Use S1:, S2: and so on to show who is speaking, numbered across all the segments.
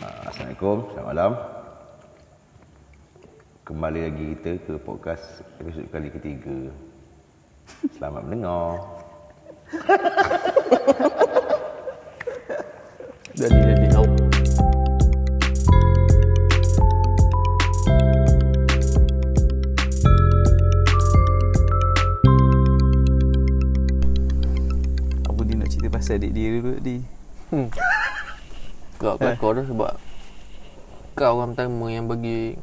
S1: Ah, Assalamualaikum, selamat malam. Kembali lagi kita ke podcast episod kali ketiga. Selamat mendengar.
S2: Jadi jadi tahu. Aku dia nak cerita pasal adik dia dulu tadi.
S3: Kau
S2: Eh.
S3: kat kau dah sebab kau orang pertama yang bagi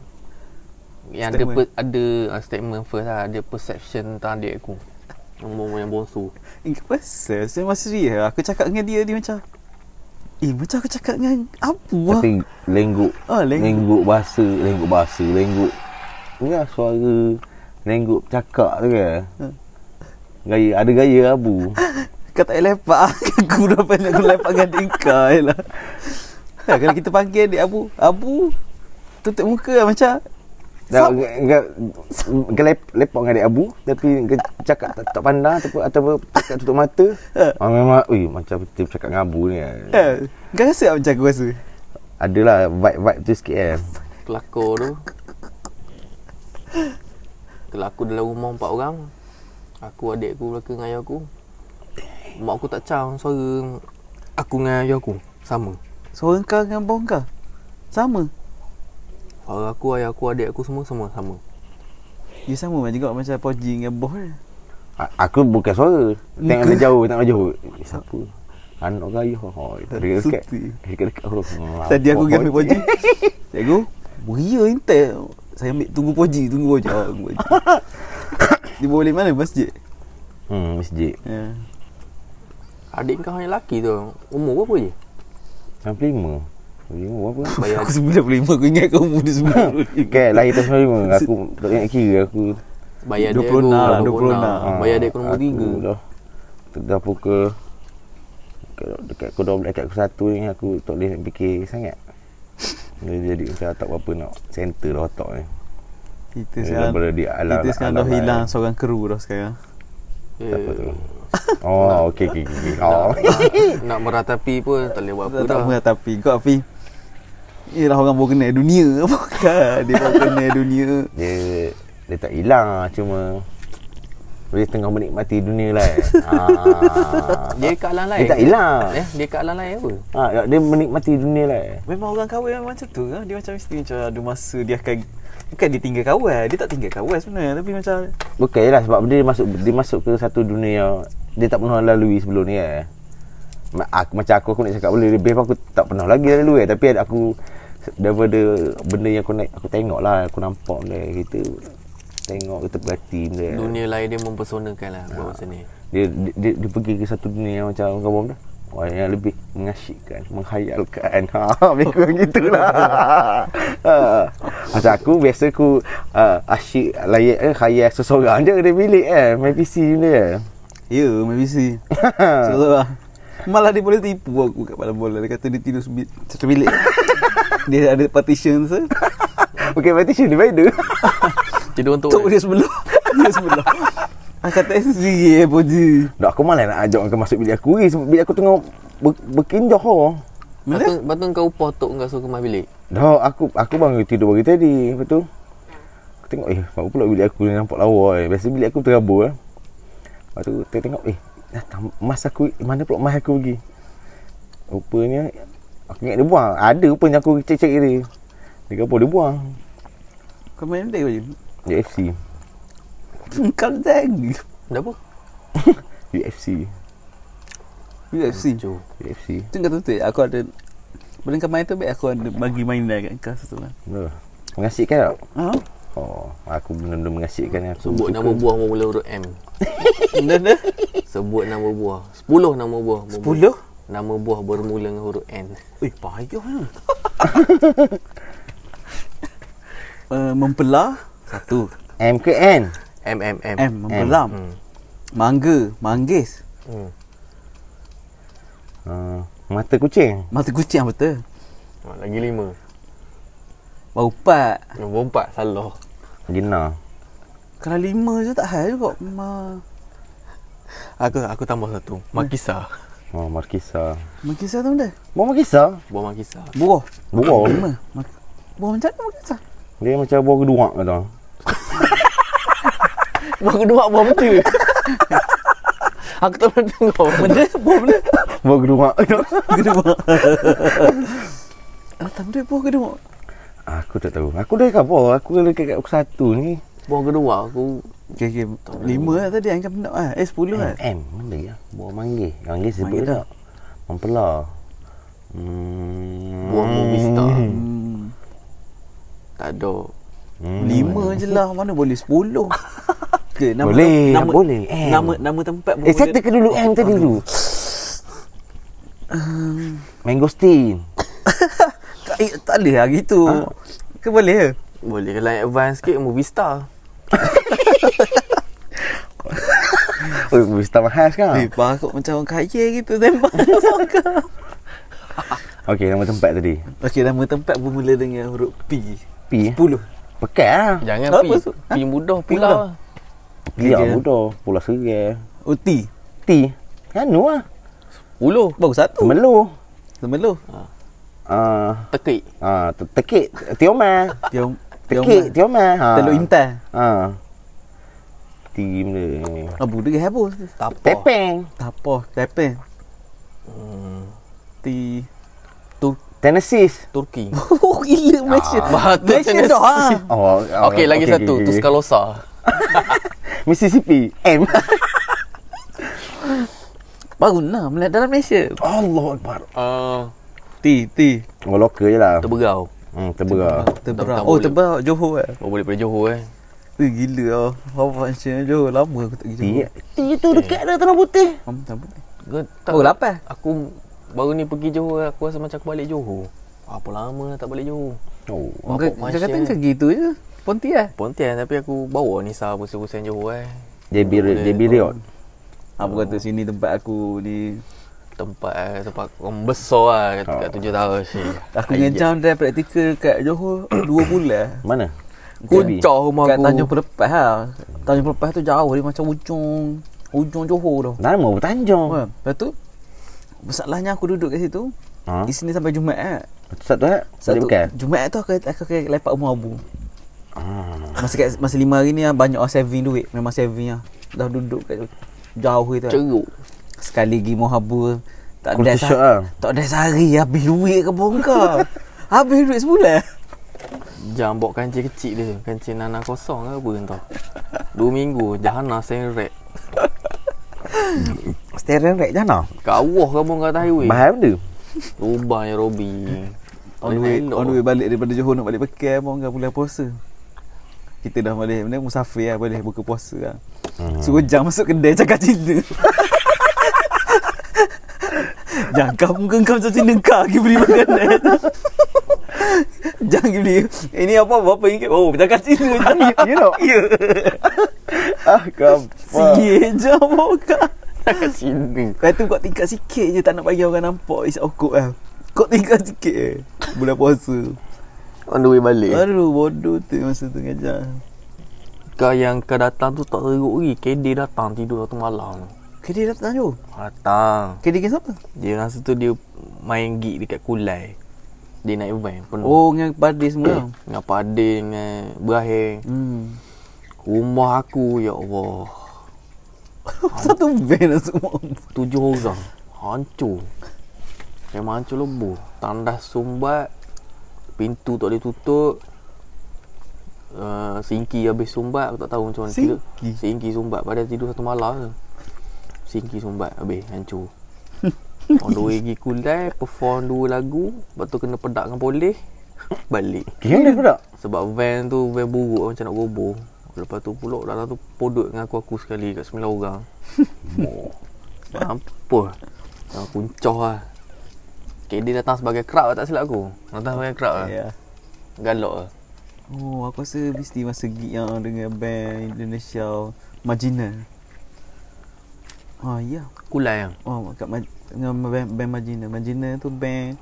S3: yang ada
S2: Statement.
S3: per, ada uh, statement first lah, ada perception tentang adik aku. Yang bomo yang bonsu.
S2: Eh, kau pasal? Saya masih dia. Aku cakap dengan dia, dia macam... Eh, macam aku cakap dengan Abu lah.
S1: Tapi lengguk,
S2: Ah, lengguk.
S1: lengguk bahasa, lengguk bahasa, lengguk. Ya, suara lengguk cakap tu kan.
S2: Hmm.
S1: Gaya, ada gaya abu.
S2: Kau tak payah lepak ah. Aku dah pandai aku lepak dengan adik kau je lah ha, Kalau kita panggil adik Abu Abu Tutup muka lah macam
S1: Dah
S2: Sab-
S1: kau lep, lepak dengan adik abu tapi kau cakap tak, tak pandang ataupun atau cakap tutup mata.
S2: Hmm.
S1: Ah, memang ui macam betul cakap dengan abu ni. kan.
S2: ha, Kau rasa tak macam aku rasa
S1: Adalah vibe-vibe tu sikit kan.
S3: Kelakor tu. Kalau aku dalam rumah empat orang, aku adik aku belaka dengan ayah aku. Mak aku tak cang suara aku dengan ayah aku sama.
S2: Suara kau dengan abang kau Sama
S3: Suara aku, ayah aku, adik aku semua semua sama.
S2: Dia Ya, sama macam juga macam Poji dengan Boh ni.
S1: A- Aku bukan suara. Tengok dari jauh, tengok dari jauh. Eh, Siapa? Anak gaya. Ha, dekat-dekat.
S2: Suti.
S1: Dekat-dekat. Oh,
S2: Tadi aku
S1: nampak
S2: dengan Poji Cikgu Beria intel Saya ambil tunggu Poji Tunggu Poji, oh, tunggu Poji. Dia boleh mana masjid
S1: Hmm, masjid.
S2: ha.
S3: Adik kau hanya lelaki tu. Umur berapa je?
S1: 95. 95 berapa?
S3: Bayar
S2: Aku 95 Aku ingat kau umur dia 95
S1: Kan, lahir tahun 95. Aku tak ingat kira. Aku,
S3: Bayar
S2: 26
S3: dia
S2: lah,
S3: aku
S2: 26.
S1: ah,
S3: Bayar dia aku nombor
S1: aku
S3: tiga
S1: Dah, dah pukul dekat- dekat pukul 12 dekat pukul 1 ni aku tak boleh fikir sangat dia jadi macam tak berapa nak center dah otak ni
S2: Kita
S1: Dia
S2: sekarang
S1: daripada dia alam-
S2: Kita sekarang dah
S1: alam lain.
S2: hilang Seorang kru dah sekarang
S1: tak
S3: Eh.
S1: apa tu oh okey okey okey oh
S3: nak, nak meratapi pun tak boleh buat apa
S2: Tak
S3: dah
S2: tak meratapi Kau Afi Yelah orang baru kenal dunia Bukan Dia baru kenal dunia
S1: dia dia tak hilang lah cuma dia tengah menikmati dunia lain. ha.
S3: Dia kat alam lain
S1: Dia tak hilang.
S3: eh, Dia kat alam lain apa
S1: Ha, dia menikmati dunia lah, eh. lain.
S2: Memang orang kawan memang macam tu kan? Dia macam mesti macam ada masa dia akan Bukan dia tinggal kawan Dia tak tinggal kawan sebenarnya Tapi macam
S1: Bukan je lah sebab dia masuk dia masuk ke satu dunia yang dia tak pernah lalui sebelum ni eh. Ma- Aku, macam aku aku nak cakap boleh lebih pun aku tak pernah lagi lalui eh. tapi ada- aku daripada benda yang aku nak aku tengok lah aku nampak benda kita tengok kita perhati benda eh.
S3: Dunia lain dia mempersonakan lah Buat masa ni
S1: dia, dia, dia, dia pergi ke satu dunia yang macam orang kawam dah Wah, yang lebih mengasyikkan, menghayalkan. Ha, mereka gitu lah. ha. Macam aku, biasa aku uh, asyik layak, eh, khayal seseorang je dari bilik eh. Main PC benda eh.
S2: Ya yeah, maybe si Seolah-olah Malah dia boleh tipu aku kat malam bola Dia kata dia tidur sebi- satu bilik Dia ada partition se
S1: Okay, berarti Syed divider.
S3: Tidur untuk
S2: Tok dia sebelah Dia sebelah Ah, Kata sendiri eh Boji
S1: Dok, aku malas nak ajak kau masuk bilik aku ni. Sebab bilik aku tengah ber, berkinjah oh.
S3: Lepas tu, lepas tu kau upah tok kau suruh kemah bilik
S1: Dok, aku aku bangun tidur pagi tadi. Lepas tu, aku tengok, eh, apa pula bilik aku ni nampak lawa eh. Biasa bilik aku terabur eh. Lepas tu, kita tengok, eh, dah tam- mas aku, mana pula mas aku pergi? Rupanya, aku ingat dia buang. Ada rupanya aku cek-cek dia. Dia kata, dia buang.
S2: Kau main pendek Boji
S1: UFC.
S2: Kau tag
S3: Dah apa?
S1: UFC.
S2: UFC
S3: Jom
S1: UFC.
S2: Tu kau tuntut Aku ada Bila kau main tu Baik aku ada Bagi mainan kat kau Satu kan
S1: Dah. Mengasyikkan tak?
S2: Ha?
S1: Oh, aku benda-benda mengasyikkan yang aku
S3: Sebut
S1: suka.
S3: nama buah bermula huruf M
S2: Dah dah
S3: Sebut nama buah Sepuluh nama buah bermula-
S2: Sepuluh?
S3: Nama buah bermula dengan huruf N
S2: Eh payah ni uh, Mempelah Satu
S1: M ke N?
S3: M M M
S2: M Mempelam
S3: Hmm.
S2: Eh, Mangga Manggis
S3: Hmm.
S1: Uh, mata kucing.
S2: Mata kucing yang betul
S3: Ah, Lagi lima
S2: Baru empat
S3: Nombor empat salah
S1: Gena.
S2: Kalau lima je tak hal juga Ma...
S3: Aku aku tambah satu Makisa
S1: Oh, markisa.
S2: Makisah tu benda?
S1: Mau markisa?
S3: Buang mak kisah.
S2: Buruh.
S1: Buruk.
S2: Lima. Mak- Buruh macam mana makisah?
S1: Dia macam buah keduak kata.
S3: Buang kedua buang benda. Aku tak pernah tengok
S2: Benda? Buruh benda?
S1: Buah keduak kata.
S2: Kedua. Alah, benda buruh kedua.
S1: Aku tak tahu. Aku dah apa? Aku kalau kat kat satu ni.
S3: Buang kedua aku
S2: Okay, okay. Lima lah tadi angkat pendak lah. Eh, sepuluh lah.
S1: M, benda ya. Buah manggil. Manggil sebut
S2: Manggil
S1: tak? Mempela. Hmm.
S3: buang movie star.
S2: Hmm.
S3: Tak ada.
S1: Hmm.
S2: Lima je lah. Mana boleh sepuluh? Okay,
S1: Boleh, boleh. M.
S2: Eh, Nama, nama tempat
S1: Eh, settle ke dulu M tadi dulu.
S2: Ah.
S1: Mangosteen.
S2: Tak, eh, tak boleh lah gitu. Ha? Ke boleh ke?
S3: Boleh kalau yang advance sikit movie star.
S1: Oh, Mr. Mahal
S2: Ha. Eh,
S1: sekarang.
S2: pakut macam orang kaya gitu sembang.
S1: Okey, nama tempat tadi.
S2: Okey, nama tempat bermula dengan huruf P.
S1: P, eh?
S2: Sepuluh.
S1: Pekat lah.
S3: Jangan
S2: Apa
S3: pi.
S2: tu?
S3: Pi mudah
S2: Pi
S3: pula.
S2: mudah.
S1: Gila
S2: Okey.
S1: bodoh. Pulau Serai.
S2: Oh, T.
S1: T. Anu lah.
S3: Ulu
S2: Baru satu.
S1: Temeluh.
S2: Semeluh.
S1: Ah,
S3: tekik.
S1: ah, te- tekik Tioma.
S2: Tiom.
S1: Tekik
S2: Tiom.
S1: Tioma. Ha.
S2: Teluk Intan.
S1: Ha. T benda ni.
S2: Ah, budak dia habis.
S3: Tak apa.
S1: Tepeng.
S2: Tak apa. Tepeng. Hmm. T.
S1: Tennessee.
S3: Turki.
S2: Oh, gila Malaysia.
S3: Bahagian
S2: Malaysia
S3: Tennessee.
S2: dah. ah.
S1: Oh, oh,
S3: Okey lagi satu
S1: okey.
S3: Tuscaloosa.
S1: Mississippi. M.
S2: Baru enam lah dalam Malaysia.
S1: Allah Akbar.
S3: Ah,
S2: T. T.
S1: Oh, lokal je lah.
S3: Terberau.
S1: Hmm, terberah.
S2: Teberau.
S3: Tak
S2: Oh,
S3: boleh.
S2: Teberau. Johor eh.
S3: Oh boleh daripada Johor eh.
S2: Eh, gila lah. Apa macam Johor. Lama aku tak pergi
S1: T.
S2: Johor.
S1: T tu dekat dah Tanah Putih.
S2: Lama tak pergi.
S3: Kau tak
S2: Oh, lapar.
S3: Aku baru ni pergi Johor aku rasa macam aku balik Johor. Apa lama dah tak balik Johor.
S1: Oh.
S2: Kau
S3: Mabuk
S2: kau
S3: Malaysia
S2: kata
S3: ni.
S2: macam gitu je. Pontian.
S3: Pontian lah, tapi aku bawa ni sah pusing-pusing Johor eh.
S1: JB
S3: Boleh.
S1: JB Riot.
S2: Apa
S1: Oh.
S2: kata sini tempat aku ni
S3: Tempat eh, tempat orang besar lah kat, kat tujuh tahun si.
S2: Ah. Aku ngencam dia praktikal kat Johor 2 bulan
S1: Mana?
S3: Kuncah rumah
S2: Kat
S3: aku.
S2: Tanjung Pelepah ha. Tanjung Pelepah tu jauh dia macam ujung Ujung Johor tu
S1: Nama bertanjung.
S2: ha. Lepas tu Masalahnya aku duduk kat situ
S1: Ha.
S2: ha? Isnin sampai Jumaat eh.
S1: Satu eh? Satu bukan?
S2: Jumaat tu aku aku akan lepak rumah abu
S1: Ah.
S2: Masa kat, masa 5 hari ni ah, banyak orang saving duit Memang saving lah Dah duduk kat jauh itu ha.
S3: Ceruk.
S2: Sekali pergi Mohabur Tak
S1: Kultur
S2: ada
S1: shock lah.
S2: sah- Tak ada sehari Habis duit ke bongkar Habis duit sebulan
S3: Jam bawa kancing kecil dia. Kancing nana kosong ke apa entah. Dua minggu jahana seret.
S1: Steering rack jana.
S3: Kawah ke pun kat highway.
S1: Bahaya benda.
S3: Rubah ya Robi.
S2: On the way, on the way balik daripada Johor nak balik Pekan bongkar bulan puasa Kita dah boleh benda musafir lah Boleh buka puasa lah Suruh jam masuk kedai cakap Cina Jangan kau muka kau macam Cina kau pergi beli makanan Jangan pergi beli Ini apa berapa ringgit Oh cakap Cina Jangan
S1: You know? Ya. Ah, kau.
S2: Sikit je bongkar
S3: kat sini.
S2: Lepas tu kau tingkat sikit je Tak nak bagi orang nampak Isap okok lah Kau tingkat sikit je Bulan puasa
S3: On the way
S1: Eh,
S3: balik.
S2: Aduh bodoh tu Masa tu ngajar
S3: Kau yang kau datang tu tak teruk lagi. KD datang tidur satu malam.
S2: Kedai datang tu
S3: Datang.
S2: Kedai ke siapa?
S3: Dia masa tu dia main gig dekat Kulai. Dia naik van penuh.
S2: Oh dengan padis semua
S3: Eh, Dengan padin dengan berakhir.
S2: Hmm
S3: Rumah aku ya Allah.
S2: Satu van lah semua
S3: Tujuh orang Hancur Memang hancur lebur Tandas sumbat Pintu tak boleh tutup uh, Singki habis sumbat Aku tak tahu macam mana tidur.
S2: Singki?
S3: Singki sumbat Padahal tidur satu malam je Singki sumbat habis Hancur On the way pergi Kulai Perform dua lagu Lepas tu kena pedak dengan polis Balik
S1: Kira mana pula?
S3: Sebab van tu Van buruk macam nak roboh Lepas tu pulak Dalam tu podot dengan aku-aku sekali Kat sembilan orang
S2: Hmm.
S3: Mampu Dah kuncoh lah KD datang sebagai crowd tak silap aku Datang sebagai crowd lah yeah.
S2: Ya
S3: Galak lah
S2: Oh aku rasa mesti masa gig yang dengan band Indonesia Marginal Oh ya
S3: Kulai lah
S2: Oh kat Ma- dengan band, band Marginal Marginal tu band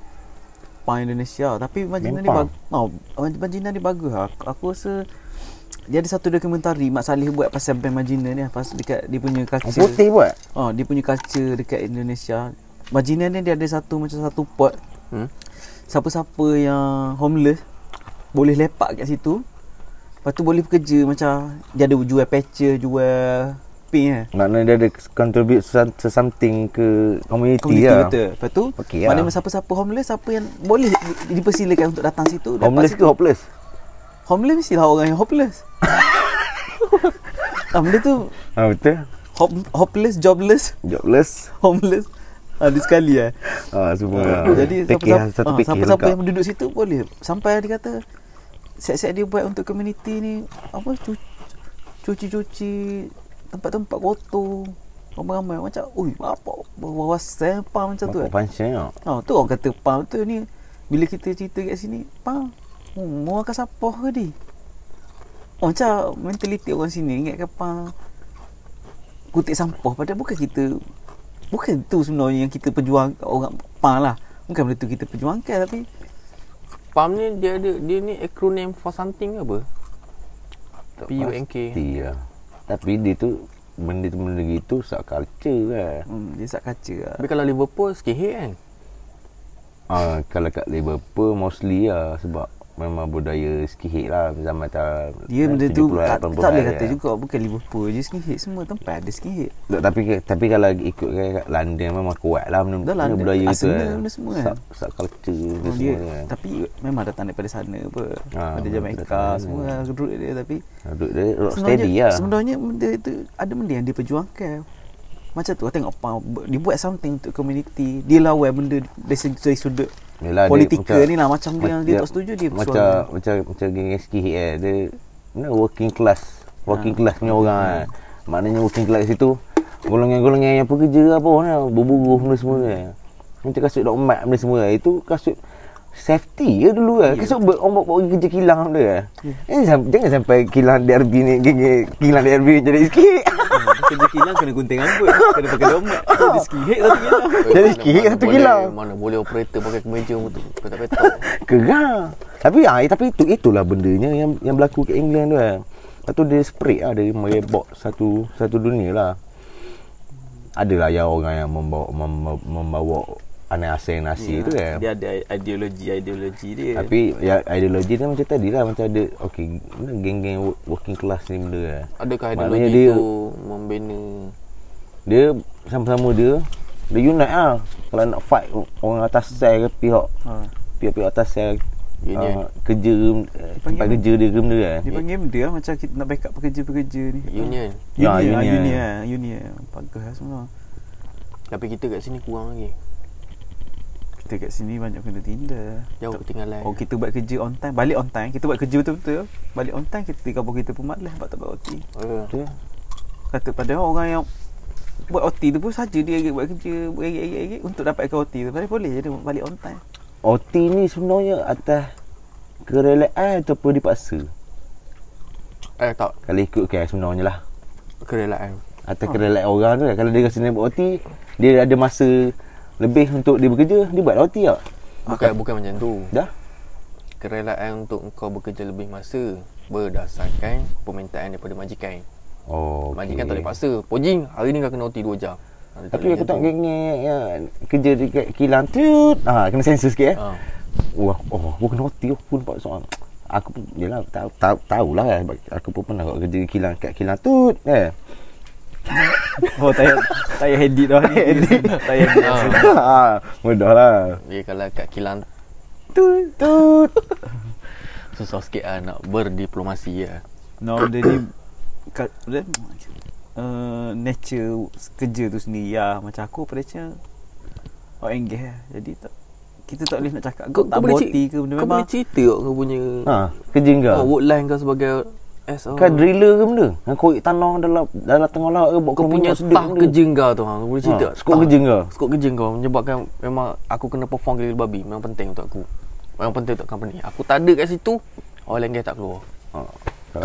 S2: Pang Indonesia Tapi Marginal ni
S1: Band
S2: bagus oh, Marginal ni bagus lah. aku, aku rasa Dia ada satu dokumentari Mak Saleh buat pasal band Marginal ni lah. Pas dekat dia punya
S1: Orang
S2: kaca
S1: putih buat?
S2: oh, Dia punya kaca dekat Indonesia Marginal ni dia ada satu macam satu pot.
S3: Hmm?
S2: Siapa-siapa yang homeless boleh lepak kat situ. Lepas tu boleh bekerja macam dia ada jual patcher, jual pin eh.
S1: Maknanya dia ada contribute ses- something ke community,
S2: Community
S1: lah.
S2: kita. Lepas tu
S1: Okey lah.
S2: maknanya siapa-siapa homeless siapa yang boleh di- dipersilakan untuk datang situ. lepak
S1: Homeless
S2: situ.
S1: ke hopeless?
S2: Homeless mestilah orang yang hopeless. ah, benda tu
S1: Ha, betul.
S2: hop, hopeless, jobless,
S1: Jobless.
S2: homeless. Ada sekali eh.
S1: Ha, semua.
S2: Ah, Jadi
S1: Fikir, lah,
S2: siapa-siapa,
S1: satu
S2: ah,
S1: fikir
S2: siapa-siapa
S1: lengkap.
S2: yang duduk situ boleh sampai dia kata set-set dia buat untuk community ni apa cu- cuci-cuci tempat-tempat kotor ramai-ramai macam ui apa wawasan pam macam tu
S1: Makan ah.
S2: eh.
S1: pancing tau.
S2: Ha tu orang kata pam tu ni bila kita cerita kat sini pam hmm, mau akan siapa ke ni? Oh, macam mentaliti orang sini ingat pam kutip sampah padahal bukan kita bukan tu sebenarnya yang kita perjuang orang pam lah. Bukan benda tu kita perjuangkan tapi
S3: PAM ni dia ada dia ni acronym for something ke apa?
S1: Tak
S3: PUNK.
S1: pasti lah. Tapi dia tu benda tu benda gitu sub culture lah.
S2: hmm, dia sak kaca lah.
S3: Tapi kalau Liverpool sikit kan.
S1: Ah, kalau kat Liverpool mostly lah sebab memang budaya sikit lah zaman tahun
S2: Dia benda tu
S1: 70-an,
S2: tak, tak
S1: 80-an
S2: boleh
S1: lah.
S2: kata juga bukan Liverpool je sikit semua tempat ada sikit.
S1: Tak, tapi tapi kalau ikut kat London memang kuat lah benda,
S2: Dah
S1: benda
S2: London,
S1: budaya tu.
S2: Arsenal
S1: kan.
S2: benda semua kan.
S1: Sub, sub culture benda
S2: Oh,
S1: semua
S2: dia,
S1: ni kan.
S2: tapi memang datang daripada sana apa.
S1: Ah,
S2: Ha, daripada
S1: memang
S2: Jamaica
S1: datang
S2: semua
S1: sana.
S2: lah root dia tapi
S1: Duduk dia rock
S2: sebenarnya,
S1: steady lah.
S2: sebenarnya benda itu ada benda yang dia perjuangkan macam tu tengok apa dia buat something untuk community dia lawan benda dari sudut, dari sudut
S1: Yelah, dia
S2: politikal
S1: macam-
S2: ni lah macam dia yang dia tak setuju dia
S1: macam
S2: persoalan.
S1: macam macam geng SK eh dia ni working class working
S2: Ah.
S1: class punya orang eh. maknanya working class situ golongan-golongan yang pekerja apa orang ni berburuh benda semua ni macam kasut dok mat benda semua eh. itu kasut safety ya dulu lah. Kasut ber, orang bawa pergi kerja kilang tu eh.
S2: Ya.
S1: Eh, sam- jangan sampai kilang DRB ni geng eh, kilang DRB jadi sikit.
S2: kerja kilang kena gunting rambut kena pakai domat dia sikit satu kilang
S1: Jadi sikit
S3: Mana
S1: satu
S3: boleh-
S1: kilang.
S3: Mana boleh operator pakai kemeja tu. Petak-petak.
S1: Kerang. Tapi ah, eh, tapi itu itulah bendanya yang yang berlaku kat England tu kan. Lepas tu dia spray lah dia merebak satu satu dunia lah. Adalah yang orang yang membawa mem, membawa anak asing nasi tu kan.
S2: dia ada ideologi ideologi dia
S1: Tapi ya, ideologi dia macam tadi lah Macam ada Okay mana Geng-geng wo- working class ni benda lah
S3: Adakah
S1: Maknanya
S3: ideologi
S1: dia-
S3: tu membina
S1: Dia sama-sama dia Dia unite lah Kalau nak fight Orang atas saya ke pihak
S2: ha.
S1: Pihak-pihak atas saya
S3: Union.
S1: uh, Kerja eh, Tempat
S2: apa?
S1: kerja dia ke benda kan
S2: dia panggil benda lah, macam kita nak backup pekerja-pekerja ni
S3: union?
S1: Ya,
S2: Uni lah,
S1: union.
S2: uni lah, uni lah. Bagus lah semua
S3: Tapi kita kat sini kurang lagi.
S2: Kita kat sini banyak kena tindak
S3: Jauh ketinggalan.
S2: Oh kita buat kerja on time Balik on time Kita buat kerja betul-betul Balik on time Kita kapal kita pun malas Sebab tak buat OT
S3: Ya.
S1: Betul
S2: Kata padahal orang yang Buat OT tu pun saja Dia agak buat kerja Agak-agak Untuk dapatkan OT tu Padahal boleh je dia Balik on time
S1: OT ni sebenarnya atas kerelaan ataupun dipaksa.
S3: Eh tak.
S1: Kalau ikutkan sebenarnya lah.
S3: Kerelaan.
S1: Atas kerelaan orang tu lah. Kalau dia rasa dia buat OT, dia ada masa lebih untuk dia bekerja, dia buat OT tak?
S3: Bukan bukan macam tu.
S1: Dah?
S3: Kerelaan untuk engkau bekerja lebih masa berdasarkan permintaan daripada majikan.
S1: Oh,
S3: Okay. Majikan tak boleh paksa. Pojing, hari ni kau kena OT 2 jam. Ada
S1: Tapi aku
S3: boleh macam
S1: tak
S3: tu.
S1: geng yang kerja dekat kilang tu. Ha, kena sensor sikit eh.
S3: Ha.
S1: Wah, oh, aku kena OT aku pun dapat soal. Aku pun yalah tahu tahu tahulah kan sebab aku pun pernah buat kerja kilang kat kilang tu eh.
S2: Oh tak payah Tak payah edit dah edit Tak payah edit
S3: Ha.
S1: ha, mudahlah.
S3: Dia kalau kat kilang
S1: Tut tut.
S3: susah sikit lah nak berdiplomasi lah.
S2: No dia ni kat, dia, uh, Nature kerja tu sendiri ya, Macam aku pada Oh engage lah Jadi tak kita tak boleh nak cakap kau, tak boleh OT ke benda
S3: kau
S2: memang
S3: boleh cerita tak kau punya
S1: Ha, Kan kerja kau.
S3: oh, work line kau sebagai SO.
S1: Kau driller ke benda? Yang korek tanah dalam dalam tengah laut ke buat
S3: kau punya
S1: sedut
S3: stah
S1: benda?
S3: kerja kau tu ha. Kau boleh cerita
S1: Ha, skop kerja kau.
S3: Skop kerja kau ha, menyebabkan memang aku kena perform gila babi. Memang penting untuk aku. Memang penting untuk company. Aku tak ada kat situ, all yang dia tak keluar.
S1: Ha.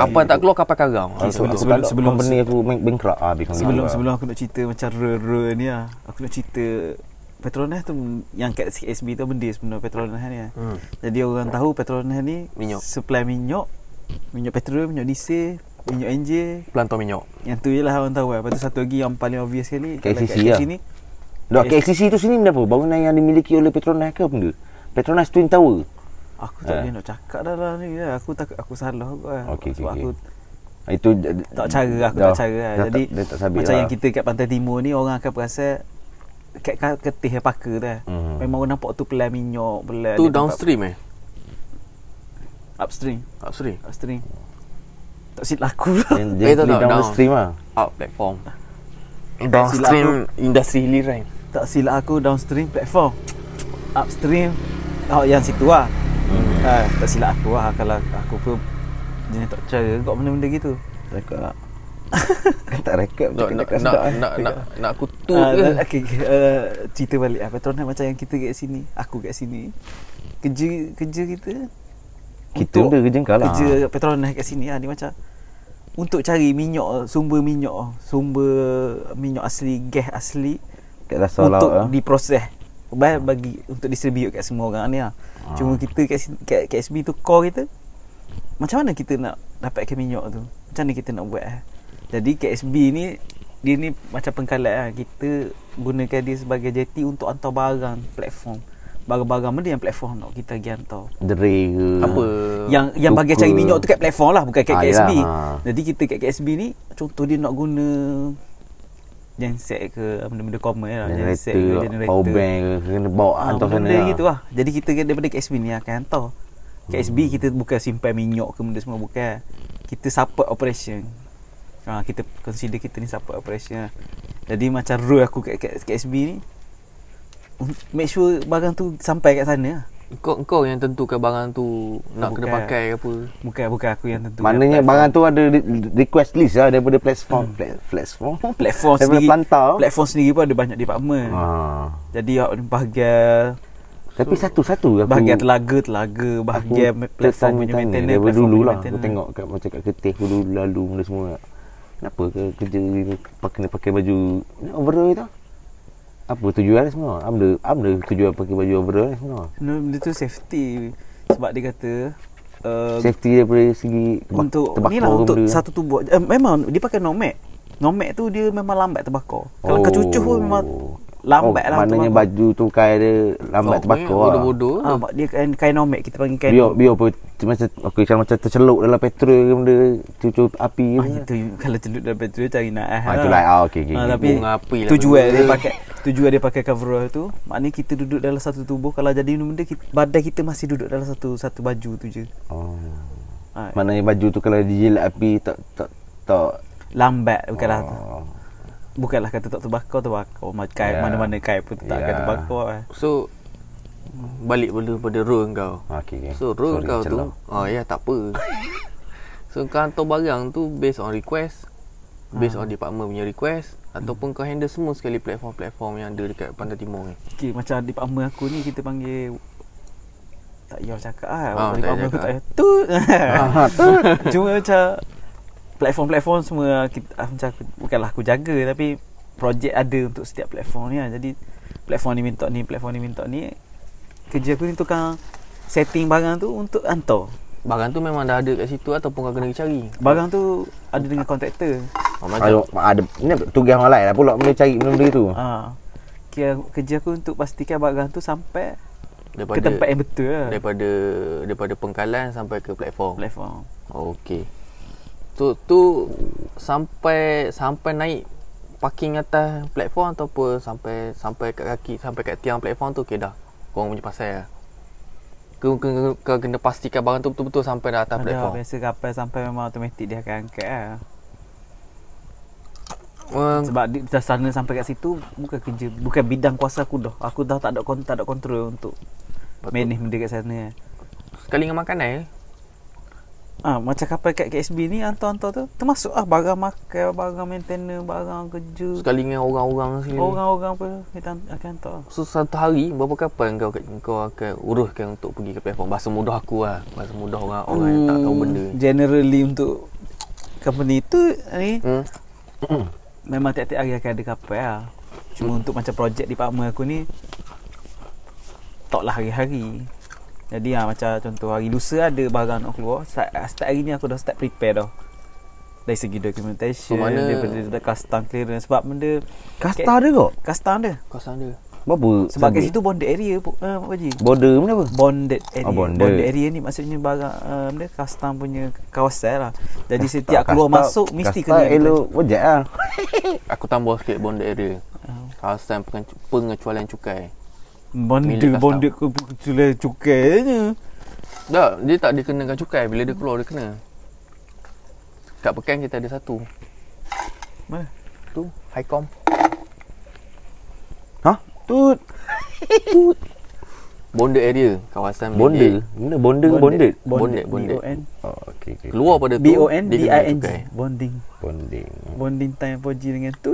S3: Kapal tak keluar, kapal karang.
S1: Sebelum
S2: Sebelum-
S3: Ha,
S1: sebelum
S2: sebelum-
S1: sebelum company aku bank- bankrupt ah habis
S2: Sebelum sebelum aku nak cerita macam re-re ni lah Aku nak cerita Petronas tu yang kat CSB tu benda sebenarnya Petronas ni lah.
S3: Hmm.
S2: Jadi orang tahu Petronas ni
S3: Minyak.
S2: Supply minyak Minyak petrol, minyak diesel, minyak enjin
S3: Pelantar minyak.
S2: Yang tu je lah orang tahu lah Lepas tu satu lagi yang paling obvious sekali kalau
S1: KCC
S2: kat
S1: lah.
S2: sini
S1: Dok KLCC tu sini benda apa? Bangunan yang dimiliki oleh Petronas ke benda? Petronas Twin Tower.
S2: Aku tak
S1: Ah.
S2: boleh nak cakap dah lah ni lah. Aku tak aku salah aku lah.
S1: Okey, okey,
S2: Sebab
S1: okey.
S2: aku
S1: Itu d- d-
S2: tak cara aku
S1: dah-
S2: tak cara lah.
S1: dah
S2: Jadi
S1: tak, dia tak sabit
S2: macam
S1: lah.
S2: yang kita kat pantai timur ni orang akan perasan kat kat ketih yang paka dah.
S1: Hmm.
S2: Memang orang nampak tu pelan minyak, pelan dia
S3: Tu
S2: tempat-
S3: downstream eh?
S2: upstream,
S3: Upstream?
S2: upstream. Tak silap aku lah.
S1: Yang
S3: Eh,
S1: dia
S3: tak,
S1: beli
S3: tak,
S1: down
S3: down.
S1: stream lah.
S3: Up platform.
S2: Downstream
S3: industri hiliran.
S2: tak silap aku downstream platform. Upstream oh, yang situ lah.
S1: Mhm.
S2: Hmm. Ah, tak silap aku lah kalau aku pun jenis tak cara kat benda-benda gitu.
S1: Rekod tak? Kan tak rekod
S3: Nak
S1: macam
S3: nak
S1: kena
S3: nak
S1: sedap
S3: nak nak nak aku tu
S2: Ah,
S3: ke?
S2: okay, okay. Uh, cerita balik apa Petronas macam yang kita kat sini, aku kat sini. Kerja kerja kita
S1: Kita benda
S2: untuk
S1: kerja kau lah.
S2: Kerja Petronas kat sini ah dia macam untuk cari minyak sumber minyak sumber minyak asli gas asli
S1: Kat dasar laut
S2: untuk
S1: lah.
S2: diproses bagi, bagi untuk distribute kat semua orang ni lah. Cuma kita kat, sini- kat, kat SB tu core kita macam mana kita nak dapatkan minyak tu? Macam mana kita nak buat eh? Jadi KSB ni dia ni macam pengkalat lah. Kita gunakan dia sebagai jeti untuk hantar barang platform. Barang-barang mana yang platform nak kita pergi hantar.
S1: Dere ke.
S3: Apa?
S2: Yang yang bagian
S1: Tukar.
S2: cari minyak tu kat platform lah bukan kat
S1: Ah,
S2: KSB.
S1: yelah, ah.
S2: Jadi kita kat KSB ni contoh dia nak guna genset ke benda-benda common lah genset ke
S1: Generator, power bank ke. Kena bawa
S2: Ah,
S1: hantar sana
S2: benda
S1: lah. Hmm.
S2: gitu lah. Jadi kita daripada KSB ni akan hantar. KSB kita bukan simpan minyak ke benda semua bukan. Kita support operation. Ha, kita consider kita ni support operation lah. Jadi macam role aku kat, kat KSB ni un- make sure barang tu sampai kat sana lah.
S3: Kau kau yang tentukan barang tu nak kena
S2: Bukan.
S3: pakai ke apa.
S2: Bukan bukan aku yang tentu.
S1: Maknanya barang tu ada re- request list lah daripada platform. Pla- Platform?
S2: platform
S1: daripada
S2: sendiri
S1: Pelantau.
S2: platform sendiri pun ada banyak department. Ha.
S1: Ah.
S2: Jadi awak ni bahagian
S1: Tapi satu-satu aku
S2: bahagian telaga telaga
S1: aku
S2: bahagian platform punya
S1: tertanya-tanya
S2: maintenance
S1: Daripada
S2: platform
S1: dulu
S2: punya
S1: lah Aku
S2: maintenance.
S1: tengok kat, macam kat ketih dulu lalu benda semua Kenapa ke kerja ni pa- kena pakai baju ni overall tu Apa tujuan ni semua Apa benda, apa benda tujuan pakai baju overall ni semua
S2: No, benda tu safety sebab dia kata uh,
S1: Safety daripada segi tebak,
S2: untuk
S1: terbakar
S2: ni lah
S1: ke
S2: untuk
S1: benda.
S2: satu tubuh uh, memang dia pakai nomad. Nomad tu dia memang lambat terbakar. Kalau kau cucuh pun memang
S1: oh,
S2: lambat lah
S1: Maknanya baju tu kain dia lambat
S3: Kau
S1: terbakar
S3: punya
S1: lah
S3: Bodoh-bodoh.
S2: Ah, bak- dia kain, kain nomad kita panggil kain.
S1: Biar, biar apa macam, okay, macam, macam terceluk dalam petrol ke benda Cucur api ke
S2: Ah,
S1: benda.
S2: itu kalau celup dalam petrol cari nak ah.
S1: Ah, itulah. Ah, okey, okey,
S2: Ah,
S1: okey.
S2: tapi
S3: Bunga api lah
S2: tujuan
S3: benda
S2: dia
S3: tu.
S2: pakai tujuan dia pakai coverall tu, maknanya kita duduk dalam satu tubuh kalau jadi benda kita, badan kita masih duduk dalam satu satu baju tu je.
S1: oh.
S2: Ah,
S1: Maknanya baju tu kalau dijilat api tak tak tak
S2: lambat bukanlah
S1: oh.
S2: bukanlah kata tak terbakar terbakar Macam
S1: Ya.
S2: kain mana-mana kain pun tak akan
S1: Ya.
S2: terbakar lah.
S3: So balik benda pada role kau.
S1: ah, Okey okey.
S3: So
S1: Sorry, lah.
S3: role kau tu
S1: celah.
S3: Oh ya tak apa So kau hantar barang tu Based on request Based
S1: Hmm.
S3: on department punya request Ataupun kau handle semua sekali Platform-platform yang ada Dekat Pantai Timur ni
S2: okay, macam department aku ni kita panggil tak payah cakap ah ha,
S3: Ah, tak
S2: department
S3: payah
S2: aku tak
S3: cakap. Ah,
S2: payah tu cuma macam platform-platform semua kita, ah, macam aku, bukanlah aku jaga tapi projek ada untuk setiap platform ni lah. jadi platform ni minta ni platform ni minta ni kerja aku ni tukang setting barang tu untuk hantar
S3: Barang tu memang dah ada kat situ Ataupun kau kena pergi cari
S2: barang tu ada dengan kontraktor
S3: oh,
S1: Ayo,
S3: Macam
S1: ada ni tugas orang lain lah pula boleh cari benda-benda tu.
S2: ha. Kira, kerja aku untuk pastikan barang tu sampai ke
S3: daripada,
S2: tempat yang betul lah
S3: Daripada Daripada pengkalan Sampai ke platform
S2: platform
S3: oh, Okay Tu tu Sampai Sampai naik Parking atas platform Ataupun sampai Sampai kat kaki Sampai kat tiang platform tu Okay dah Korang punya pasal lah kau, kau, kau kena pastikan barang tu betul-betul sampai dah atas
S2: Ada
S3: platform.
S2: biasa kapal sampai memang automatik dia akan angkat lah.
S3: Uh,
S2: Sebab dia dah sana sampai kat situ bukan kerja bukan bidang kuasa aku dah. Aku dah tak ada kon- tak ada kontrol untuk
S3: Betul.
S2: manage benda kat sana.
S3: sekali dengan makanan eh.
S2: Ah ha, macam kapal kat KSB ni hantar-hantar tu termasuk ah barang makan, barang maintenance, barang kerja.
S3: Sekali dengan orang-orang sini.
S2: Orang-orang pun kita han- akan hantar.
S3: So satu hari berapa kapal kau kau akan uruskan untuk pergi ke platform? Bahasa mudah aku lah. Bahasa mudah orang orang yang tak tahu benda. ni.
S2: Hmm, Generally untuk company tu eh, ni
S3: Hmm.
S2: memang tiap-tiap hari akan ada kapal lah. Cuma untuk macam projek department aku ni taklah hari-hari. ah, Jadi ha, macam contoh hari lusa ada barang nak keluar. Start, start hari ni aku dah start prepare dah. dari segi documentation
S3: So, mana-
S2: daripada daripada custom clearance sebab benda
S1: Kasta ada kok.
S2: custom dia
S3: Kawasan dia
S1: Berapa?
S2: sebab kat
S1: subjek?
S2: situ bonded area pun uh, Pak Haji
S1: border mana apa?
S2: bonded area
S1: Ah, bonded.
S2: bonded area ni maksudnya barang uh, benda custom punya kawasan lah jadi
S1: Kasta-
S2: setiap keluar
S1: Ah, kasta-
S2: masuk mesti
S1: kasta
S2: kena
S1: elok projek lah.
S3: Aku tambah sikit bonded area
S2: Hmm.
S3: Kawasan pengecu- pengecualian cukai Milik
S2: bonded
S3: custom.
S2: bonded ke cukai cukainya
S3: Tak, dia tak dikenakan cukai Bila dia keluar, dia kena Kat Pekan kita ada satu
S2: mana
S3: Tu, Highcom
S1: Ha? Tut.
S3: Bonded area Kawasan
S1: Border.
S3: milik-
S1: Mana border ke bonded?
S3: Bonded, bonded.
S2: B O N
S1: Oh, okey okey.
S3: Keluar pada tu
S2: B O N
S3: dia
S2: D
S3: kena
S2: I N G
S3: cukai.
S2: bonding
S1: Bonding.
S2: bonding time Poji dengan tu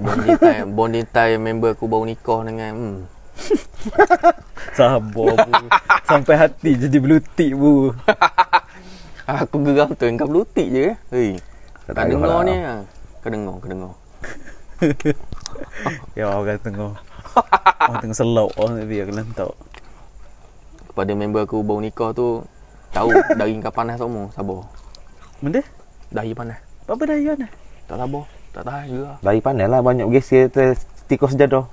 S3: Bonding time Bonding time member aku baru nikah dengan hmm,
S2: sabar bu sampai hati jadi blue tick bu
S3: Aku geram tu Kau belutik je eh Hei
S1: Tak
S3: Kau
S1: tahu
S3: dengar
S1: lah.
S3: ni ah. Kau dengar Kau dengar
S2: ya orang tengok orang tengok selok orang tapi aku lantak
S3: Kepada member aku baru nikah tu Tahu daging kau panas semua Sabar
S2: benda
S3: Dahi panas
S2: apa dah Ion dah
S3: Tak sabar Tak tahan juga
S1: Dari pandai lah banyak geser ter- tikus jadah.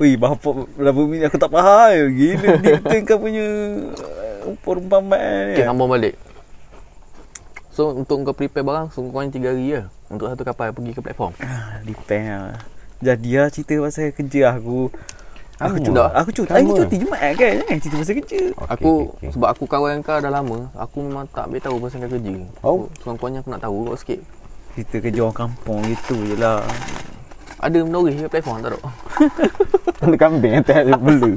S2: Ui, bapak dalam bumi ni aku tak faham. Gila dia kau punya uh,
S1: Eh.
S2: perumpamaan.
S3: Okay,
S2: Okay,
S3: sambung balik So untuk kau prepare barang So kau ni 3 hari je Untuk satu kapal pergi ke platform
S2: ah, depend lah. Jadi lah cerita pasal kerja aku. Aku
S1: Sama.
S2: cuti. Aku cuti. Aku
S1: Sama.
S2: cuti Jumaat kan. Jangan cerita pasal kerja.
S1: Okey,
S3: Aku
S1: okey, okey.
S3: Sebab aku kawan kau dah lama Aku memang tak boleh tahu pasal kau kerja
S1: Oh.
S3: So kurang-kurangnya aku nak tahu kau sikit
S2: Cerita kerja orang kampung gitu je lah.
S3: Ada menoreh ke platform tak dok?
S1: Ada kambing atas ada bulu.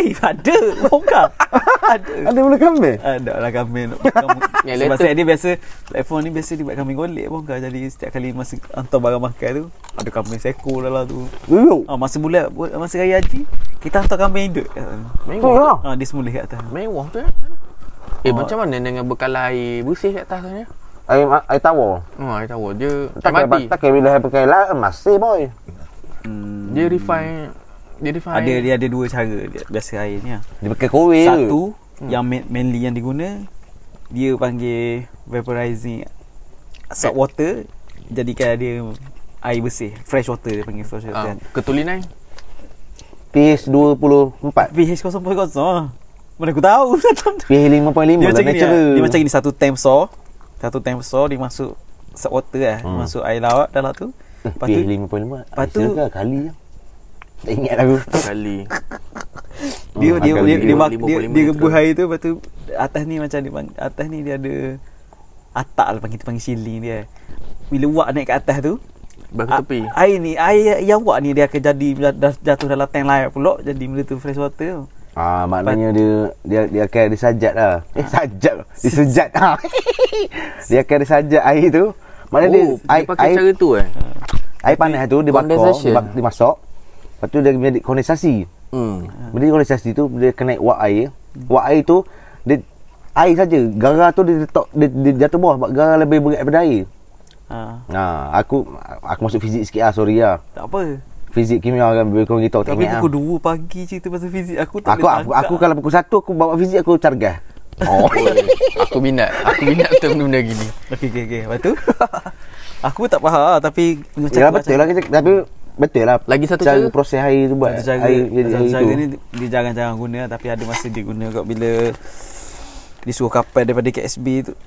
S2: Eh, ada. Bukan. ada.
S1: Ada bulu kambing.
S2: Ada lah kami nak kamu.
S3: Yang
S2: Sebab
S3: letter-
S2: saya ni biasa Platform ni biasa dibuat kami golek pun kau Jadi setiap kali masa hantar barang makan tu Ada kami seko dah lah tu
S1: Dulu.
S2: ah, Masa bulan Masa raya haji Kita hantar kami hidup Ah.
S1: Oh, ya?
S3: Mewah
S1: lah.
S2: Ah, dia semula kat atas.
S3: Mewah tu eh Eh macam mana dengan bekalan air bersih kat atas tu ni?
S1: Air ma- air tawar.
S3: Oh, air tahu dia tak
S1: Tak kira
S3: mati.
S1: tak kira bila saya pakai lah masih boy.
S2: Hmm.
S3: Dia refine dia refine.
S2: Ada dia ada dua cara dia, biasa air ni. lah.
S1: Dia pakai kowe.
S2: Satu
S3: Hmm.
S2: yang ma- mainly yang diguna dia panggil vaporizing salt
S3: Eh.
S2: water jadikan dia air bersih fresh water dia panggil fresh
S3: ah,
S2: water.
S3: ketulinan.
S1: PS 24.
S2: pH 0.0 ah. Mana aku tahu
S1: PS 5.5
S2: Dia
S1: lah
S2: macam gini lah.
S1: natural.
S2: Dia macam gini Satu tank saw Satu tank saw Dia masuk Salt water lah hmm. Masuk air laut dalam tu
S3: Eh,
S2: Lepas tu
S1: PS 5.5.
S2: lepas tu-
S1: Hasil ke kali je. Tak ingat lah aku.
S3: Kali.
S2: dia
S1: Oh,
S2: dia
S1: agak lebih
S2: dia dia,
S3: dua-
S2: mak-
S3: lima
S2: dia,
S3: puluh lima
S2: dia
S3: meter.
S2: rebus air tu lepas tu atas ni macam dia panggil, atas ni dia ada atak lah panggil panggil siling dia. Bila wak naik ke atas tu
S3: Baku
S1: Ah,
S2: a-
S3: tepi.
S2: air ni air yang wak ni dia akan jadi bila dah jatuh dalam tank lain pula jadi benda tu fresh water tu.
S1: Ah maknanya dia dia dia akan ada sajat lah. Eh
S2: Ah.
S1: sajat. Dia sejat. Ha. dia akan ada sajat air tu. Maknanya dia,
S3: Oh, dia
S1: air,
S3: pakai
S1: air,
S3: cara tu eh.
S1: air panas tu dia bakar,
S3: Condensation.
S1: dia, bak- dia masuk. Lepas tu dia menjadi kondensasi.
S3: Hmm.
S2: Ah.
S1: Bila dia kondensasi tu dia kena naik wak air. Wak air tu dia air saja. Garam tu dia, letak, dia, dia jatuh bawah sebab garam lebih berat daripada air.
S2: Ha,
S1: Ha, aku aku masuk fizik sikit lah, sorry lah.
S2: tak apa.
S1: Fizik kimia orang lebih kurang kita tak
S2: Tapi
S1: ingat. Aku,
S2: pukul dua pagi cerita pasal fizik aku tak
S1: aku, aku, aku kalau pukul 1 aku bawa fizik aku cargas.
S3: Oh, aku minat. Aku minat tu benda gini.
S2: Okey okey okey. Lepas tu aku pun tak faham ah, tapi macam
S1: Ya
S2: tu lah
S1: betul lah kita, tapi betul lah.
S3: Lagi satu
S1: cara,
S3: cara?
S1: proses air tu buat.
S2: Satu cara,
S1: air jadi
S2: satu
S1: air
S2: cara
S1: tu.
S2: ni dia jarang-jarang guna tapi ada masa dia guna kot bila dia suruh kapal daripada KSB tu.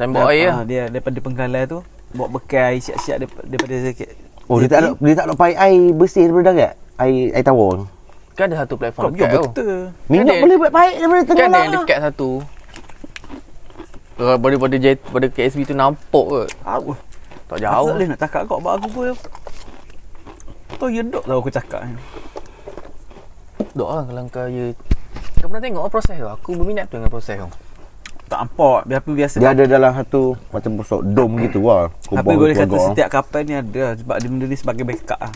S3: Tembok air
S2: Ah,
S3: lah.
S2: Dia daripada penggalai tu bawa bekal siap-siap daripada, daripada
S1: Oh dia tak nak dia tak nak pakai air bersih daripada darat. Air air tawar.
S3: Kan ada satu
S2: kau
S3: platform
S2: biar
S3: dekat tau.
S2: Ya, betul. lah.
S1: Minyak
S3: ada-
S1: boleh buat baik daripada lah.
S3: Kan ada
S1: tenggelam.
S3: yang dekat satu. Uh, pada pada jet pada KSB tu nampak ke?
S2: Aku aku
S3: Tak jauh.
S2: tak boleh nak cakap kau bab aku pun tu yedok lah aku cakap ni. lah
S3: Doa kalau kau ya kau pernah tengok proses tu? Aku berminat tu dengan proses tu.
S2: Tak nampak biar biasa.
S1: Dia ada dalam satu macam sosok dom gitu lah.
S2: Tapi boleh kata setiap kapal ni ada lah, sebab dia benda ni sebagai backup lah.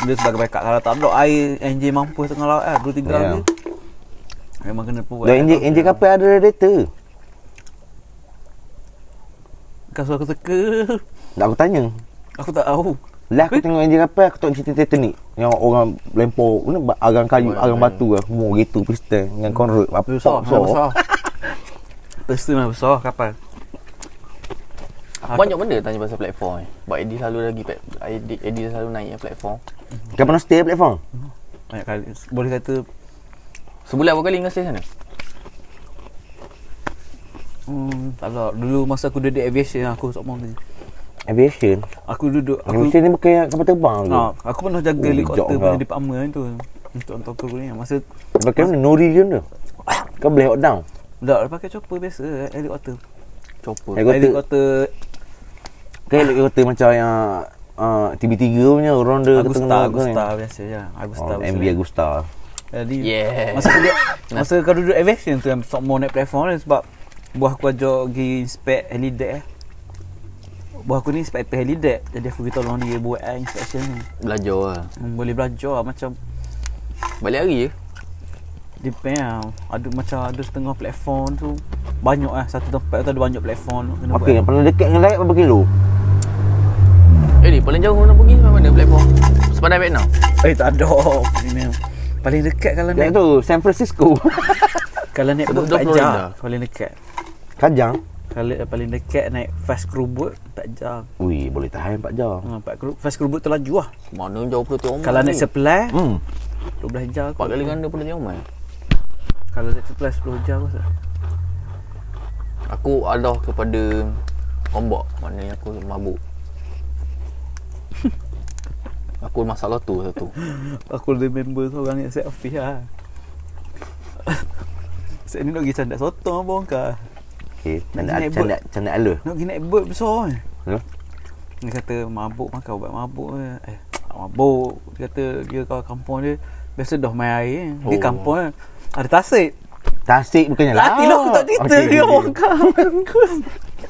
S2: Benda sebagai backup kalau tak ada air enjin mampus tengah laut lah 2 3
S1: Ya.
S2: hari. Memang kena buat.
S1: Dia enjin enjin kapal ada radiator.
S2: Kau suruh aku teka.
S1: Tak aku tanya.
S2: Aku tak tahu.
S1: Lah aku tengok enjin kapal aku tengok cerita Titanic yang orang lempar ni agang kayu, agang batu lah semua gitu piston dengan
S3: Oh,
S1: conrod apa
S2: eh. Besar,
S1: so.
S2: besar. Pesta memang besar kapal. Ah,
S3: Banyak benda tanya pasal platform ni. Sebab Eddie selalu lagi plat- Eddie, Eddie selalu naik yang platform.
S1: Kau pernah stay platform?
S2: Banyak kali Boleh kata
S3: Sebulan berapa kali kau stay sana?
S2: hmm, Tak tahu Dulu masa aku duduk aviation Aku sok mahu kerja
S1: Aviation
S2: Aku duduk aku,
S1: Aviation ni bukan yang kapal terbang tu
S2: ha, Aku pernah jaga
S1: Oh,
S2: helikopter
S1: bijak
S2: punya
S1: kau.
S2: department tu Untuk untuk aku ni Masa
S1: Pakai mana? Nuri je tu Kau boleh hot down
S2: Dah pakai chopper biasa eh, Helikopter
S3: Chopper.
S1: Helikopter.
S2: Helikopter
S1: Kau helikopter macam yang uh, TB3 punya Ronda ke
S2: Agusta
S1: tengah ke ni?
S2: Agusta biasa ya Agusta
S1: Oh,
S2: biasa.
S1: MB Agusta
S2: Jadi
S3: Yeah.
S2: Masa duduk Masa kau duduk aviation tu Yang sok mau naik platform ni Sebab Buah aku ajak pergi inspect helideck eh. Buah aku ni inspector helideck Jadi aku pergi tolong dia buat eh, inspection ni
S3: Belajar lah.
S2: Hmm, Boleh belajar lah, macam
S3: Balik hari je.
S2: Depend lah ada, Macam ada setengah platform tu Banyak lah Satu tempat tu ada banyak platform Kena
S1: Okey, yang
S2: buat
S1: paling dekat dengan layak berapa kilo?
S3: Eddie, paling jauh kau nak pergi sampai mana platform? Sepadai Vietnam?
S2: Eh tak ada Ini Paling dekat kalau
S1: Yang
S2: naik
S1: tu San Francisco
S2: Kalau naik boat
S3: Sebut
S2: tak
S3: Florida.
S2: jauh Paling dekat
S1: Kajang
S2: Kalau eh, paling dekat naik fast crew boat tak jauh
S1: Ui, boleh tahan 4 jam
S2: Ha, Pak Kerut Fast Kerubut tu laju lah
S3: Mana jauh Pulau Tioman
S2: Kalau naik sebelah
S1: Hmm
S2: 12 jam
S3: Empat
S2: kot
S3: kali ganda Pulau Tioman
S2: Kalau naik sebelah 10 jam kot
S3: Aku alah kepada Ombak Maknanya aku mabuk Aku masalah tu satu
S2: Aku ada member seorang yang set office lah Set ni nak pergi candak sotong abang kah
S1: Okey, canda,
S2: Naik
S1: canda, canda ala
S2: Nak pergi naik boat besar kan
S1: Ya.
S2: Dia kata mabuk makan ubat mabuk je. Eh tak mabuk Dia kata dia kalau kampung dia Biasa dah main air kan. Dia
S3: Oh.
S2: kampung kan Ada tasik
S1: Tasik bukannya lah
S2: Lati lah aku tak cerita
S1: Okey,
S2: dia
S1: okey.
S2: orang kah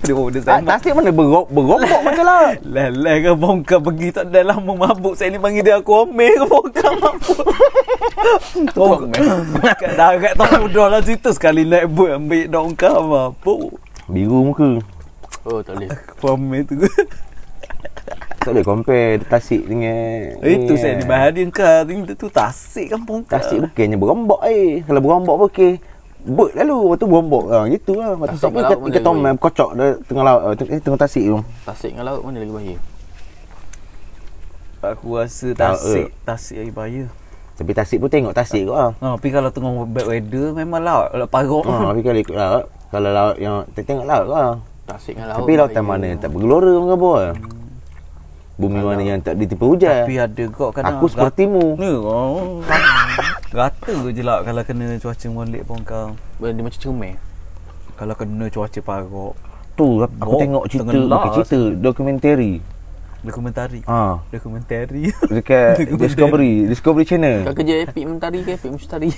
S2: Dia orang dia
S1: Tak,
S2: sembang
S1: Tasik mana berok, berobok macam lah
S2: Lelai ke bongkar pergi tak ada lama mabuk. Saya ni panggil dia aku omeh ke bongkar mabuk. Tong. Kat dah kat tahu dah lah cerita sekali naik boat ambil dongkar mabuk.
S1: Biru muka
S3: Oh tak boleh
S2: Aku omeh tu.
S1: Tak boleh compare Tasik dengan
S2: Itu
S1: ni, eh.
S2: saya ni bahadi kau tinggal tu tasik kan kampung kau.
S1: Tasik bukannya berombak eh Kalau berombak pun okey Bot lalu Lepas tu berombak ha, Gitu lah Lepas tu
S3: Tasik
S1: tak pun
S3: kat
S1: ikat,
S3: laut
S1: ikat
S3: mana
S1: tomem
S3: boleh.
S1: Kocok dia tengah laut eh, teng- Eh tengah tasik tu
S3: Tasik dengan laut mana lagi bahaya
S2: Aku rasa
S1: Tak, eh.
S2: tasik tasik lagi bahaya.
S1: Tapi tasik pun tengok tasik kot lah
S2: Ha, tapi kalau tengah bad weather lah, memang laut, laut parok.
S1: ha, Tapi kalau ikut laut Kalau laut yang tak Tengok laut kot lah
S3: Tasik dengan laut
S1: Tapi lautan
S3: bahaya.
S1: mana yang tak bergelora pun khabar lah Bumi mana yang tak ditipu hujan
S2: Tapi ada kan, lah. ah, kok kadang
S1: Aku sepertimu
S2: Ni oh. Rata je lah kalau kena cuaca molek pun kau.
S3: Dia macam cermin
S2: Kalau kena cuaca parok
S1: Tu aku
S2: Bok,
S1: tengok cerita
S2: tenggelam.
S1: Bukan cerita Dokumentari
S2: Dokumentari
S1: Ha
S2: Dokumentari
S1: Dekat
S2: Dokumentari.
S1: Discovery Discovery Channel
S3: Kau kerja Epic Mentari ke Epic Mustari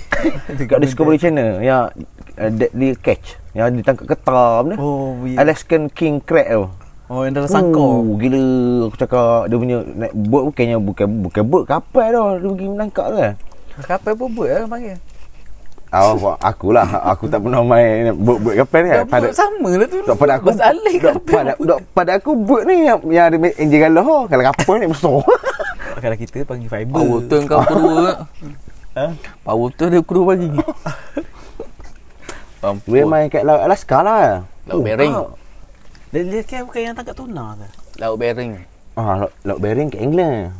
S1: Kat Discovery Channel yang uh, dia, dia catch yang ditangkap ketar benda.
S2: Oh we,
S1: Alaskan King Crab tu.
S2: Oh yang dalam sangkar
S1: Oh, gila aku cakap dia punya naik boat bukannya bukan bukan boat kapal tau dia pergi menangkap tu kan.
S2: Kapal pun buat lah
S1: Eh,
S2: panggil
S1: Oh, aku lah aku tak pernah main boat-boat kapal ni kan.
S2: Dah buat sama lah tu
S1: tak pada aku.
S2: Masalah
S1: tak
S2: kapal
S1: pada tak pada aku boat ni yang, yang ada enjin galah oh. kalau kapal ni besar.
S2: Kalau kita panggil fiber
S1: Oh,
S3: Power tu kau kedua
S2: ha?
S3: Power tu dia kedua bagi Mampu
S1: Dia main kat laut Alaska lah.
S3: Laut Bering
S2: Oh. Dia, dia kan bukan yang tangkap tuna ke
S3: Laut Bering
S1: Ah, laut, laut Bering kat England.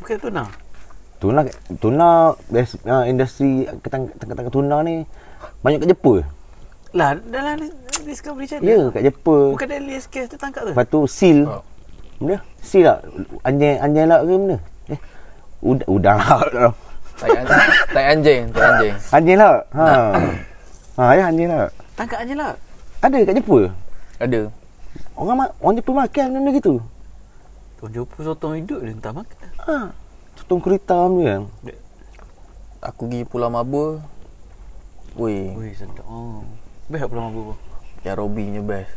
S2: Bukan tuna
S1: Tuna tuna bias- uh, industri ketang- tangkap-tangkap tuna ni banyak kat Jepun.
S2: Lah dalam Discovery
S1: Ya, yeah,
S2: Channel
S1: kat Jepun.
S2: Bukan dalam LSK tu tangkap tu
S1: Lepas tu seal.
S3: Oh.
S1: Benda? Seal lah. Anjing anjing laut ke benda? Eh. Ud- udang laut. lah.
S3: Tai an- tai anjing Tai anjing
S1: Anjing laut. Ha. ha, ya anjing laut.
S2: Tangkap je lah
S1: Ada kat Jepun.
S3: Ada
S1: Orang ma- orang Jepun makan benda gitu.
S2: Tuan Jopo sotong hidup dia entah makan
S1: Ha. Tutung kereta kan. benda.
S3: Aku pergi Pulau Mabur Weh
S2: Weh sedap oh. Baik pulang aku
S3: Yang Robby punya best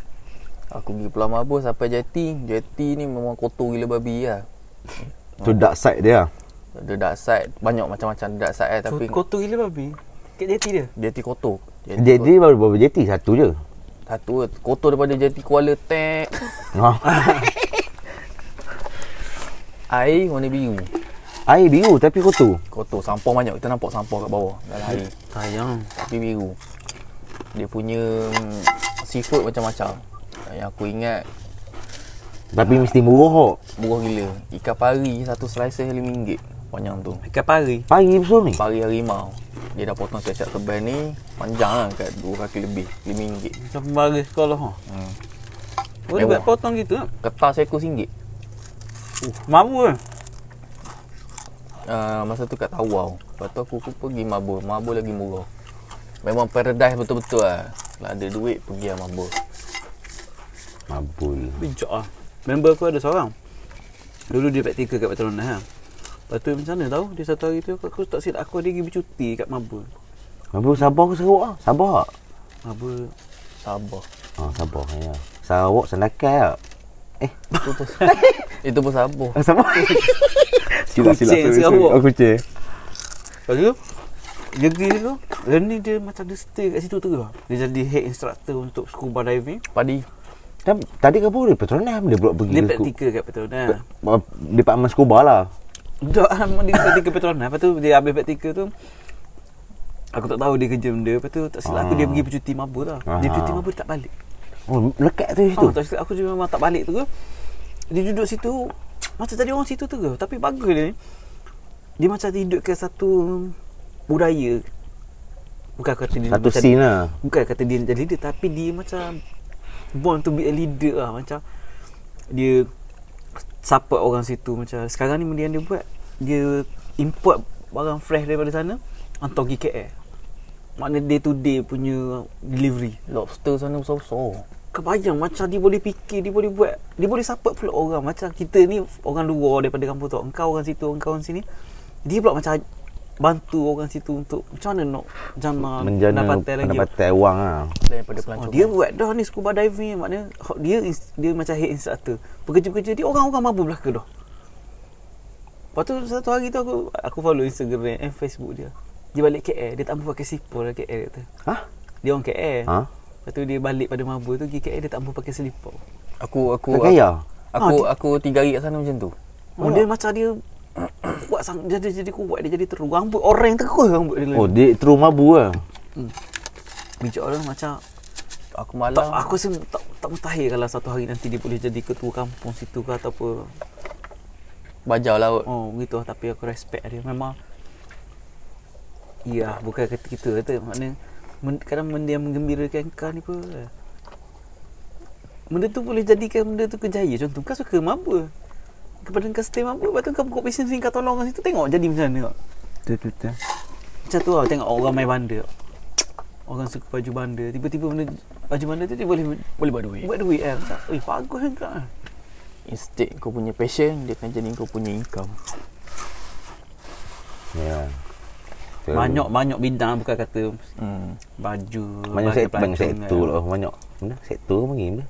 S3: Aku pergi Pulau Mabur sampai jeti Jeti ni memang kotor gila babi lah
S1: Tu dark side dia. lah.
S3: Ada dark side Banyak macam-macam dark side lah
S2: Tapi
S3: Tapi
S2: Kotor gila babi Kat jeti dia
S3: jeti kotor Jeti kotor.
S1: Jadi baru baru jeti satu je.
S3: Satu lah, kotor daripada jeti Kuala Tek
S1: Ha.
S3: Air warna biru
S1: Air biru tapi kotor.
S3: Kotor Sampah banyak Kita nampak sampah kat bawah Dalam air
S2: Sayang
S3: Tapi biru Dia punya mm, Seafood macam-macam Yang aku ingat
S1: Tapi mesti murah kok.
S3: Murah gila. Ikan pari satu slicer RM5 panjang tu.
S2: Ikan pari.
S1: Pagi besar ni.
S3: Pari harimau. Dia dah potong cacat tebal ni panjang lah kat 2 kaki lebih. RM5.
S2: Macam pari sekolah. Ha.
S3: Hmm.
S2: Boleh
S3: Mewah.
S2: buat potong gitu. ha?
S3: Kertas ekor RM1.
S2: Uh, Mabu kan?
S3: Uh, masa tu kat Tawau. Lepas tu aku, aku pergi Mabur. Mabur lagi murah. Memang paradise betul-betul lah. Kalau ada duit pergi lah Mabur.
S1: Mabul.
S2: Bijak lah. Member aku ada seorang. Dulu dia praktikal kat Petronas ha. Lepas tu macam mana tahu dia satu hari tu aku, aku tak silap aku ada pergi bercuti kat Mabul.
S1: Mabul Sabah ke Sarawak ah? Sabah ah.
S2: Mabul.
S3: Sabah.
S1: Ah Sabah ya. Sarawak Sandakan ah. Eh,
S3: Itu pun, itu pun Sabah.
S1: ah, Sabah.
S2: Kucing Sarawak.
S1: Aku Oh, kucing.
S2: Lepas tu dia pergi tu, dan ni dia macam dia stay kat situ terus. Dia jadi head instructor untuk scuba diving.
S3: Padi.
S1: Dan tadi kau pun dia Petronas dia pula pergi.
S2: Dia
S1: ke sku-
S2: praktikal kat ha. Petronas.
S1: Ah, Department scuba lah.
S2: Dok lama dia praktikal Petronas. Lepas tu dia habis praktikal tu Aku tak tahu dia kerja benda Lepas tu tak silap aku
S1: Ah.
S2: dia pergi bercuti mabur tau Dia
S1: Ah.
S2: bercuti mabur dia tak balik
S1: Oh, lekat tu situ.
S2: Itu. tak silap aku dia memang tak balik tu ke Dia duduk situ Macam tadi orang situ tu ke Tapi bagus dia ni Dia macam hidup ke satu Budaya Bukan aku kata dia
S1: Satu
S2: macam-
S1: scene lah.
S2: Bukan kata dia jadi leader Tapi dia macam Born to be a leader lah Macam Dia Support orang situ Macam sekarang ni benda yang dia buat Dia Import Barang fresh daripada sana Hantar pergi KL Maknanya day to day punya Delivery
S3: Lobster sana besar-besar.
S2: Kebayang macam dia boleh fikir Dia boleh buat Dia boleh support pula orang Macam kita ni Orang luar daripada kampung tu Engkau orang situ Engkau orang sini Dia pula macam Bantu orang situ untuk Macam mana nak Jana
S1: Menjana
S2: pendapatan
S1: Ah,
S2: lagi
S1: pendapatan wang ah.
S3: Daripada
S2: Oh,
S3: pelancong.
S2: dia buat dah ni scuba diving maknanya ho- dia ins- dia macam head instructor. Pekerja-pekerja dia orang-orang mabuk belaka dah. Lepas tu satu hari tu aku aku follow Instagram and Facebook dia. Dia balik KL, dia tak mampu pakai sipol lah KL dia kata.
S1: Hah?
S2: Dia orang KL.
S1: Ha?
S2: Lepas tu dia balik pada mabuk tu pergi KL dia tak mampu pakai selipar.
S3: Aku aku
S1: Tak kaya?
S3: Aku
S2: Ah,
S3: aku tiga hari kat sana macam tu.
S2: Oh, dia macam dia kuat sangat dia, dia jadi kuat dia jadi teruk. Rambut orang terkuat rambut dia.
S1: Oh,
S2: Oh.
S1: dia terus mabu lah.
S2: Bijak orang macam
S3: Aku
S2: tak,
S3: malam.
S2: aku rasa tak, tak mustahil kalau satu hari nanti dia boleh jadi ketua kampung situ ke atau apa.
S3: Bajau laut.
S2: Oh gitu lah tapi aku respect dia memang Ya bukan kata kita kata makna men, kadang benda yang menggembirakan kau ni pun eh. Benda tu boleh jadikan benda tu kejaya contoh kau suka mabuk Kepada kau stay mabuk lepas tu kau buka bisnes ni kau tolong kat situ tengok jadi macam mana kau.
S1: Betul betul.
S2: Macam tu lah tengok orang main bandar Orang suka baju bandar tiba-tiba benda baju bandar tu dia boleh
S3: Boleh buat duit.
S2: buat duit kan Macam, Eh bagus kan kau
S3: Instead kau punya passion, dia akan jadi kau punya income.
S1: Ya. Betul.
S2: Banyak-banyak bidang bukan kata
S3: Hmm.
S2: baju
S1: banyak sektor,
S2: bagai
S1: banyak
S2: pelancongan.
S1: sektor lah, banyak. Mana sektor ke panggil benda?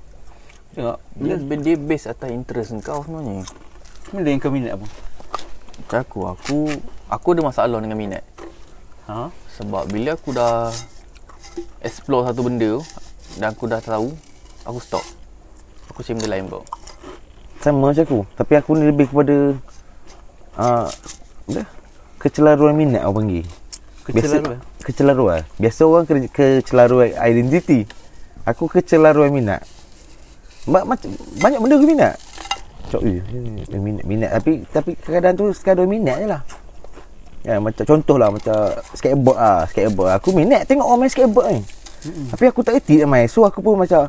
S2: Tengok
S3: Dia, dia base atas interest kau sebenarnya.
S2: Benda yang kau minat apa?
S3: Macam aku, aku aku ada masalah dengan minat.
S2: Ha?
S3: Sebab bila aku dah explore satu benda tu, dan aku dah tahu, aku stop. Aku cari benda lain pula.
S1: Sama macam aku. Tapi aku ni lebih kepada ah uh, kecelaruan minat orang panggil.
S2: Kecelaruan?
S1: Biasa, kecelaruan. Biasa orang ke, kecelaruan identiti. Aku kecelaruan minat. Ba, macam banyak benda aku minat. Cok, eh, eh, minat, minat. Tapi tapi kadang tu sekadar minat je lah. Ya, macam contoh lah macam skateboard ah, skateboard. Aku minat tengok orang main skateboard ni. Mm-hmm. Tapi aku tak reti nak main. So aku pun macam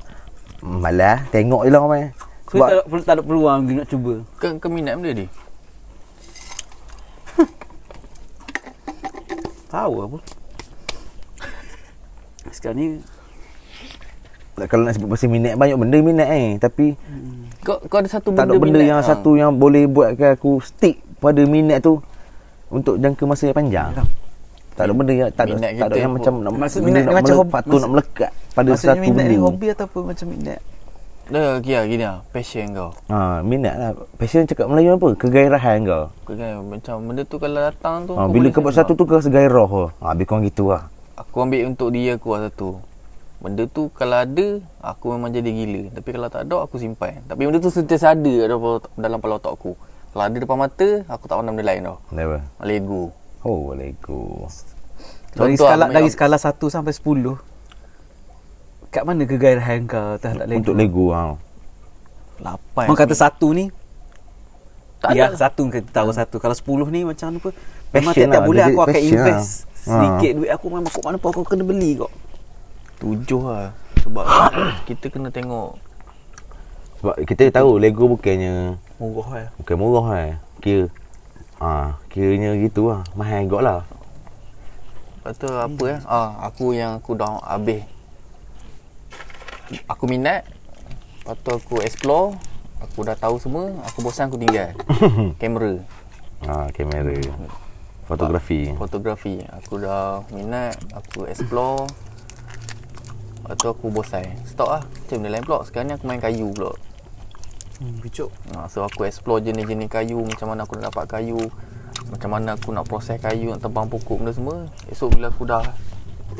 S1: "Mm, malah tengok je lah orang main.
S2: Kau tak, ada, tak ada peluang lagi nak cuba
S3: Kau, kau minat benda ni?
S2: Tahu apa Sekarang ni
S1: Tak, kalau nak sebut pasal minat banyak benda minat eh tapi
S3: Kau, kau ada satu
S1: tak
S3: benda
S1: ada benda
S3: minat,
S1: yang
S3: ah.
S1: satu yang boleh buatkan aku stick pada minat tu untuk jangka masa yang panjang.
S2: Yalah.
S1: Tak ada benda yang tak ada, tak
S3: Minat
S1: ada
S3: kita
S1: yang
S3: pun-
S1: macam nak
S2: Maksud
S1: benda
S2: minat
S1: nak
S2: dia macam
S1: melekat
S2: hobi-
S1: tu nak melekat pada
S2: Maksudnya
S1: satu
S2: minat
S1: benda.
S2: ni hobi atau apa macam minat
S3: Dah kira gini lah Passion kau
S1: Ha, minat lah. Passion cakap Melayu apa? Kegairahan kau.
S3: Kau kan Macam benda tu kalau datang tu
S1: Ha, bila
S3: boleh
S1: kau buat
S3: sembang.
S1: satu tu kau rasa gairah. Ha, habis kau gitu lah.
S3: Aku ambil untuk dia aku lah satu Benda tu kalau ada Aku memang jadi gila Tapi kalau tak ada aku simpan Tapi benda tu sentiasa ada dalam, otak- dalam kepala otak aku Kalau ada depan mata Aku tak pandang benda lain tau
S1: Level.
S3: Lego
S1: Oh, Lego.
S2: Dari
S3: Contoh
S2: skala,
S3: aku
S2: dari
S3: main-
S2: skala 1 sampai 10 Kat mana kegairahan kau terhadap Lego?
S1: Untuk Lego ha.
S3: Lapan.
S2: Orang kata satu ni
S3: Tak
S2: Ya
S3: ada.
S2: satu kata tahu satu Kalau sepuluh ni macam mana pun
S1: Passion
S2: Memang tiap-tiap
S1: lah,
S2: bulan
S1: dia
S2: aku akan
S1: passion
S2: invest
S1: lah.
S2: Sedikit
S1: Ha.
S2: duit aku memang Kok mana pun aku kena beli kok
S3: Tujuh lah. Sebab kita kena tengok
S1: Sebab kita tahu Lego bukannya
S3: murah lah.
S1: bukan murah eh. Kira ah, kiranya gitu lah. Mahal gak lah.
S3: Lepas tu apa ya? Ah, aku yang aku dah habis. Aku minat. Lepas tu aku explore. Aku dah tahu semua. Aku bosan aku tinggal. Kamera.
S1: Ah, kamera. Fotografi.
S3: Fotografi. Aku dah minat. Aku explore. Lepas tu aku bosan. Stop lah. Macam benda lain pula. Sekarang ni aku main kayu pula.
S2: Hmm, Kecuk
S3: Ha, so aku explore jenis-jenis kayu Macam mana aku nak dapat kayu Macam mana aku nak proses kayu Nak tebang pokok benda semua Esok bila aku dah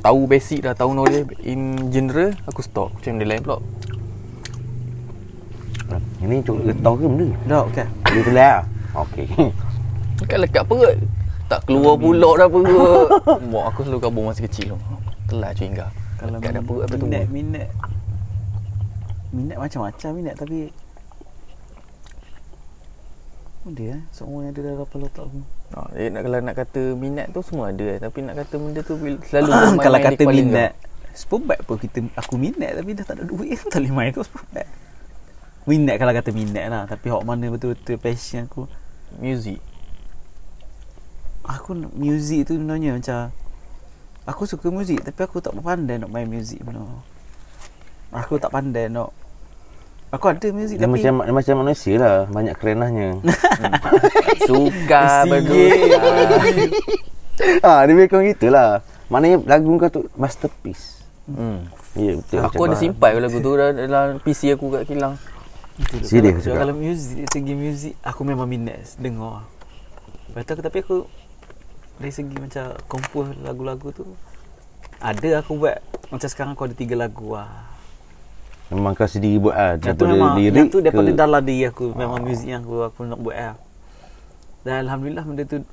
S3: Tahu basic dah Tahu knowledge In general Aku stop Macam benda lain pula
S1: Ah, Ini cukup getah ke benda?
S2: Dah kan
S1: Boleh telah lah. Okey.
S3: Kan lekat perut Tak keluar pula dah perut Mak aku selalu kabur masa kecil tu Telah cuingga Kalau lekat dah perut apa tu
S2: minat, minat Minat macam-macam minat Tapi Oh, dia eh Semua ada dalam kepala otak aku
S3: ha, eh, nak, Kalau nak kata minat tu semua ada eh. Tapi nak kata benda tu bila- Selalu bermain-main
S2: Kalau
S3: di
S2: kata
S3: kepala kau.
S2: minat Spurbat pun kita Aku minat Tapi dah tak ada duit Tak boleh main tu Spurbat Minat kalau kata minat lah Tapi hak mana betul-betul passion aku
S3: Music
S2: Aku nak- music tu sebenarnya macam Aku suka muzik tapi aku tak pandai nak main muzik benda. Aku tak pandai nak Aku ada muzik
S1: Dia
S2: tapi
S1: macam dia macam manusia lah. Banyak kerenahnya.
S3: Suka
S2: Sial.
S3: berduka
S1: ah, dia macam gitulah. Maknanya lagu kau tu masterpiece.
S3: Hmm
S1: Ya, betul.
S3: Aku ada simpan ke lagu tu dah- dalam PC aku kat kilang.
S2: Betul.
S1: Serius
S2: kalau,
S1: cakap?
S2: kalau muzik segi muzik aku memang minat dengar. Lepas tu aku tapi aku dari segi macam kompos lagu-lagu tu ada aku buat macam sekarang aku ada tiga lagu lah.
S1: Memang kau sendiri buat lah.
S2: Yang tu
S1: Daripada
S2: memang
S1: lirik
S2: yang tu daripada
S1: ke- Ah.
S2: dalam diri aku memang muzik yang aku aku nak buat lah. Dan alhamdulillah benda tu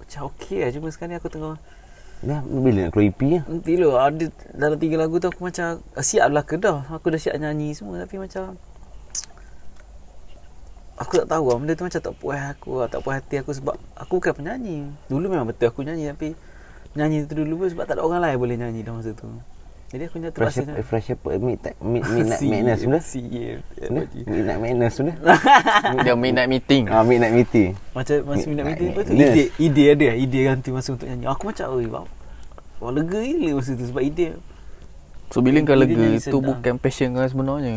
S2: macam okey lah cuma sekarang ni aku tengah
S1: Dah, bila nak keluar EP lah.
S2: nanti lo ada dalam tiga lagu tu aku macam siap lah ke dah aku dah siap nyanyi semua tapi macam aku tak tahu lah benda tu macam tak puas aku lah, tak puas hati aku sebab aku bukan penyanyi dulu memang betul aku nyanyi tapi nyanyi tu dulu pun sebab tak ada orang lain boleh nyanyi dalam masa tu jadi aku nyata
S1: Fresh
S2: terpaksa
S1: Apple, Fresh Apple, Midnight, Midnight Madness sudah. Sudah? Midnight Madness sudah.
S3: Dia midnight meeting.
S1: Ah, Midnight Meeting.
S2: Macam masa minat
S1: Midnight
S2: meeting apa tu
S1: Madness.
S2: ide ide ada ide ganti masa untuk nyanyi. Aku macam oi bang. Wah lega gila masa tu sebab ide
S3: So bila kau
S2: Bila
S3: lega
S2: jadi
S3: itu
S2: sedap.
S3: bukan passion kau sebenarnya.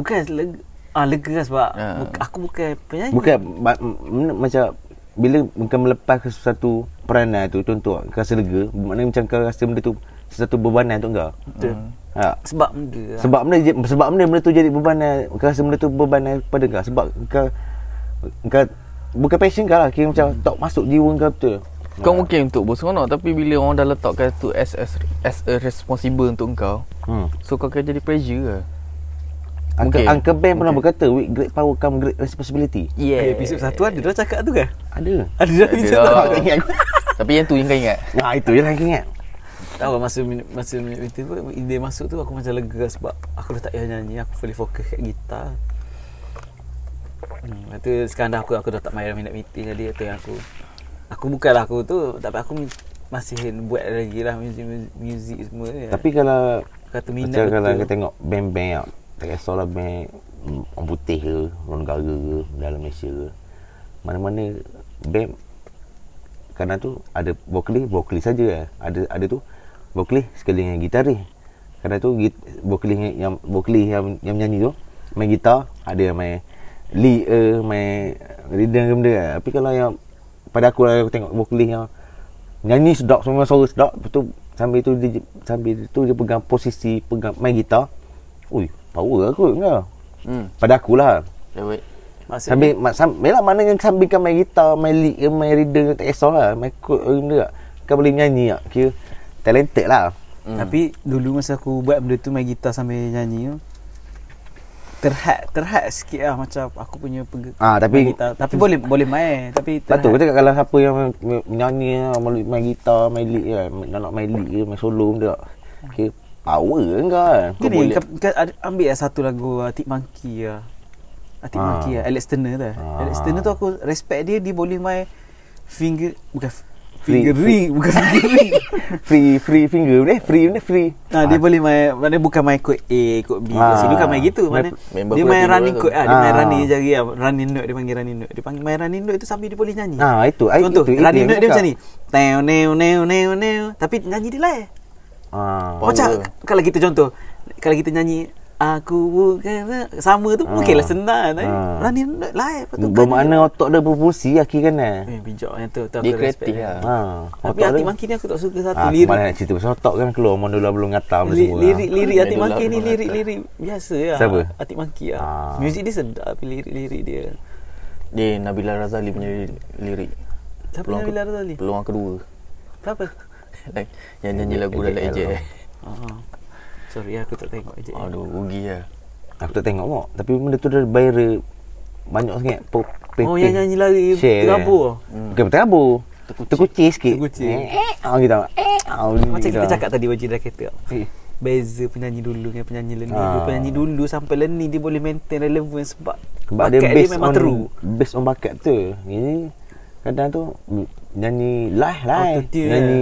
S2: bukan lega ah lega kan sebab
S3: Ha.
S2: buka, aku bukan penyanyi.
S1: Bukan ba- m- m- macam bila bukan melepas ke sesuatu peranan tu contoh kau rasa lega maknanya macam kau rasa benda tu sesuatu bebanan untuk kau
S2: Betul.
S1: ha.
S2: Sebab benda lah.
S1: sebab benda je- sebab benda, benda tu jadi bebanan kau rasa benda tu bebanan kepada kau sebab kau kau bukan passion kau lah kira macam tak masuk jiwa kau betul
S3: Kau mungkin untuk berseronok tapi bila orang dah letakkan tu as as, as a responsible untuk kau,
S1: hmm.
S3: so kau akan jadi pressure lah. ke?
S1: Uncle,
S3: Mungkin.
S1: Uncle Ben pernah berkata with great power come great responsibility
S2: Eh, episod satu ada dah cakap tu kan?
S1: ada
S2: Ada lah. dah
S3: Ada
S2: episod
S3: dah.
S2: tu.
S1: tak ingat aku
S3: Tapi yang tu yang kau ingat.
S1: nah itu je lah aku ingat
S2: Tahu lah, masa minat- masa minat meeting tu ide masuk tu aku macam lega sebab aku dah tak payah nyanyi, aku boleh fokus kat gitar. Hmm, lepas tu sekarang dah aku aku dah tak main minat meeting jadi tu yang aku aku bukanlah aku tu tapi aku mi- masih buat lagi lah muzik muzik semua kan. ni.
S1: Tapi kalau
S2: kata minat
S1: Macam kalau kita
S2: betul.
S1: tengok band-band yang Tak kisahlah band mm, Orang putih ke Orang negara ke Dalam Malaysia ke Mana-mana band Kadang tu ada vokalis Vokalis saja lah Ada ada tu Vokalis sekali dengan gitaris Kadang tu git, vokalis yang, yang Vokalis yang, yang menyanyi tu Main gitar Ada yang main Lead ke Main Rhythm ke benda lah. Tapi kalau yang Pada aku lah aku tengok vokalis yang Nyanyi sedap Semua suara sedap Lepas tu Sambil tu dia, Sambil tu dia pegang posisi Pegang main gitar Ui Power lah kot kau
S3: Hmm.
S1: Pada lah. akulah
S3: Lewat.
S2: Maksudnya,
S1: Sambil ma- sam, Yelah mana yang sambil kau main gitar Main lead ke Main reader ke Tak kisah lah Main kod ke benda tak Kau boleh menyanyi tak Kira Talented lah
S2: Hmm. Tapi dulu masa aku buat benda tu main gitar sambil nyanyi tu terhad terhad sikit lah macam aku punya peg-
S1: Ah, tapi-
S2: main gitar. tapi boleh boleh main tapi
S1: Lepas tu aku
S2: terhad.
S1: cakap kalau siapa yang men- men- menyanyi lah, main, main gitar, main lead kan, nak nak main lead ke, main solo benda tak. Okay, power kan kau kan. Kau
S2: Gini,
S1: boleh.
S2: kau, kau ada- ambil lah satu lagu uh, Tip Monkey lah. Atik
S1: Ah.
S2: Maki lah Alex Turner tu lah.
S1: Ah.
S2: Alex Turner tu aku respect dia Dia boleh main Finger Bukan f-
S1: Free-
S2: Finger ring Bukan finger ring
S1: Free free finger ni, free ni free.
S2: Ha, dia boleh main mana bukan main kod A, kod B.
S1: Ah.
S2: Ah. Sini bukan main gitu. Mana
S3: Member
S2: dia
S3: pula
S2: main
S3: timbul
S2: running
S3: tu.
S2: kod ah, dia main
S1: Ah.
S2: running jari ah. Running note dia panggil running note. Dia panggil main running note tu sambil dia boleh nyanyi.
S1: Ah, itu, ah,
S2: Contoh,
S1: itu, itu
S2: running
S1: yang
S2: note dia
S1: cakap.
S2: macam ni. Teo neo neo neo neo tapi nyanyi dia lain.
S1: Ah.
S2: Oh, macam kalau kita contoh, kalau kita nyanyi aku bukan sama tu
S1: Ah.
S2: mungkinlah senang tapi
S1: Ah.
S2: running note lain patut
S1: Bermakna otak dia berfungsi lah kiri kanan.
S2: eh bijak yang tu, tu
S3: Dia
S2: aku respect
S3: kreatif
S2: dia.
S3: lah.
S1: Ha.
S2: Tapi hati makin ni aku tak suka satu
S1: Ah,
S2: lirik.
S1: kemarin nak cerita pasal otak kan keluar Mandula belum ngata benda
S2: Li-
S1: semua.
S2: lirik lah. lirik
S3: Ah,
S2: Atik
S3: Medulab
S2: Maki ni
S3: Nurhata.
S2: lirik lirik biasa lah.
S1: Siapa?
S2: Atik Maki lah.
S1: Ah.
S2: Muzik dia sedap tapi lirik-lirik dia.
S3: Dia Nabila Razali punya li- lirik.
S2: Siapa
S3: Peluang ke-
S2: Nabila Razali?
S3: Peluang kedua.
S2: Kenapa?
S3: Yang nyanyi lagu dalam
S1: AJL.
S3: AJL.
S2: Ah. Sorry aku tak tengok je.
S1: Ah,
S2: Oh,
S3: Aduh, rugi lah.
S1: Aku tak tengok mak. Tapi benda tu dah viral banyak sangat. Pop,
S2: Oh, yang nyanyi lari terabur.
S1: Hmm. Bukan terabur. Terkucir sikit.
S2: Terkucir.
S1: Eh, eh, ah, gitu. Eh, ah, benda
S2: Macam
S1: gitu.
S2: kita cakap tadi Wajib dah kata.
S1: Eh.
S2: Beza penyanyi dulu dengan penyanyi leni.
S1: Ah.
S2: Dia Penyanyi dulu sampai leni dia boleh maintain relevan sebab
S1: Sebab dia
S2: bakat
S1: based
S2: memang
S1: on
S2: teru.
S1: based on bakat tu. Ini kadang tu mm, nyanyi live live.
S2: Auto-tune,
S1: nyanyi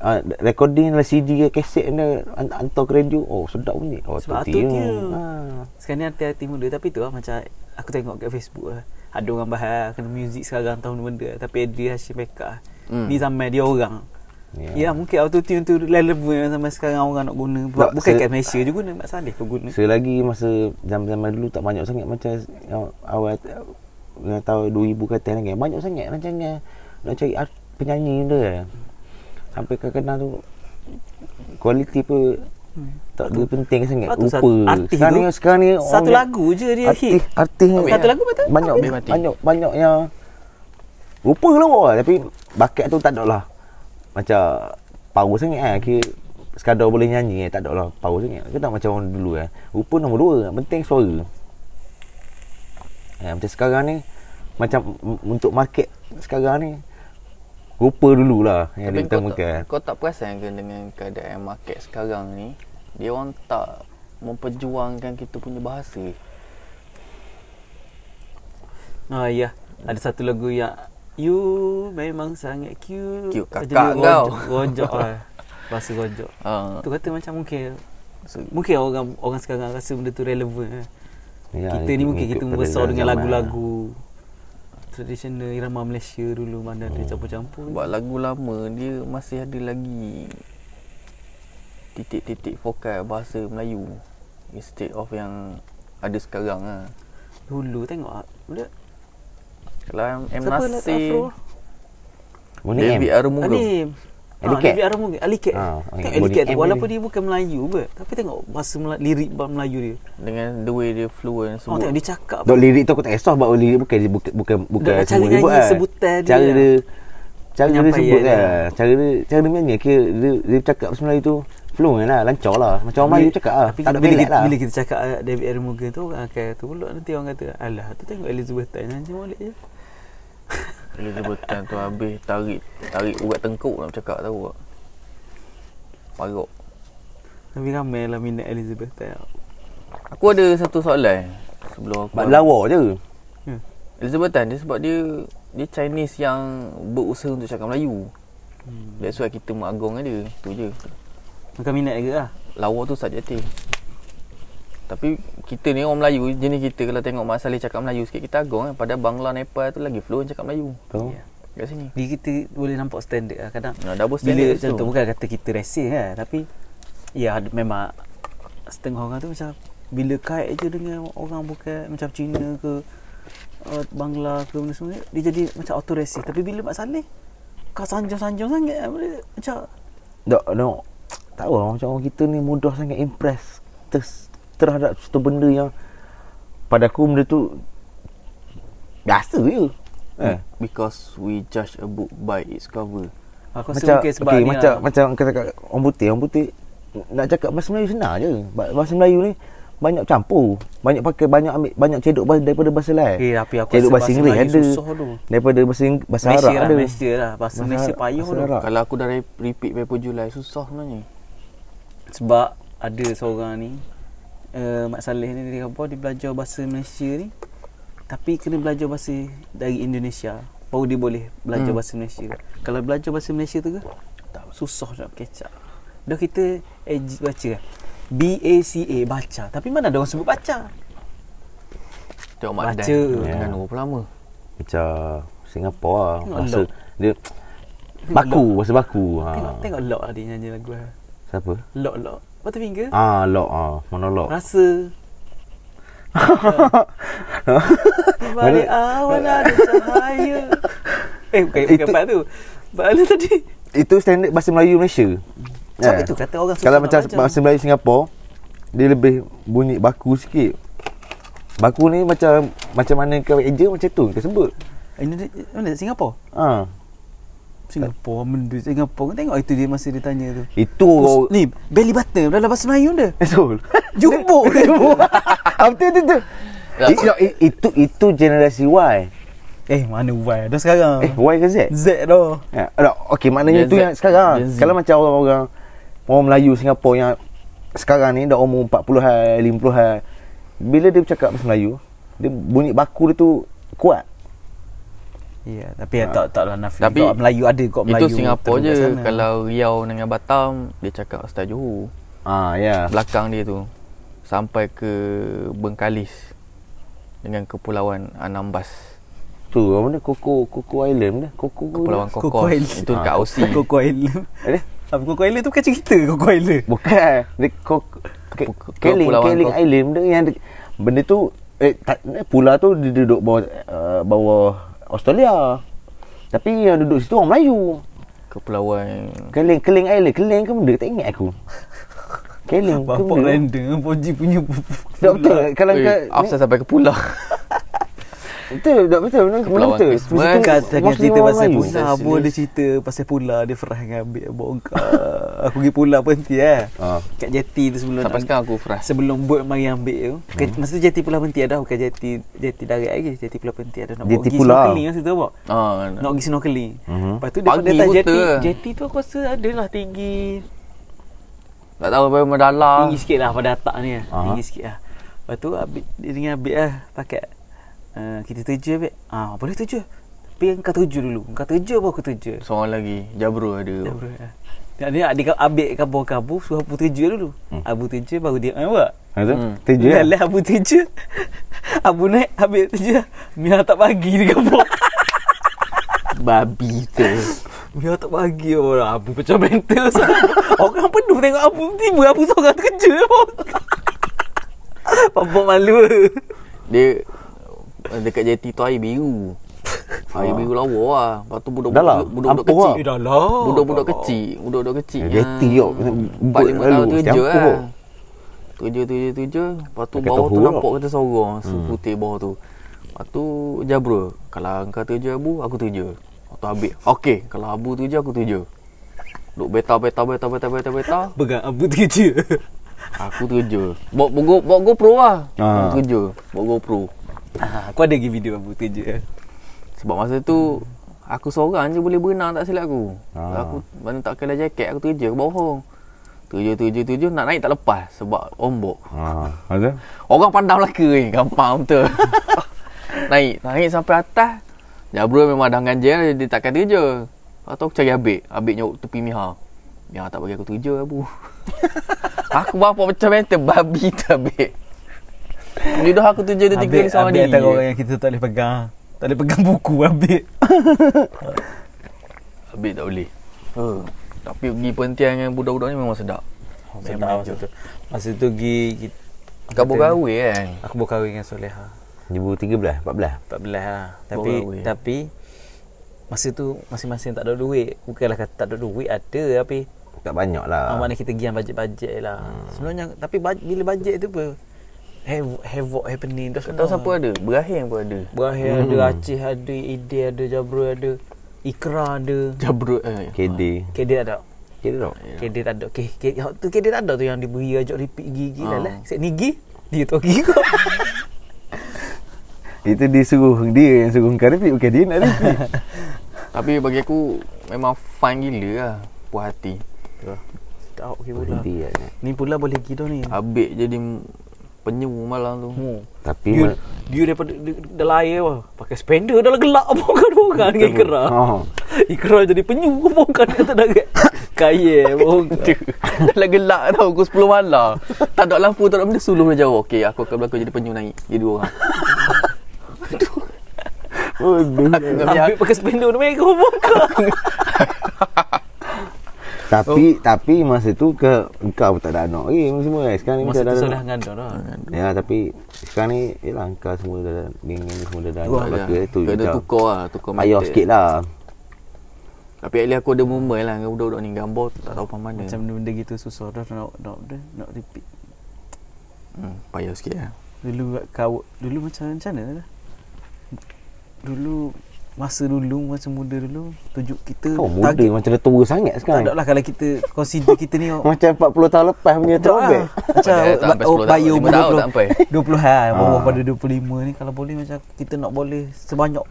S1: uh, recording lah CD ke kaset ni hant- hantar ke radio. Oh sedap bunyi. Ah, Oh
S2: Sebab
S1: tu
S2: auto-tune.
S1: Ha.
S2: Sekarang ni hati-hati muda Tapi tu lah macam Aku tengok kat Facebook lah Ada orang bahas Kena muzik sekarang Tahun benda Tapi Adri Hashim Eka
S3: Hmm.
S2: Ni zaman dia orang
S1: Ya.
S2: Ya mungkin autotune tu Relevan zaman sekarang Orang nak guna Buat,
S1: Tak,
S2: Bukan
S1: se-
S2: kat Malaysia je guna Mak Saleh pun guna
S1: Selagi masa zaman-zaman dulu tak banyak sangat macam yang awal yang tahun 2000 kata lagi. kan, Banyak sangat macam yang nak cari art- penyanyi dia. Sampai kadang-kadang tu kualiti pun tak ada penting sangat
S2: Lepas Hmm. Ah, tu
S1: rupa.
S2: satu artis
S1: sekarang
S2: tu,
S1: ni sekarang ni orang
S2: Satu
S1: yang-
S2: lagu je dia
S1: artis,
S2: hit
S1: artis
S2: Awet Satu lagu betul?
S1: banyak
S2: Awet.
S1: banyak, banyak banyak yang rupa lah awak tapi bakat tu tak ada lah macam power sangat kan kira sekadar boleh nyanyi eh, tak ada lah power sangat kita tak macam orang dulu kan rupa nombor dua yang penting suara eh, macam sekarang ni macam m- untuk market sekarang ni rupa dulu lah yang
S3: Tapi kau
S1: diutamakan
S3: tak, kau tak perasan ke dengan keadaan market sekarang ni Dia orang tak memperjuangkan kita punya bahasa
S2: Ah ya Ada satu lagu yang You memang sangat cute
S3: Cute kakak
S2: Jadi
S3: kau.
S2: gonjok- Gonjok lah Bahasa gonjok
S3: ha.
S2: Tu kata macam mungkin
S3: so,
S2: Mungkin orang orang sekarang rasa benda tu relevan eh.
S1: Ya,
S2: kita ni
S1: ikut-
S2: mungkin
S1: ikut
S2: kita
S1: pada
S2: membesar dengan
S1: zaman. eh.
S2: lagu-lagu tradisional irama Malaysia dulu mana
S1: Hmm.
S2: ada campur-campur.
S3: Buat lah. lagu lama dia masih ada lagi Titik-titik vokal bahasa Melayu Instead of yang ada sekarang lah
S2: Dulu tengok ah, benda
S3: Kalau M, M
S2: siapa lah Afro?
S3: Nasir
S1: Boni M.
S3: David Arumugam
S2: Alim.
S1: Ali
S2: Ha,
S1: Cat.
S2: Nabi Aramu Ali Cat.
S1: Ah, body
S2: tengok Ali Cat tu,
S1: M
S2: walaupun
S1: dia.
S2: dia bukan Melayu ber, tapi tengok bahasa Melayu, lirik bahasa Melayu dia.
S3: Dengan the way dia
S2: Oh,
S3: fluent
S2: tengok
S3: sebut
S2: dia cakap.
S1: Dok lirik tu aku tak kisah sebab lirik bukan bukan bukan, bukan
S2: Dok, cara
S1: semua dia
S2: nyanyi,
S1: buat kan.
S2: sebutan dia
S1: Cara
S2: lah.
S1: dia cara dia
S2: Penyampaian
S1: sebut
S2: dia.
S1: lah. Cara dia cara dia nyanyi kira dia, dia cakap bahasa Melayu tu fluent lah, lancar lah. Macam orang Melayu cakap lah.
S2: Tapi
S1: Tak ada
S2: bila,
S1: belak
S2: kita,
S1: lah.
S2: bila kita cakap ah, David Aramugan tu orang akan tu pula nanti orang kata alah tu tengok Elizabeth Tan nyanyi molek je.
S3: Elizabeth Tan tu habis tarik Tarik urat tengkuk nak cakap tahu tak Parok
S2: Tapi ramai lah minat Elizabeth Tan.
S3: Aku ada satu soalan sebelum aku.
S1: Sebab lawa je.
S3: Elizabeth Tan dia sebab dia dia Chinese yang berusaha untuk cakap Melayu. Hmm. That's why kita mengagungkan dia. Tu je.
S2: Bukan minat ke lah.
S3: Lawa tu subjektif. Tapi kita ni orang Melayu, jenis kita kalau tengok Mak Saleh cakap Melayu sikit kita agung kan. Padahal Bangla Nepal tu lagi fluent cakap Melayu.
S1: Tu.
S2: Ya.
S3: Kat sini.
S2: Dia kita boleh nampak standard lah kadang.
S1: Ya.
S3: Nah, double
S2: Bila
S3: standard kat
S2: contoh
S3: situ.
S2: bukan kata kita racing lah tapi ya ada- memang setengah orang tu macam bila kait je dengan orang bukan macam Cina ke uh, Bangla ke benda semua dia jadi macam auto racing tapi bila Mak Saleh kau sanjung-sanjung sangat boleh macam
S1: Dok dok. Tak tahu lah, macam orang kita ni mudah sangat impress ter, terhadap satu benda yang pada aku benda tu biasa je. Eh.
S3: Because we judge a book by its cover.
S2: aku rasa
S1: macam
S2: mungkin sebab
S1: okay,
S2: ni
S1: macam
S2: lah.
S1: macam kata kat orang putih orang putih nak cakap bahasa Melayu senang je Ba- bahasa Melayu ni banyak campur banyak pakai banyak ambil banyak cedok bahasa daripada bahasa lain
S2: Eh, tapi aku
S1: cedok
S2: rasa
S1: bahasa
S2: bahasa
S1: Inggeris
S2: Melayu
S1: ada
S2: susah tu.
S1: daripada bahasa Ing- bahasa
S2: Malaysia
S1: Arab
S2: lah
S1: ada
S2: Malaysia lah bahasa Malaysia
S1: Arab-
S2: payuh
S1: bahasa
S2: tu
S1: Arab.
S3: Kalau aku dah re- repeat paper Julai susah sebenarnya.
S2: Sebab eh, ada seorang ni uh, Mak Saleh ni dia apa dia belajar bahasa Malaysia ni Tapi kena belajar bahasa dari Indonesia. Baru dia boleh belajar bahasa Malaysia. Kalau belajar bahasa Malaysia tu ke? Tak susah nak kecap. Dah kita eh, baca kan? B-A-C-A baca. Tapi mana ada orang sebut baca?
S3: Tengok Mak
S2: Baca.
S3: Dan
S2: Ya.
S3: Dengan berapa lama
S1: Macam Singapura
S2: Tengok
S1: lah. Bahasa
S2: lock.
S1: dia baku, bahasa baku. Ha.
S2: Tengok, tengok Lok lah dia nyanyi lagu. lah.
S1: Siapa?
S2: Lok, Lok. Butterfinger.
S1: Ah, lock ah, monolog.
S2: Rasa Di balik awan ada cahaya Eh bukan, bukan
S1: Itu-
S2: part tu Part tu tadi
S1: Itu standard bahasa Melayu Malaysia. Eh,
S2: Sebab itu kata orang susah
S1: Kalau
S2: nak
S1: macam
S2: belajar.
S1: bahasa Melayu Singapura, dia lebih bunyi baku sikit. Baku ni macam macam mana kau eja macam tu kau sebut.
S2: Indonesia, Eh, mana Singapura?
S1: Ha.
S2: Singapura, benda Singapura kan tengok itu dia masa dia tanya tu
S1: Itu kau-
S2: oh. Ni, belly button dalam bahasa Melayu dia
S1: Betul.
S2: Jubuk dia
S1: Ah, betul betul. betul.
S3: Ya.
S1: It, no, it, itu itu generasi Y.
S2: Eh mana Y dah sekarang
S1: Eh, Y ke Z?
S2: Z dah
S1: Ya, tak, okey maknanya
S3: Gen
S1: tu
S3: Z.
S1: yang sekarang.
S3: Gen Z.
S1: Kalau macam orang-orang orang Melayu Singapura yang sekarang ni dah umur 40-an, 50-an. Bila dia bercakap bahasa Melayu, dia bunyi baku dia tu kuat.
S2: Ya, tapi ha. tak taklah nafi.
S3: Tapi
S2: Tapi Melayu ada kok Melayu.
S3: Itu Singapura
S2: teruk
S3: je
S2: kat sana.
S3: Kalau Riau dengan Batam Dia cakap Ustaz Johor
S1: Ah, ya.
S3: Belakang dia tu Sampai ke Bengkalis Dengan Kepulauan Anambas
S1: Tu apa ni Koko Koko Island dah. Koko
S3: Kepulauan
S2: Koko
S3: Kokos
S2: Island.
S3: Itu dekat
S1: Ah.
S3: Aussie
S2: Kokoila.
S1: Eh,
S2: Apa Kokoila tu bukan cerita Kokoila.
S1: bukan. Dia Koko Ke-
S3: Ke- ke-
S1: Keling
S3: Kepulauan
S1: Keling
S3: Kok-
S1: Island dia yang de- benda tu eh tak, eh, pula tu dia duduk bawah uh, bawah Australia. Tapi yang duduk situ orang Melayu.
S3: Kepulauan
S1: Keling Keling Island, Keling ke benda tak ingat aku. Keling ke
S2: Bapak
S1: benda.
S2: random Poji punya lah.
S1: Tak betul. Kalau
S3: Eh,
S1: kau
S3: Afsal sampai ke pulau
S1: betul, tak betul. Benda benda
S3: Kepulauan
S1: betul.
S3: Christmas.
S1: Mesti
S2: Bukan tengah
S1: Muslim
S2: cerita
S1: orang
S2: pasal
S1: Melayu. Ah,
S2: pula Abu ada cerita pasal pula Dia ferah dengan ambil abang kau Aku pergi pula berhenti eh
S1: Ah.
S2: Kat jati tu sebelum
S3: Sampai sekarang aku frah
S2: Sebelum buat mari ambil tu hmm. Masa tu jati pula berhenti ada Bukan jati Jati darat lagi Jati pula berhenti ada Nak
S1: Jati
S2: buat pergi
S1: Pulau.
S2: snorkeling masa tu apa
S3: Ah,
S2: Nak pergi snorkeling
S1: Mhm.
S2: Lepas tu
S3: Pagi
S2: daripada atas
S3: pun
S2: jati
S3: ter.
S2: Jati tu aku rasa adalah tinggi
S3: Tak tahu apa mendalam.
S2: Tinggi sikit lah pada atak ni lah.
S1: Aha.
S2: Tinggi sikit lah Lepas tu abid, dia dengan Abid lah Pakai uh, Kita terjun Abid ah, Boleh terjun Tapi kau terjun dulu Kau terjun baru aku terjun
S3: Seorang lagi Jabro ada.
S2: Dah bro ah. Dia dia adik Abid kabur-kabur Suruh Abu terjun dulu Abu terjun baru dia Nampak?
S1: Ha tu.
S3: Hmm.
S1: Terjun.
S2: Dah lah Abu terjun Abu naik Abid terjun Mia tak pagi dia kabur
S3: Babi tu.
S2: Mia tak pagi orang Abu macam mental sangat. Orang penuh tengok Abu Tiba Abu seorang terjun Bapak malu
S3: Dia eh, dekat jeti tu air biru. Air biru lawa lah. Lepas tu
S1: Dalam?
S3: budak-budak budak-budak
S1: Ampuh
S3: kecil.
S1: lah.
S2: Eh dah lah
S3: Budak-budak kecil, budak-budak kecil.
S1: Eh, jeti
S3: yang
S1: kau, kena
S3: empat,
S1: buat
S3: lima
S1: lalu,
S3: tahun
S1: mesti
S3: tujuh
S1: ampuh
S3: lah.
S1: kau.
S3: Tujuh, tujuh, tujuh. Lepas tu
S1: Pakai lah.
S3: bawah
S1: tahu
S3: tu
S1: kau.
S3: nampak kata sorong. Hmm. Putih bawah tu. Lepas tu Jabra. Kalau engkau tujuh abu, aku tujuh. Lepas tu habis. Okey, kalau abu tujuh, aku tujuh. Duk beta, beta, beta, beta, beta, beta.
S2: Pegang abu terkejut
S3: Aku terkeja Bawa, bawa, Go- bawa GoPro lah
S1: Ah.
S3: Aku terkeja Bawa GoPro
S2: ah, Aku ada lagi video abu terkejut
S3: Sebab masa tu Aku seorang je boleh berenang tak silap aku
S1: Ah.
S3: Aku mana tak kena jaket Aku terkeja ke bawah Terkeja, terkeja, terkeja Nak naik tak lepas Sebab ombok
S1: Ha, ha tu.
S3: Orang pandang Melaka ni Gampang betul Naik Naik sampai atas Jabra memang dah ganjil Dia takkan terkeja Atau aku cari abik Abik nyok tepi Miha Miha tak bagi aku terkeja abu Aku bapa macam mental Babi tu abik Ni dah aku terkeja Dia tiga
S2: Habis,
S3: ni seorang
S2: habis
S3: diri
S2: antara orang yang kita tak boleh pegang Tak boleh pegang buku habis
S3: Abik tak boleh uh. Tapi pergi pentian dengan budak-budak ni memang sedap
S2: Sedap masa Oh, tu Masa tu pergi kita-
S3: Kau bergawe kan
S2: Aku berkahwin dengan Soleha
S1: 2013, 14.
S2: 14 lah Tapi
S3: Berkahwin.
S2: Tapi Masa tu Masing-masing tak ada duit Bukanlah kata tak ada duit Ada tapi
S1: Tak banyak
S2: Ah.
S1: lah.
S2: Mana kita gian bajet-bajet lah. Hmm. Sebenarnya tapi ba- bila bajet tu apa? Havoc, havoc happening dah
S3: Kau
S2: semua.
S3: tahu siapa ada? Berahim pun ada
S2: Berakhir ada, Aceh ada, Ide ada, Jabrul ada, Ikra ada.
S3: Jabrut eh.
S1: KD.
S2: KD tak ada. Ya.
S1: KD tak?
S2: KD tak ada. K, K, hak tu KD tak ada tu yang diberi ajak repeat gigi lah lah. Set nigi, dia tu gigi kau.
S1: Itu dia suruh dia yang suruh kau repeat bukan dia nak repeat.
S3: Tapi bagi aku Memang fun gila lah Puas hati
S2: Tak okey pula.
S1: Berhenti lah.
S2: Ni pula boleh gido ni.
S3: Abik jadi m- Penyu malam tu.
S4: Hmm.
S1: Tapi
S4: Dia,
S1: mana-
S4: dia daripada dia, dia layar lah. Pakai spender dalam gelap bukan orang dengan ikra.
S2: Ah.
S1: Ha.
S4: Ikra jadi penyu bukan kata darat. Kaya bukan.
S3: Dalam gelak tau Pukul 10 malam Tak ada lampu Tak ada benda Suluh dah jauh Okey aku akan berlakon Jadi penyu naik Jadi dua orang Aku tak biar
S4: Ambil pakai spender tu mereka bukan.
S1: Tapi oh. tapi masa tu ke engkau pun tak ada anak. Eh semua kan. Sekarang ni
S4: Masa
S1: macam ada
S4: tu
S1: anak.
S4: salah ngandar dah.
S1: Ya tapi sekarang ni yalah engkau semua dah ada- geng ni semua dah ada anak
S3: Wah, dah.
S1: belaka tu.
S3: Kena
S1: macam
S3: tukar lah Tukar
S1: Payah sikit lah.
S3: Tapi at least aku ada moment lah Dengan budak-budak ni Gambar tu tak tahu apa mana
S2: Macam benda-benda gitu susah dah nak nak dah nak repeat.
S3: hmm, Payah sikit lah
S2: Dulu kau dulu macam macam mana dah? Dulu masa dulu masa muda dulu tunjuk kita
S1: Kau muda macam dah tua sangat
S2: tak
S1: sekarang.
S2: ada lah kalau kita consider kita ni oh,
S1: Macam 40 tahun lepas punya
S2: tak lah.
S1: throwback.
S2: Macam
S3: Tak, tak sampai
S2: oh, bio
S3: 10 tahun, lima tahun tak sampai.
S2: 20 20-an bawah
S1: Ah.
S2: ha, pada 25 ni kalau boleh macam kita nak boleh sebanyak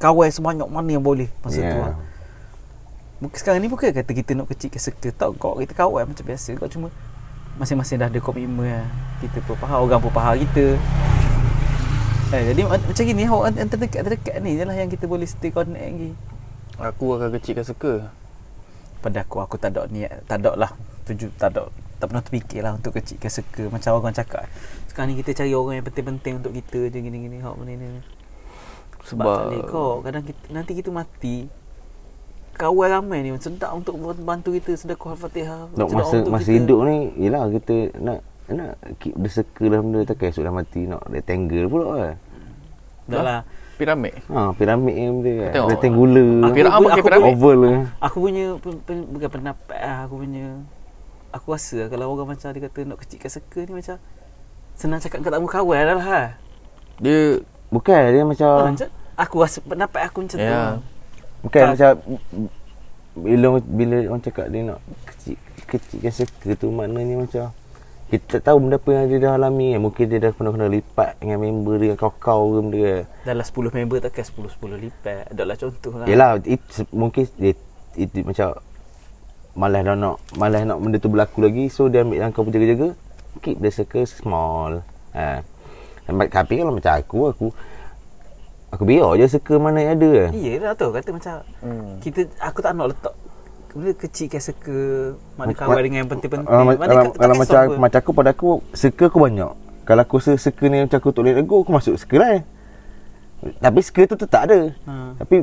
S2: kawai sebanyak mana yang boleh masa tu
S1: Ya.
S2: lah. Mungkin sekarang ni bukan kata kita nak kecil ke seka tak kau kita kawan macam biasa kau cuma masing-masing dah ada komitmen lah. Kita pun faham orang pun faham kita. Eh, jadi ma- macam gini hak ant- antara dekat antara dekat ni je lah yang kita boleh stay connect lagi.
S3: Aku akan kecilkan seka
S2: Pada aku aku tak ada niat, tak ada lah tuju tak ada tak pernah terfikir lah untuk kecil ke seka macam orang cakap. Sekarang ni kita cari orang yang penting-penting untuk kita je gini-gini hak mana ni. Sebab tak boleh kau Kadang kita, nanti kita mati Kawan ramai ni Sedap untuk bantu kita Sedekah Al-Fatihah
S1: Nak
S2: sedap
S1: masa
S2: untuk
S1: masa
S2: kita.
S1: hidup ni yalah kita nak nak keep the circle dah benda tak esok dah mati nak rectangle pula kan.
S2: Tak lah
S3: Piramid
S1: Ha piramid ni benda kan.
S3: Tengok.
S1: Rectangular.
S3: Ah,
S2: Aku-
S3: piramid
S2: aku-
S3: pakai piramid
S1: Oval ni.
S2: Aku punya pen, pen, Bukan pendapat lah Aku punya Aku rasa lah Kalau orang macam dia kata Nak kecilkan seka ni macam Senang cakap kau tak mau kawan lah ha.
S3: Dia
S1: Bukan dia macam
S2: Ah, macam- Aku rasa pendapat aku macam tu
S3: Ya.
S1: bukan
S2: tak-
S1: macam bila bila orang cakap dia nak kecil kecilkan circle tu maknanya macam kita tak tahu benda apa yang dia dah alami kan. Mungkin dia dah pernah kena lipat dengan member dia kau-kau ke benda kan.
S2: Dalam 10 lah member takkan 10-10 lipat Adalah contoh lah
S1: Yelah it, Mungkin it, it, it, Macam Malas dah nak Malas nak benda tu berlaku lagi So dia ambil yang kau berjaga-jaga Keep the circle small ha. Tapi tapi kalau macam aku Aku Aku biar je circle mana yang ada eh.
S2: Iyalah tu kata macam hmm. kita aku tak nak letak benda kecil ke seka mana kawan dengan yang penting-penting.
S1: Kalau, Ah,
S2: eh, Mana
S1: kalau,
S2: tak
S1: kalau
S2: kisah
S1: macam
S2: apa.
S1: macam aku pada aku circle aku banyak. Kalau aku rasa circle ni macam aku tak boleh nego aku masuk circle lain. Tapi circle tu tetap ada.
S2: Ha.
S1: Tapi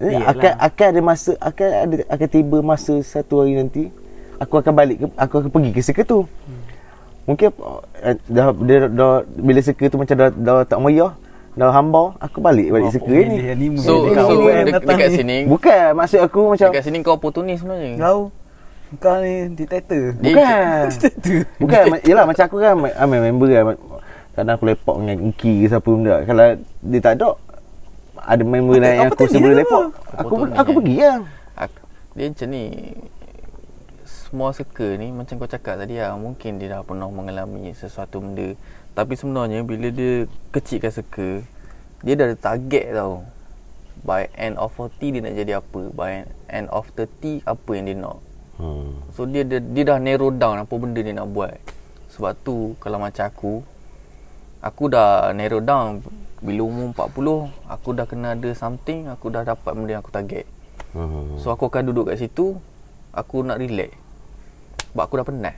S1: eh,
S2: Iyalah.
S1: akan akan ada masa akan ada akan tiba masa satu hari nanti aku akan balik ke aku akan pergi ke circle tu.
S2: Hmm.
S1: Mungkin eh, dah, dia, dah, bila circle tu macam dah, dah tak meriah, dah hamba, aku balik balik
S2: Apa
S1: circle
S2: boleh
S1: ni.
S2: anime
S3: So,
S2: dekat
S3: so
S2: awal
S3: de-
S2: datang
S3: dekat
S2: ni.
S3: sini
S1: Bukan maksud aku macam
S3: Dekat sini kau oportunis sebenarnya
S2: Kau kau ni dictator.
S3: Dia-
S1: Bukan.
S2: Dictator.
S1: Bukan, ma- yelah macam aku kan ma- ambil member kan. ma- Kadang aku lepak dengan Uki ke siapa benda. Kalau dia tak ada, ada member
S2: Apa-
S1: lain yang
S2: apa
S1: aku
S2: tadi
S1: sebelum
S2: dia
S1: lepak.
S3: apa?
S1: Aku
S3: Potong
S1: aku
S3: ni,
S1: pergi lah.
S3: Aku, dia macam ni Semua circle ni Macam kau cakap tadi lah Mungkin dia dah pernah mengalami Sesuatu benda Tapi sebenarnya Bila dia kecilkan circle Dia dah ada target tau By end of 40 Dia nak jadi apa By end of 30 Apa yang dia nak
S1: Hmm.
S3: So dia, dia dia dah narrow down apa benda dia nak buat. Sebab tu kalau macam aku aku dah narrow down bila umur 40 aku dah kena ada something, aku dah dapat benda yang aku target.
S1: Hmm.
S3: So aku akan duduk kat situ, aku nak relax. Sebab aku dah penat.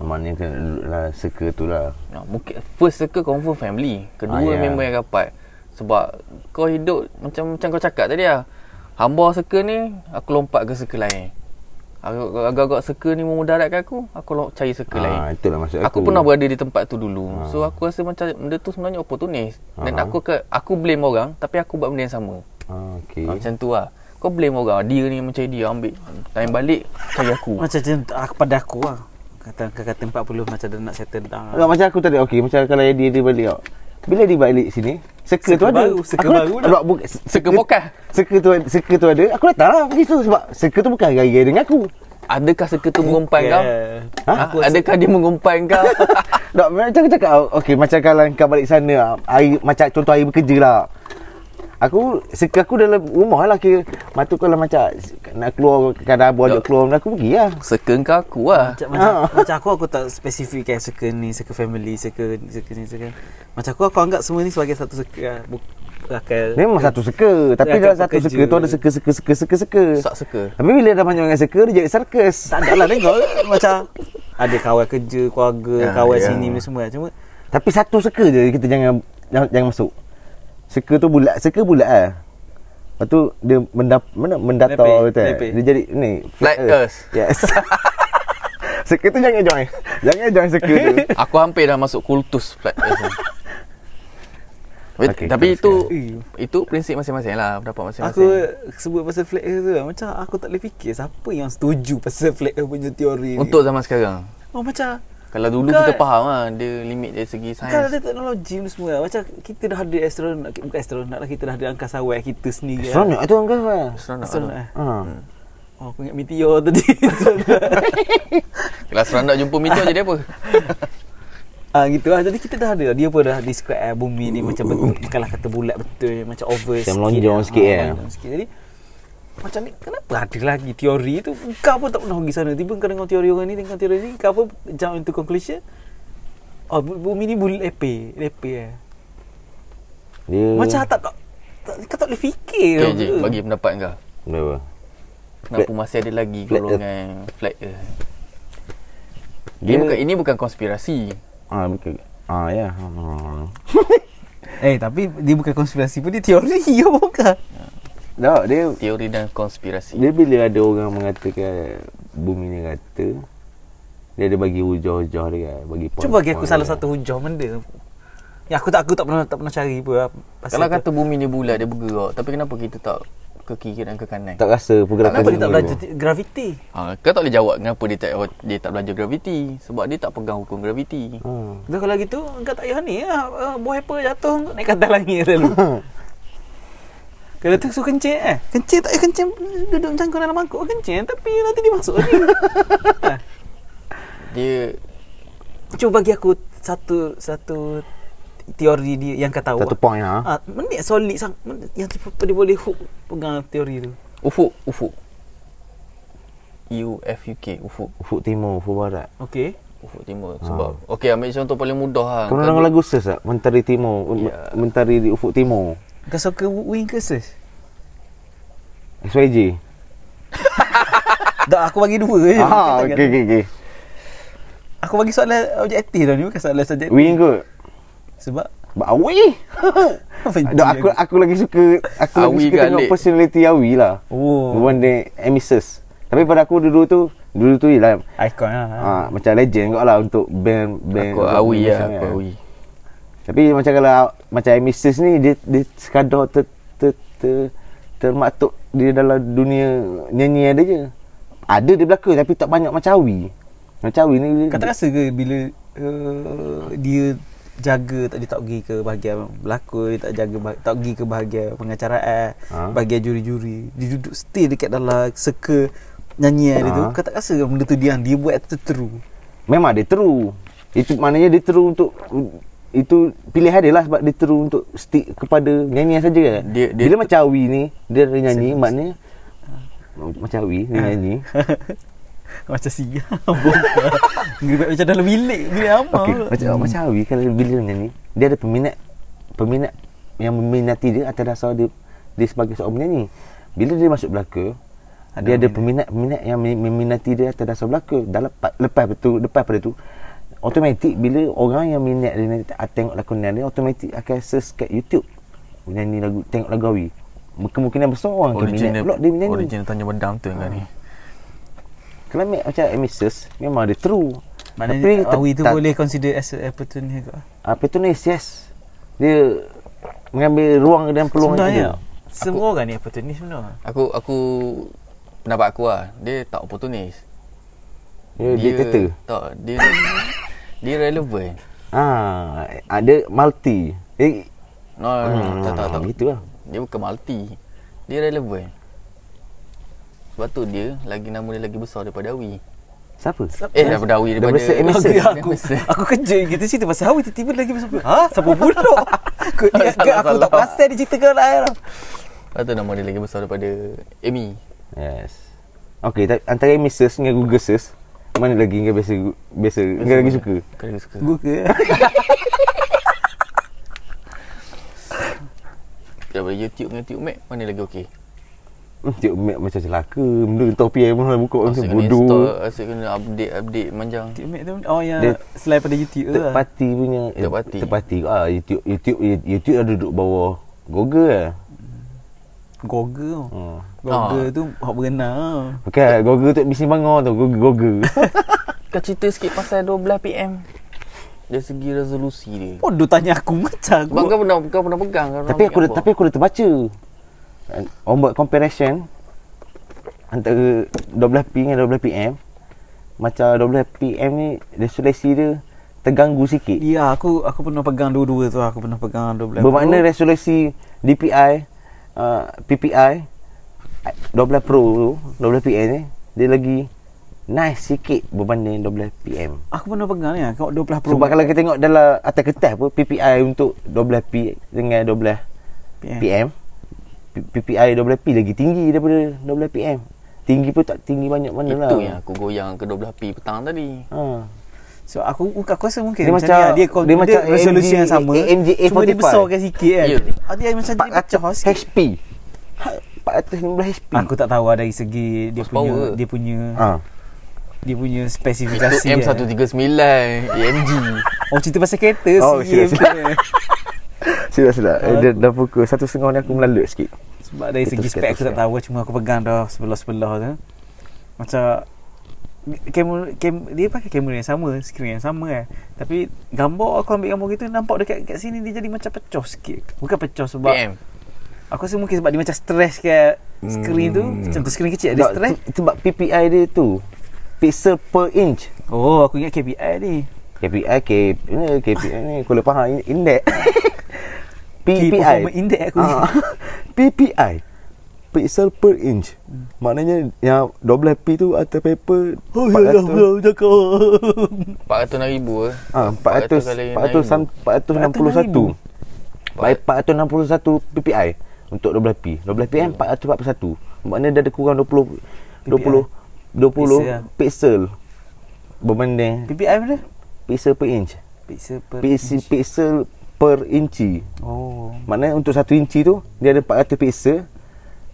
S1: Maknanya kena duduk lah circle tu lah.
S3: Nah, mungkin first circle confirm family, kedua
S1: Ah, ya.
S3: member yang rapat. Sebab kau hidup macam macam kau cakap tadi lah. Hamba circle ni aku lompat ke circle lain. Aku- Agak-agak circle ni memudaratkan aku, aku lo- cari circle lain.
S1: Ha, itulah maksud
S3: Aku,
S1: aku.
S3: pernah berada di tempat tu dulu.
S1: Ah.
S3: So aku rasa macam benda tu sebenarnya opportunist. Dan
S1: Ah.
S3: aku ke, aku blame orang tapi aku buat benda yang sama.
S1: Ha, okay.
S3: Okay. Macam tu lah. Kau blame orang. Dia ni macam dia ambil time balik cari aku.
S2: Macam macam tu, ah, pada aku lah. Kata kata 40 macam dah nak settle down. lah.
S1: Macam, macam aku tadi, okay. Macam kalau dia, dia balik tau. Bila dia balik sini, circle,
S2: Circle
S1: tu ada.
S2: baru, circle
S1: Aku-
S2: baru dah.
S1: tak, bukan,
S3: Circle pokah.
S1: Circle tu, circle tu ada. Aku datang lah pergi tu. Sebab circle tu bukan gaya dengan aku.
S3: Adakah circle tu mengumpan kau?
S1: Ha?
S3: Ha? Adakah dia mengumpan kau?
S1: Tak, macam aku cakap, okey, macam kalau kau balik sana, hari, macam contoh hari bekerja lah. Aku Seka aku dalam rumah lah kira Mata aku kalau macam Nak keluar Kadang abu ajak keluar benda Aku pergi lah
S3: Seken kau aku lah
S2: Macam, macam, macam aku aku tak spesifik kan circle ni, circle family, circle ni, circle ni, circle. ni. Macam aku aku anggap semua ni sebagai satu circle lah. Buk- Rakan
S1: Dia memang satu seka Tapi
S2: Rakan
S1: dalam satu
S2: pekerja.
S1: seka tu ada seka seka seka seka seka
S3: Sak seka
S1: Tapi bila dah banyak dengan seka Dia jadi sarkas
S2: Tak ada lah tengok Macam Ada kawan kerja Keluarga
S3: Ya,
S2: Kawan
S3: ya.
S2: sini ni semua Cuma
S1: Tapi satu seka je Kita jangan Jangan, jangan masuk Seka tu bulat Seka bulat lah Lepas tu dia mendap, mana, mendata
S2: Lepeh,
S1: betul tak?
S2: lepeh.
S1: Dia jadi ni
S3: Flat Earth.
S1: Yes Seka tu jangan join Jangan join seka tu
S3: Aku hampir dah masuk kultus flat
S1: Okey,
S3: okay, Tapi
S1: teruskan.
S3: itu
S2: Eh.
S3: Itu prinsip masing-masing lah Pendapat
S2: Aku
S3: masing-masing
S2: sebut pasal flat earth tu lah. Macam aku tak boleh fikir Siapa yang setuju Pasal flat earth punya teori
S3: Untuk zaman sekarang
S2: ni Oh macam
S3: Kalau dulu
S2: Bukan.
S3: kita faham lah Dia limit dari segi
S2: Kan
S3: sains
S2: ada teknologi ni semua lah. Macam kita dah ada astronaut Bukan astronaut lah Kita dah ada angkasawan Kita sendiri lah.
S1: Seronok tu angkat lah
S3: Seronok
S2: Astronaut lah
S1: ha.
S2: Oh aku ingat meteor tadi
S3: Kalau seronok jumpa meteor jadi apa?
S2: Ah gitu lah Jadi kita dah ada Dia pun dah describe lah Bumi ni macam bentuk Bukanlah kata bulat betul Macam oval
S1: Macam lonjong sikit,
S2: Ah,
S1: eh.
S2: lonjong sikit. Jadi macam ni kenapa ada lagi teori tu Kau pun tak pernah pergi sana Tiba kau dengar teori orang ni Dengar teori ni Kau pun jump into conclusion Oh bu- bumi ni bulat lepe Lepe eh
S1: Dia
S2: Macam tak, tak, tak Kau tak boleh fikir
S3: Okay,
S2: apa.
S3: Jay, bagi pendapat kau
S1: Kenapa?
S3: Kenapa masih ada lagi
S1: Flat Earth.
S3: golongan flat earth? Ini
S1: Dia-
S3: bukan ini bukan konspirasi.
S1: Ah, bukan. Ah, ya. Hmm.
S2: Eh tapi dia bukan konspirasi pun Dia teori ya bukan
S1: Tak, dia
S3: Teori dan konspirasi.
S1: dia bila ada orang mengatakan bumi ni rata, dia ada bagi hujah-hujah dia, kan, bagi kan. poin.
S2: Cuba bagi aku salah satu hujah benda Yang aku tak aku tak pernah tak pernah cari pun lah, pasal
S3: Kalau
S2: tu.
S3: kata bumi ni bulat dia bergerak, tapi kenapa kita tak ke kiri dan ke kanan?
S1: tak rasa pergerakan
S2: Kenapa dia tak
S1: bumi
S2: belajar
S1: tu.
S2: te- graviti?
S3: Ha, kau tak boleh jawab kenapa dia tak dia tak belajar graviti sebab dia tak pegang hukum graviti.
S1: Hmm.
S2: Tu kalau gitu kau tak payah ni lah. Uh, Buah apa jatuh kau naik ke atas langit dulu. kalau tu suka kencing eh. Kencing tak payah kencing duduk cangkul dalam mangkuk kencing tapi nanti dia masuk ni.
S3: Dia
S2: Ah. Cuba bagi aku satu satu teori dia yang kau tahu.
S1: Satu poin ha.
S2: Ah, menik solid sang men- yang tipu dia boleh hook pegang teori tu.
S3: ufuk, ufuk. U F U K, ufuk.
S1: Ufuk timur, ufuk barat.
S2: Okey.
S3: Ufuk timur sebab okey ambil contoh paling mudah
S2: Ah,
S3: lah.
S1: Ha. Kau nak dengar lagu ses tak? Mentari timur,
S2: Ya.
S1: yeah. mentari di ufuk timur.
S2: Kau suka wing ke sis?
S1: SYJ.
S2: Tak aku bagi dua je.
S1: Ah,
S2: Kau Ya, tak
S1: okey okey okey.
S2: Aku bagi soalan objektif dah ni bukan soalan subjektif.
S1: Wing kot.
S2: Sebab
S1: Bawi.
S2: Benci
S1: Dah aku aku lagi suka aku
S3: Awi
S1: lagi suka
S3: ke
S1: tengok
S3: Alik?
S1: personality Awi lah.
S2: Oh.
S1: The one that Emisus. Tapi pada aku dulu tu dulu tu ialah
S2: Ikon lah.
S1: ha. macam legend kot lah untuk band band
S3: Aku
S1: untuk band
S3: awi lah,
S1: Malaysia
S3: aku
S1: kan.
S3: awi.
S1: Tapi macam kalau macam Emisus ni dia dia sekadar ter, ter, ter, termaktub dia dalam dunia nyanyian dia je. Ada dia berlaku tapi tak banyak macam Awi. Macam Awi ni dia-
S2: Kau tak rasa ke bila uh, dia jaga tak dia tak pergi ke bahagian berlakon, dia tak jaga bah- tak pergi ke bahagian pengacaraan,
S1: Ha.
S2: ha? bahagian juri-juri. Dia duduk stay dekat dalam circle nyanyian ha? dia tu.
S1: Ha.
S2: Kau tak rasa ke benda tu dia yang dia buat tu true?
S1: Memang dia true Itu maknanya dia true untuk Itu pilihan dia lah Sebab dia true untuk Stick kepada nyanyian saja kan
S3: Dia- dia-
S1: Bila macam Awi ni Dia dah nyanyi maknanya Macam Awi
S3: Ah.
S1: dia nyanyi
S2: Macam siap Gerak macam dalam bilik Hmm. Bilik apa
S1: okay, macam, oh, macam Awi kalau bila dia nyanyi Dia ada peminat Peminat Yang meminati dia Atas dasar dia Dia sebagai seorang penyanyi Bila dia masuk belaka dia ada peminat-peminat yang mem- meminati dia atas dasar belaka dalam lepas betul lepas pada tu automatik bila orang yang minat dia nanti tak- tengok lakonan dia automatik akan search kat YouTube nyanyi lagu tengok lagu Awi kemungkinan besar orang akan minat pula dia menyanyi
S3: original tanya bedam tu kan ni.
S1: kalau ambil macam Emisus memang ada true
S2: Maknanya
S1: tak-
S2: Awi tu
S1: tak-
S2: boleh consider as a opportunity kot
S1: apa tu ni yes dia mengambil ruang dan peluang dia
S2: Sebenarnya Semua orang ni opportunity sebenarnya
S3: Aku aku pendapat aku lah. Dia tak opportunis.
S1: dia, dia dictator
S3: Tak, dia dia relevan.
S1: ah ada multi eh,
S3: No, no, no, Ah, tak tak tak.
S1: gitu lah
S3: Dia bukan multi. Dia relevan. Sebab tu dia lagi nama dia lagi besar daripada Awi.
S1: siapa
S3: Eh daripada Awi daripada
S2: Ya,
S1: Daripada Sir Emerson.
S2: Aku, aku, aku kerja gitu cerita pasal Awi tiba-tiba lagi masuk Ha? Siapa bodoh? Aku ni aku,
S3: Salah,
S2: aku tak
S3: salah.
S2: pasti dia cerita kau lah Airah.
S3: Lepas tu nama dia lagi besar daripada Amy.
S1: Yes. Okey, ta- antara Mrs dengan Guguses, mana lagi yang biasa biasa yang lagi suka?
S3: Kau lagi suka.
S2: Gua ke
S3: Daripada YouTube dengan YouTube Mac, mana lagi okey?
S1: Hmm, Cik Mek macam celaka, benda topi air pun buka macam
S3: Asyik kena install,
S1: bodoh.
S3: asyik kena update-update manjang.
S2: Tikmat tu Oh yang
S1: Dia-
S2: Selain pada YouTube tu lah
S1: Terpati punya eh,
S3: Terpati.
S1: Terpati ah, YouTube YouTube YouTube ada duduk bawah Google lah
S2: Google tu
S1: hmm.
S2: Google tu Hak berenang
S1: Bukan Google tu bising bangor tu Google Google
S3: Kau cerita sikit pasal 12 PM. Dari segi resolusi dia.
S2: Oh dia tanya aku macam aku
S3: Sebab kau pernah kau pernah pegang kau
S1: Tapi aku dah, tapi aku dah terbaca An- Orang buat comparison Antara 12 PM dengan 12 PM Macam 12 PM ni Resolusi dia Terganggu sikit
S2: Ya aku aku pernah pegang dua-dua tu Aku pernah pegang 12
S1: Bermakna resolusi DPI uh, PPI 12 Pro tu 12 PM ni Dia lagi Nice sikit berbanding 12 PM
S2: Aku pernah pegang ni Kau 12 Pro
S1: Sebab kan kalau kita tengok dalam atas kertas pun PPI untuk 12P dengan 12 PM,
S2: PM.
S1: PM P- PPI 12P lagi tinggi daripada 12PM. Tinggi pun tak tinggi banyak mana lah.
S3: Itu yang aku goyang ke 12 P petang tadi.
S1: Ha.
S2: So aku aku rasa mungkin
S1: Dia
S2: macam,
S1: macam-
S2: ni lah. dia, dia, dia
S1: dia
S2: macam
S1: macam
S2: resolusi
S1: AMG
S2: yang sama
S1: AMG
S2: Cuma dia
S1: A45.
S2: besarkan sikit kan
S3: Ya.
S2: yeah. Dia macam dia pecah
S1: 400
S2: sikit
S1: HP. Ha, 415 HP.
S2: Aku tak tahu lah dari segi dia punya
S3: Horsepower.
S2: dia punya
S1: Ha.
S2: dia punya
S3: Itu
S2: spesifikasi. kan.
S3: M139 AMG.
S2: Oh cerita pasal kereta
S1: Oh,
S2: CM
S1: silap,
S2: dia.
S1: Silap silap. Eh,
S2: Ah.
S1: dia dah pukul satu setengah ni aku melalut sikit.
S2: Sebab dari
S1: Itu
S2: segi
S1: sikit,
S2: spek
S1: itu
S2: aku tak
S1: sikit.
S2: tahu lah. cuma aku pegang dah sebelah-sebelah tu. Macam kamera kam, dia pakai kamera yang sama, skrin yang sama kan. Tapi gambar aku ambil gambar gitu nampak dekat kat sini dia jadi macam pecah sikit. Bukan pecah sebab
S3: PM.
S2: aku rasa mungkin sebab dia macam stress kat skrin tu. Macam tu skrin kecil ada
S1: Tak,
S2: stress.
S1: Hmm. Eh, tu- Sebab PPI dia tu pixel per inch.
S2: Oh aku ingat KPI ni.
S1: KPI K ni KPI ni aku lupa faham indeks.
S2: Key
S1: PPI.
S2: performance index aku ni.
S1: Ah, PPI. Pixel per inch. Maknanya yang 12p tu atas paper
S2: Oh ya dah belum cakap.
S3: 400,000 eh.
S1: Ah 400 400 sam- 461 by 461 PPI untuk 12p. 12p kan 441. Maknanya dia ada kurang 20 20
S2: Pixel
S1: 20
S2: lah.
S1: pixel berbanding
S2: PPI mana?
S1: pixel per inch.
S2: Pixel per
S1: Pixel pixel per inci.
S2: Oh.
S1: Maknanya untuk satu inci tu Dia ada 400 pixel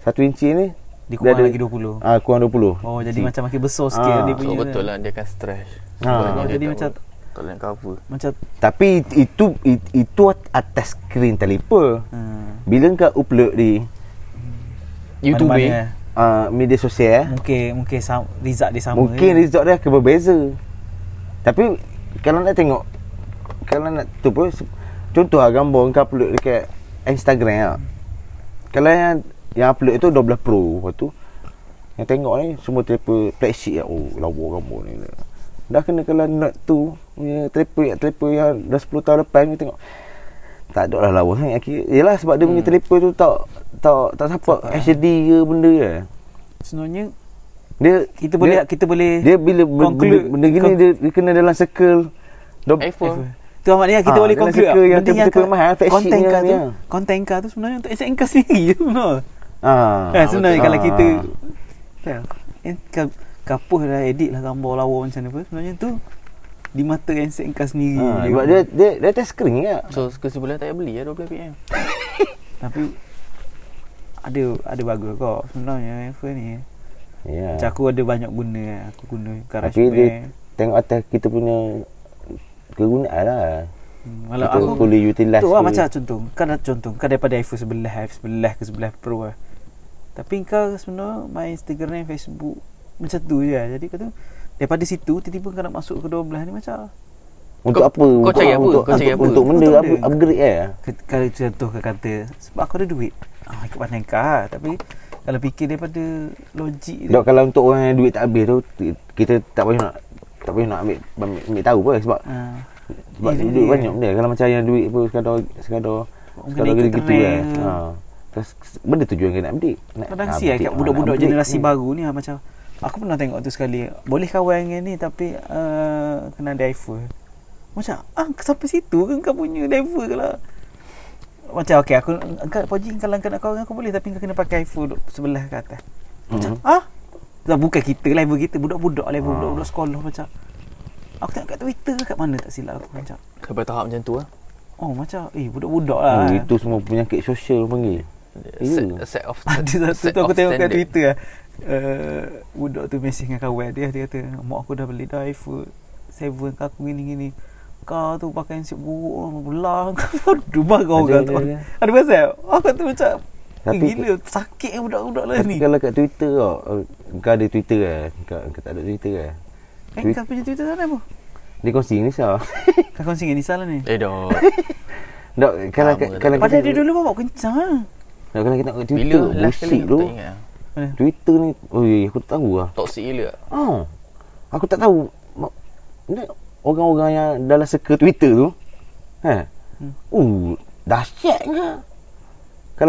S1: Satu inci ni
S2: Dia kurang lagi 20.
S1: Ah ha, kurang 20
S2: Oh jadi macam makin besar sikit
S1: Ah,
S2: dia
S3: So
S2: punya.
S3: betul lah dia akan stress.
S1: Ha.
S3: Sebabnya dia
S2: Jadi
S3: tak
S2: macam
S3: boleh- tak boleh cover.
S2: macam
S1: Tapi it- itu it- Itu atas skrin terlepa
S2: hmm,
S1: Bila kau upload di
S3: YouTube
S2: mana-mana
S3: eh.
S2: eh.
S1: uh, Media sosial eh,
S2: Mungkin mungkin sam, result dia sama. eh.
S1: Mungkin
S2: je.
S1: result dia akan berbeza Tapi Kalau nak tengok Kalau nak tu pun se- Contoh lah gambar kau upload dekat Instagram lah Kalau yang Yang upload tu 12 Pro Lepas tu Yang tengok ni Semua terlepa Flagship lah Oh lawa gambar ni Dah kena kalau Note tu Punya terlepa yang Terlepa yang Dah 10 tahun lepas ni tengok tak ada lah lawa sangat Akhir- Yelah sebab dia
S2: Hmm.
S1: punya terlepa tu tak Tak tak support HD ke benda lah
S2: Sebenarnya
S1: dia
S2: kita boleh lah, kita boleh
S1: dia bila benda, benda,
S2: conclude-
S1: benda gini
S2: con-
S1: dia, dia kena dalam circle dob,
S3: iPhone.
S2: Tu maknanya kita
S1: Ah,
S2: boleh
S1: dalam
S2: conclude
S1: circle yang
S2: benda
S1: tipu-tipu
S2: kau-
S1: mahal, flagship
S2: konten
S1: yang
S2: kau
S1: ni
S2: tu
S1: lah.
S2: konten kau tu sebenarnya untuk SN kau sendiri je sebenarnya.
S1: ah
S2: Eh, sebenarnya
S1: betul.
S2: kalau
S1: Ah.
S2: kita kan, eh, kau kapuh lah edit lah gambar lawa macam mana pun sebenarnya tu di mata handset kau sendiri
S1: ah,
S2: je.
S1: sebab dia dia dia atas skrin ya
S3: So kesimpulan tak payah beli ya 12 PM.
S2: Tapi ada ada bagus kok sebenarnya iPhone ni.
S1: ya
S2: Macam aku ada banyak guna kan. Aku guna
S1: tapi dia
S2: GarageBand.
S1: tengok atas kita punya kegunaan lah
S2: Hmm, Kalau
S1: kalau
S2: aku
S1: aku boleh utilize
S2: tu lah
S1: ke.
S2: macam contoh. Kau dah contoh kau daripada iPhone 11, iPhone 11 ke 11 Pro lah. Tapi kau sebenarnya main Instagram, Facebook macam tu je lah. Jadi kau tu daripada situ tiba-tiba kau nak masuk ke 12 ni macam
S1: untuk
S3: Kau-
S1: apa
S3: kau
S1: untuk
S3: cari apa?
S1: untuk,
S3: Kau cari
S1: untuk,
S3: apa?
S1: untuk benda
S2: Untuk
S1: up-
S2: benda.
S1: upgrade ya
S2: ke- kalau contoh kau kata sebab aku ada duit. Ah ikut pandai kau lah. tapi kalau fikir daripada logik dia
S1: Dok, kalau untuk orang yang duit tak habis tu ti- kita tak payah nak tak payah nak ambil ambil, ambil tahu pun sebab
S2: ah,
S1: Sebab
S2: Iya,
S1: duit,
S2: iya.
S1: banyak benda Kalau macam yang duit pun sekadar Sekadar
S2: Orang
S1: Sekadar
S2: kena ikut
S1: gitu
S2: trend.
S1: kan ha. Terus benda tujuan kena update nak,
S2: Kadang
S1: nak
S2: sial
S1: update,
S2: kat
S1: ha,
S2: budak-budak
S1: nak upgrade
S2: generasi
S1: ni.
S2: baru ni lah, macam aku pernah tengok tu sekali. Boleh kawan dengan ni tapi "Ah, uh, kena ada iPhone. Macam ah sampai situ ke kau punya level lah. macam okey aku engkau poji kalau kau nak kau aku boleh tapi kau kena pakai full duk sebelah ke atas.
S1: Hmm.
S2: Macam mm-hmm. ah Dah bukan kita level kita budak-budak level
S1: Mhm. Ah.
S2: budak-budak sekolah macam aku tengok kat Twitter ke kat mana tak silap aku macam
S3: Sampai tahap macam tu lah
S2: oh macam eh budak-budak lah.
S1: Oh, itu semua penyakit sosial orang panggil.
S3: set,
S1: Ya.
S3: set of
S2: Ada satu
S3: set
S2: tu aku
S3: of
S2: tengok kat
S3: standard.
S2: Twitter lah. Uh, budak tu mesej dengan kawan dia dia kata mak aku dah beli dah iPhone 7 ke aku gini gini. Kau tu pakai nasib buruk orang belah kau rumah kau
S1: Ada,
S2: orang tu.
S1: ada, ada.
S2: Ada pasal. Oh, Aku tu macam Tapi,
S1: Tapi-
S2: gila sakit eh budak-budak lah
S1: Tapi
S2: ni.
S1: kalau kat Twitter tau, eh, kau ada Twitter kan? Kau, kau tak ada Twitter kan?
S2: Eh
S1: Twi-
S2: kau punya Twitter sana apa?
S1: Dia kongsi ni sah.
S2: Kau kongsi dengan Nisa lah ni.
S3: Eh dah
S1: Dok, kalau
S3: Sama
S1: kalau kalau
S2: Padahal dia dulu bawa kencang.
S1: Dok, kalau kita nak kat
S3: Bila
S1: Twitter,
S3: last kali
S1: bullshit
S3: aku
S1: tu.
S3: tak ingat
S2: Mana?
S1: Twitter ni, oi, aku tak tahu lah.
S3: Toxic gila
S1: Oh, aku tak tahu. Ma- ni Orang-orang yang dalam circle Twitter tu. Ha. Hmm. Uh, dahsyat ke? Kalau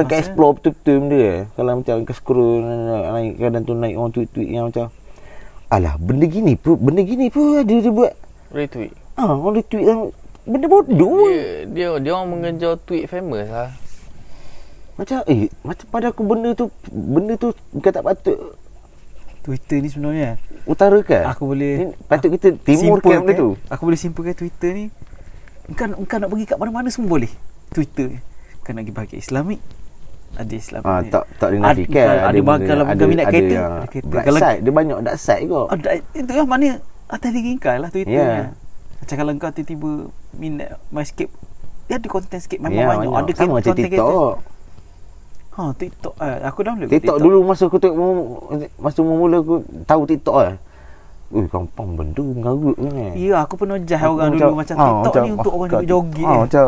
S1: kau
S2: Maksudnya?
S1: explore betul-betul benda eh. Kalau macam kau scroll naik, naik, kadang tu naik orang tweet-tweet yang macam Alah, benda gini pun, benda gini pun ada dia buat.
S3: Retweet
S1: Ah, orang dia tweet yang benda bodoh.
S3: dia,
S1: Yeah.
S3: dia dia orang mengejar tweet famous lah
S1: Macam eh, macam pada aku benda tu benda tu kau tak patut
S2: Twitter ni sebenarnya
S1: utarakan.
S2: Aku boleh-
S1: Ni patut kita timurkan benda tu.
S2: Aku boleh simpulkan Twitter ni Engkau, engkau nak pergi kat mana-mana semua boleh Twitter ni. Kau nak pergi bahagian Islamik Ada Islamik
S1: Ah,
S2: ni.
S1: tak tak dinafikan
S2: Ada, ada,
S1: benda-
S2: ada, kalau ada, minat
S1: ada
S2: kereta
S1: yang
S2: Ada kereta
S1: Dark
S2: Kalau
S1: side dia banyak dark side kot.
S2: ada, Itu lah mana Atas diri engkau lah Twitter
S1: Yeah.
S2: yeah. Macam kalau engkau tiba-tiba Minat MyScape Dia ada konten sikit Memang
S1: Ya,
S2: banyak Ada
S1: sama macam TikTok.
S2: Ha TikTok eh, Aku download kat
S1: TikTok dulu masa aku tengok masa mula aku tahu TikTok ah. Ui, kampung benda mengarut ni. eh.
S2: Ya aku pernah jah orang dulu Macam
S1: ah,
S2: TikTok ni Untuk
S1: ah,
S2: orang
S1: kau-
S2: duduk jogging
S1: ah,
S2: eh. ni.
S1: macam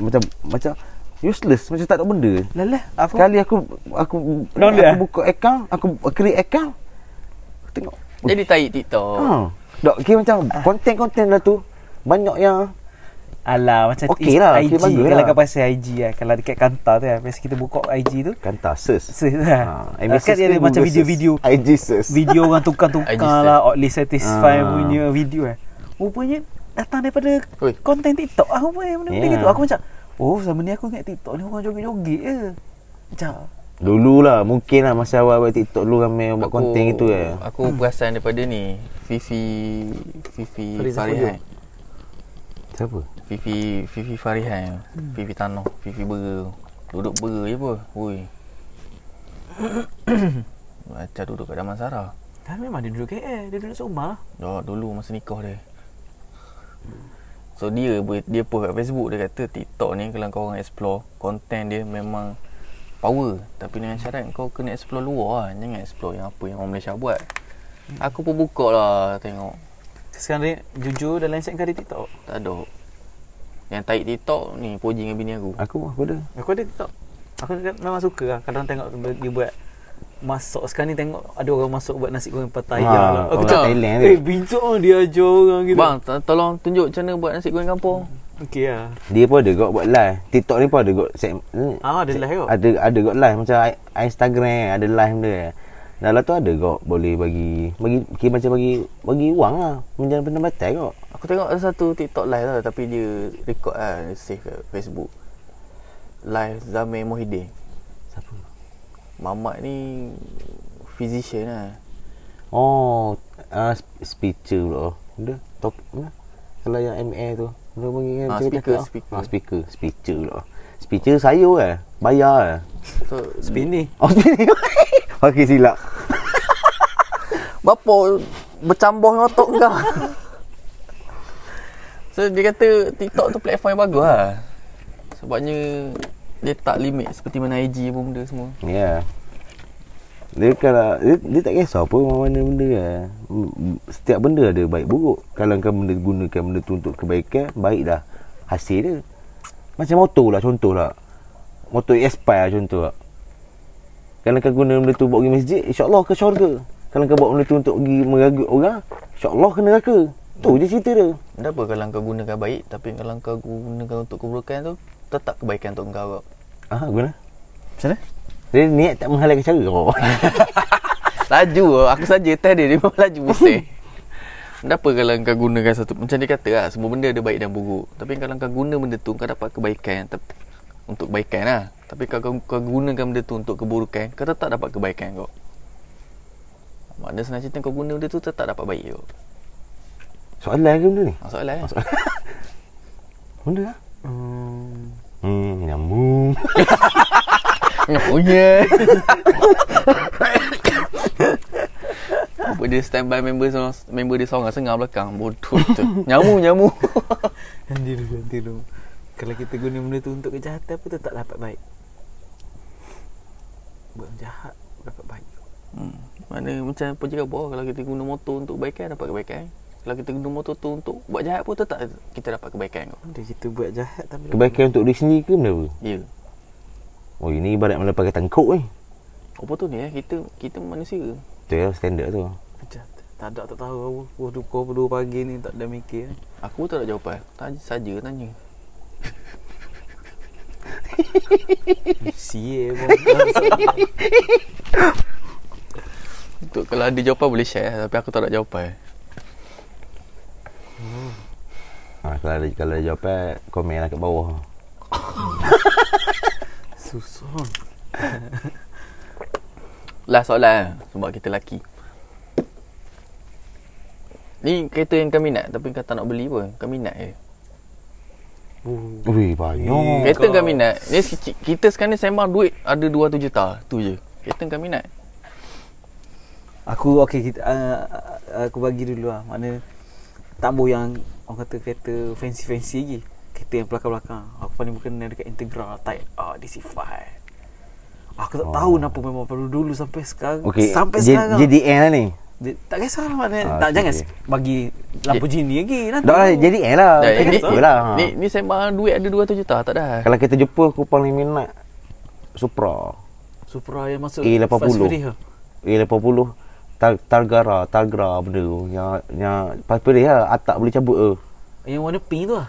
S1: macam macam useless, macam tak ada benda.
S2: Lah lah Aku
S1: Sekali aku aku
S2: Download,
S1: aku
S2: eh?
S1: buka account, aku create account. Aku tengok.
S3: Jadi tarik TikTok
S2: Oh.
S1: Ha. Dok kira macam
S2: Ah.
S1: konten-konten dah tu banyak yang
S2: Alah macam
S1: Okey
S2: is-
S1: lah,
S2: IG
S1: okey bagus
S2: Kalau
S1: lah.
S2: kau pasal IG lah Kalau dekat kantor tu lah Biasa kita buka IG tu
S1: Kanta sus.
S2: Search
S1: Ah,
S2: lah ha, Kan dia ada macam video-video
S1: IG sus.
S2: Video orang tukar-tukar
S3: IG search.
S2: lah Oddly satisfying
S1: Ah.
S2: punya video lah Rupanya datang daripada
S3: Oi.
S2: konten TikTok lah Rupanya benda-benda
S1: Yeah.
S2: gitu Aku macam Oh selama ni aku ingat TikTok ni orang joget-joget je Macam
S1: Dulu lah mungkin lah masa awal-awal TikTok dulu ramai buat konten gitu eh.
S3: Aku perasan daripada ni Fifi Fifi
S4: Fariza
S3: Farihan
S1: Siapa?
S3: Fifi Fifi Farihan Fifi Tanoh Fifi Bera Duduk bera je pun Ui Macam duduk kat Damansara
S2: Kan memang dia duduk KL Dia duduk seumah lah
S3: Dah dulu masa nikah dia So dia boleh- dia post kat Facebook dia kata TikTok ni kalau kau orang explore konten dia memang power tapi dengan syarat kau kena explore luar lah jangan explore yang apa yang orang Malaysia buat. Aku pun buka lah tengok
S2: Sekarang dia jujur dalam set kau ada TikTok
S3: tak ada. Yang tarik TikTok ni poji dengan bini aku.
S1: Aku aku ada.
S2: Aku ada TikTok. Aku kan memang suka lah. Kadang tengok dia- dia buat masak. Sekarang ni tengok ada orang masuk buat nasi goreng Pattaya
S1: Ha,
S2: lah. Aku
S1: orang
S2: cakap,
S1: Thailand tu.
S2: eh bincang lah dia ajar orang gitu.
S3: Bang, to- tolong tunjuk macam mana buat nasi goreng kampung.
S2: Okey lah.
S1: Dia pun ada kot buat live. TikTok ni pun ada kot seg- ni,
S2: Ah, ada live kot.
S1: Ada ada kot live macam I- Instagram ada live benda. eh. Dalam tu ada kot boleh bagi bagi kira macam bagi bagi wang lah menjana pendapatan kot.
S3: Aku tengok ada satu TikTok live lah tapi dia record lah, dia save kat Facebook. Live Zamir Mohidin.
S1: Siapa?
S3: Mamat ni physician lah.
S1: Oh, uh, speaker pula. Benda top mana? Kalau yang MA tu. Benda panggil kan
S3: Ah,
S1: cakap-
S3: speaker,
S1: cakap,
S3: speaker.
S1: Ah, speaker, speaker pula. Speaker saya eh. Bayar eh.
S3: So,
S2: Spin ni.
S1: Oh, speaker. Okey silap.
S3: Bapa bercamboh dengan otak kau. so dia kata TikTok tu platform yang bagus lah. Sebabnya dia tak limit seperti mana IG pun benda semua.
S1: Ya. Yeah. Dia kalau dia, dia tak kisah apa mana benda eh. M- Setiap benda ada baik buruk. Kalau kau benda gunakan benda tu untuk kebaikan, baik dah hasil dia. Macam motor lah contoh lah. Motor Aspire lah contoh lah. Kalau kau guna benda tu buat pergi masjid, insya-Allah ke syurga. Kalau kau buat benda tu untuk pergi meragut orang, insya-Allah ke neraka. Tu je cerita dia.
S3: Tak apa kalau kau gunakan baik tapi kalau kau gunakan untuk keburukan tu tetap kebaikan untuk kau. kau.
S1: Ah, guna.
S2: Macam mana?
S1: Dia niat tak menghalalkan cara kau.
S3: Laju lah. aku saja test dia dia memang laju pusing. Kenapa kalau kau gunakan satu Macam dia kata lah Semua benda ada baik dan buruk Tapi kalau kau guna benda tu Kau dapat kebaikan Tapi untuk kebaikan lah tapi kalau kau, kau gunakan benda tu untuk keburukan kau tetap dapat kebaikan kau maknanya senang cerita kau guna benda tu tetap dapat baik kau
S1: Soalan ke benda ni?
S3: masalah kan
S1: Benda lah
S2: Oh.
S1: Hmm, nyambung
S3: Punya Apa dia standby member seorang, member dia seorang sengah belakang bodoh tu. Nyamu nyamu.
S2: Nanti dulu, nanti dulu. Kalau kita guna benda tu untuk kejahatan pun tetap dapat baik. Buat jahat dapat baik.
S3: Hmm. Mana macam apa cakap bahawa kalau kita guna motor untuk kebaikan dapat kebaikan. Kalau kita guna motor tu untuk buat jahat pun tetap kita dapat kebaikan kau.
S2: Ada kita buat jahat tapi
S1: Kebaikan untuk diri sendiri ke benda apa?
S3: Ya.
S1: Oh ini ibarat malah pakai tangkuk eh. ni
S3: Apa tu ni eh kita kita manusia.
S1: Tu ya standard tu
S2: Macam tu. Tak ada tak tahu aku. Wah duka pukul 2 pagi ni tak ada mikir.
S3: Aku pun tak ada jawapan. Tanya saja tanya.
S2: Sia pun.
S3: Untuk kalau ada jawapan boleh share tapi aku tak ada jawapan.
S1: ha, Kalau ada, kalau ada jawapan Komen lah kat bawah
S2: Susah.
S3: Last soalan eh, Sebab kita lelaki Ni kereta yang kau minat Tapi kau tak nak beli pun Kau minat je
S1: Ui banyak
S3: Kereta kau minat Ni si- kita sekarang ni sembang duit Ada 200 juta Tu je Kereta kau minat
S2: Aku okey kita uh, uh, aku bagi dulu lah. Mana tak boleh yang orang kata kereta fancy-fancy lagi. Kereta yang belakang-belakang. Aku paling berkenan dekat Integra Type R DC5. Aku tak oh. tahu kenapa memang perlu dulu sampai sekarang.
S1: Okay
S2: sampai
S1: J-
S2: sekarang.
S1: JDL lah ni
S2: Dia- tak kisah lah mana.
S1: Ah,
S2: tak
S1: okey,
S2: jangan
S1: okey.
S2: bagi Lamborghini lagi nanti.
S1: Tak lah JDL lah
S3: Dah,
S1: Macam
S3: ni,
S1: tu lah ha.
S3: ni, ni sembang duit ada 200 juta Tak dah
S1: Kalau kita jumpa aku paling minat Supra
S2: Supra yang masuk
S1: A80.
S2: Fast Fury tu.
S1: A80 tar, Targara Targara benda tu Yang Yang Pas pilih lah Atak boleh cabut tu
S2: Yang warna pink tu lah.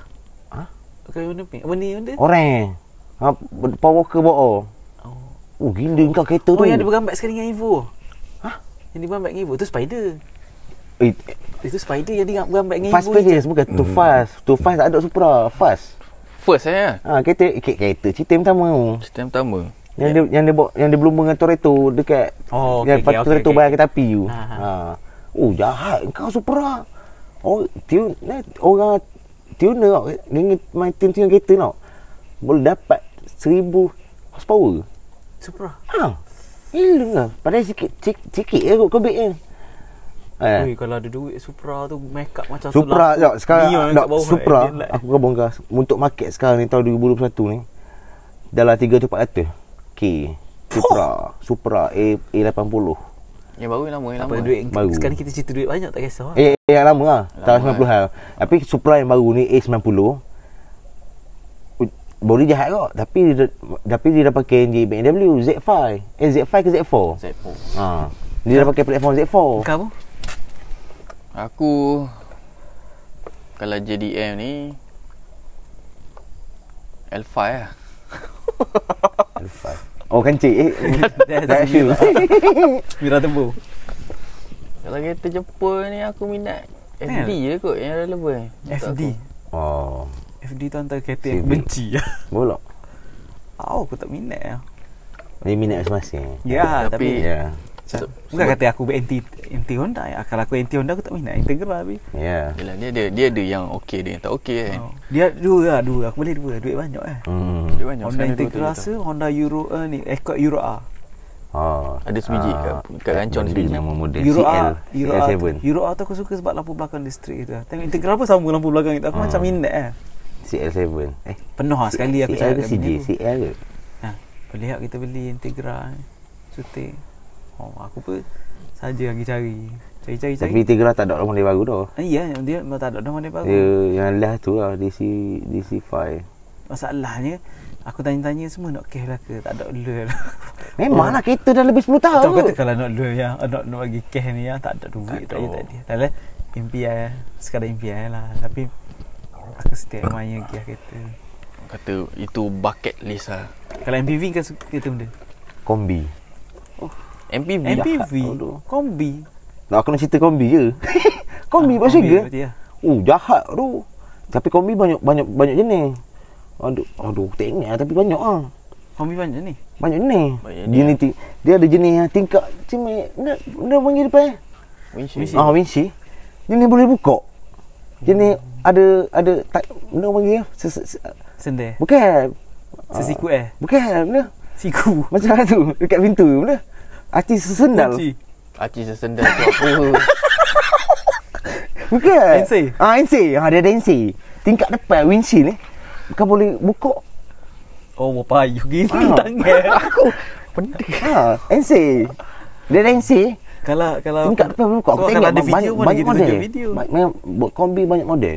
S1: Ha?
S2: Bukan warna pink. Warna warna. Oh,
S1: Orang ha, Power Walker bawa
S2: oh.
S1: Oh gila kau kereta tu
S2: oh yang dia bergambar sekali dengan Evo. Hah? Yang dia bergambar dengan Evo tu spider.
S1: Eh,
S2: Itu spider yang dia bergambar dengan
S1: Fast
S2: ibu ni.
S1: Furious bukan Too Fast Too Fast tak ada Supra Fast
S3: First eh
S1: ha, kereta, ke- kereta cerita yang pertama tu.
S3: Cerita yang pertama
S1: Yang dia yang dia bawa, yang dia berlumba dengan Toretto dekat yang
S2: Oh, okey, okey,
S1: Ya. okay,
S2: okey,
S1: Toretto
S2: okey.
S1: bayar kereta api tu.
S2: Ha,
S1: Ha,
S2: ha.
S1: Oh jahat kau Supra. Oh tune orang tuner tau dia ingat main tune tune kereta tau. Boleh dapat 1000 horsepower.
S2: Supra.
S1: Ha. Gila kau. Padahal sikit sikit, sikit je kot kau kan. bek ni. Eh.
S2: Ui, kalau ada duit Supra tu make up macam
S1: Supra
S2: tu
S1: tak sekarang
S2: Neon
S1: tak,
S2: kat bawah,
S1: Supra
S2: eh, dia
S1: aku kau bongkar untuk market sekarang ni tahun 2021 ni dalam 3 tu 400 K Supra Supra A A80
S3: Yang baru yang lama Yang
S2: Apa
S3: lama
S2: duit
S1: Baru.
S2: Sekarang kita cerita duit banyak tak kisah
S1: eh, eh yang lama lah
S3: Lama,
S1: tahun 90
S2: eh.
S1: lah tapi Supra yang baru ni A90 U- Body jahat kot Tapi dia, tapi dia dah pakai yang di BMW Z5 Eh Z5 ke Z4
S3: Zepo.
S1: ha. Dia dah pakai platform Z4
S2: Kamu?
S3: Aku Kalau JDM ni L5 lah
S1: Oh kancik eh,
S2: Dah
S1: Dah
S2: sini.
S1: shoe.
S2: Mira tembur
S3: Kalau kereta Jepun ni aku minat
S1: Kan?
S3: FD
S2: Eh.
S3: je kot yang relevan. Untuk
S2: FD
S3: aku.
S1: Oh
S2: FD tu antara kereta
S1: Civic.
S2: yang benci
S1: Bolok
S2: Oh aku tak minat ya
S1: Dia minat masing-masing
S2: Ya tapi,
S1: Ya
S2: macam- Bukan kata aku anti anti Honda ya. Kalau aku anti Honda aku tak minat Integra habis
S1: Ya
S3: Yelah dia ada dia ada yang okey dia yang tak okey kan.
S2: oh. Dia dua lah dua Aku boleh dua Duit banyak lah
S1: Hmm.
S3: Dia banyak
S2: Honda
S3: sekarang
S2: Integra
S3: dua-dua
S2: rasa Honda Euro uh, ni Accord Euro R
S1: Oh.
S3: Ada sebiji kat- kat rancun
S1: benda
S3: sebiji.
S1: Nama model
S2: Euro
S1: CL.
S2: R Euro R,
S1: CL7.
S2: tu, Euro R tu aku suka sebab lampu belakang dia straight gitu lah. Tengok Integra pun sama lampu belakang itu Aku
S1: Ah.
S2: macam minat eh
S1: CL7. Eh.
S2: Penuh lah sekali aku
S1: CL ke
S2: kat
S1: CJ?
S2: bini aku.
S1: CL ke?
S2: Ha, boleh tak kita beli Integra ni? Cuti. Oh, aku pun saja lagi cari. Cari-cari cari.
S1: Tapi Tigra tak ada lah model baru dah.
S2: Ah, ya, dia memang tak ada dah model baru.
S1: Dia yang last tu lah DC DC5.
S2: Masalahnya aku tanya-tanya semua nak cash lah ke? Tak ada lure lah.
S1: Memang lah kereta dah lebih 10 tahun.
S2: Tahu
S1: kot.
S2: kata kalau nak lure yang nak, nak bagi cash ni yang tak ada duit tak ada tak ada. Tak ada impian sekadar impian lah. Tapi aku setiap main gear kereta.
S3: Kata itu bucket list lah.
S2: Kalau MPV kan suka kereta benda.
S1: Kombi.
S3: MPV.
S2: MPV,
S1: aduh.
S2: kombi.
S1: Nak aku nak cerita kombi je. kombi
S2: Ah,
S1: masuk
S2: kombi
S1: ke?
S2: berarti lah.
S1: Oh, jahat tu. Tapi kombi banyak banyak banyak jenis. Aduh, aduh tengok lah tapi banyak ah.
S2: Hobi banyak ni.
S1: Banyak ni.
S4: Banyak ni.
S1: Jenis ting- dia ada jenis yang tingkat macam ni. Dia, dia panggil apa eh?
S3: Windshield.
S1: Ah, windshield. Jenis boleh buka. Jenis ada ada tak benda orang panggil ya? Ses, ses,
S2: Sendai.
S1: bukan.
S2: Sesiku eh.
S1: Bukan benda.
S2: Siku.
S1: Macam tu dekat pintu benda. Artis sesendal.
S2: Kunci.
S3: Aci sesendal tu apa?
S1: Bukan.
S2: Ensay.
S1: Ah, ensay. Ha, dia ada ensay. Tingkat depan windshield ni. Bukan boleh buka.
S2: Oh, apa ayu gila
S1: Ah.
S2: tangan.
S1: Aku pendek. Ha, ensay. Dia ada ensay.
S2: Kalau kalau
S1: Tingkat depan pun kau
S2: kalau
S1: tengok
S2: ada video
S1: banyak,
S2: pun
S1: banyak
S2: dia
S1: model.
S2: tunjuk video.
S1: Ba- Memang buat kombi banyak model.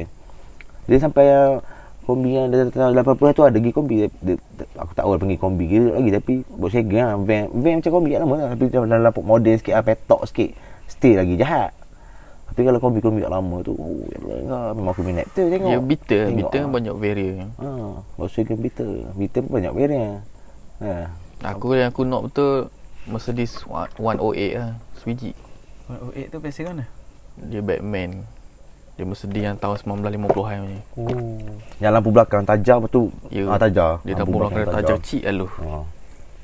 S1: Dia sampai yang kombi yang dah tahun 80 tu ada lagi kombi. Dia- dia- aku tak tahu panggil kombi ke lagi tapi buat segel lah. Van, van macam kombi kat lama lah. Tapi dia dah lapuk model sikit lah, petok sikit. Still lagi jahat. Tapi kalau kombi-kombi kat lama tu, oh, ya Allah, memang aku minat tu tengok.
S3: Ya bitter,
S1: Tengok
S3: bitter
S1: lah.
S3: banyak varian.
S1: Ha, buat segel bitter. Bitter pun banyak varian. Ha.
S3: Aku yang aku nak betul Mercedes 108 lah Sebiji
S2: Oh, eh tu biasa kan?
S3: Dia Batman Dia Mercedes yang tahun 1950-an punya
S2: Oh.
S1: Yang lampu belakang tajam tu,
S3: Ya
S1: ah, tajam.
S3: Dia tak pun kereta tajam cik lah lu
S1: Ha.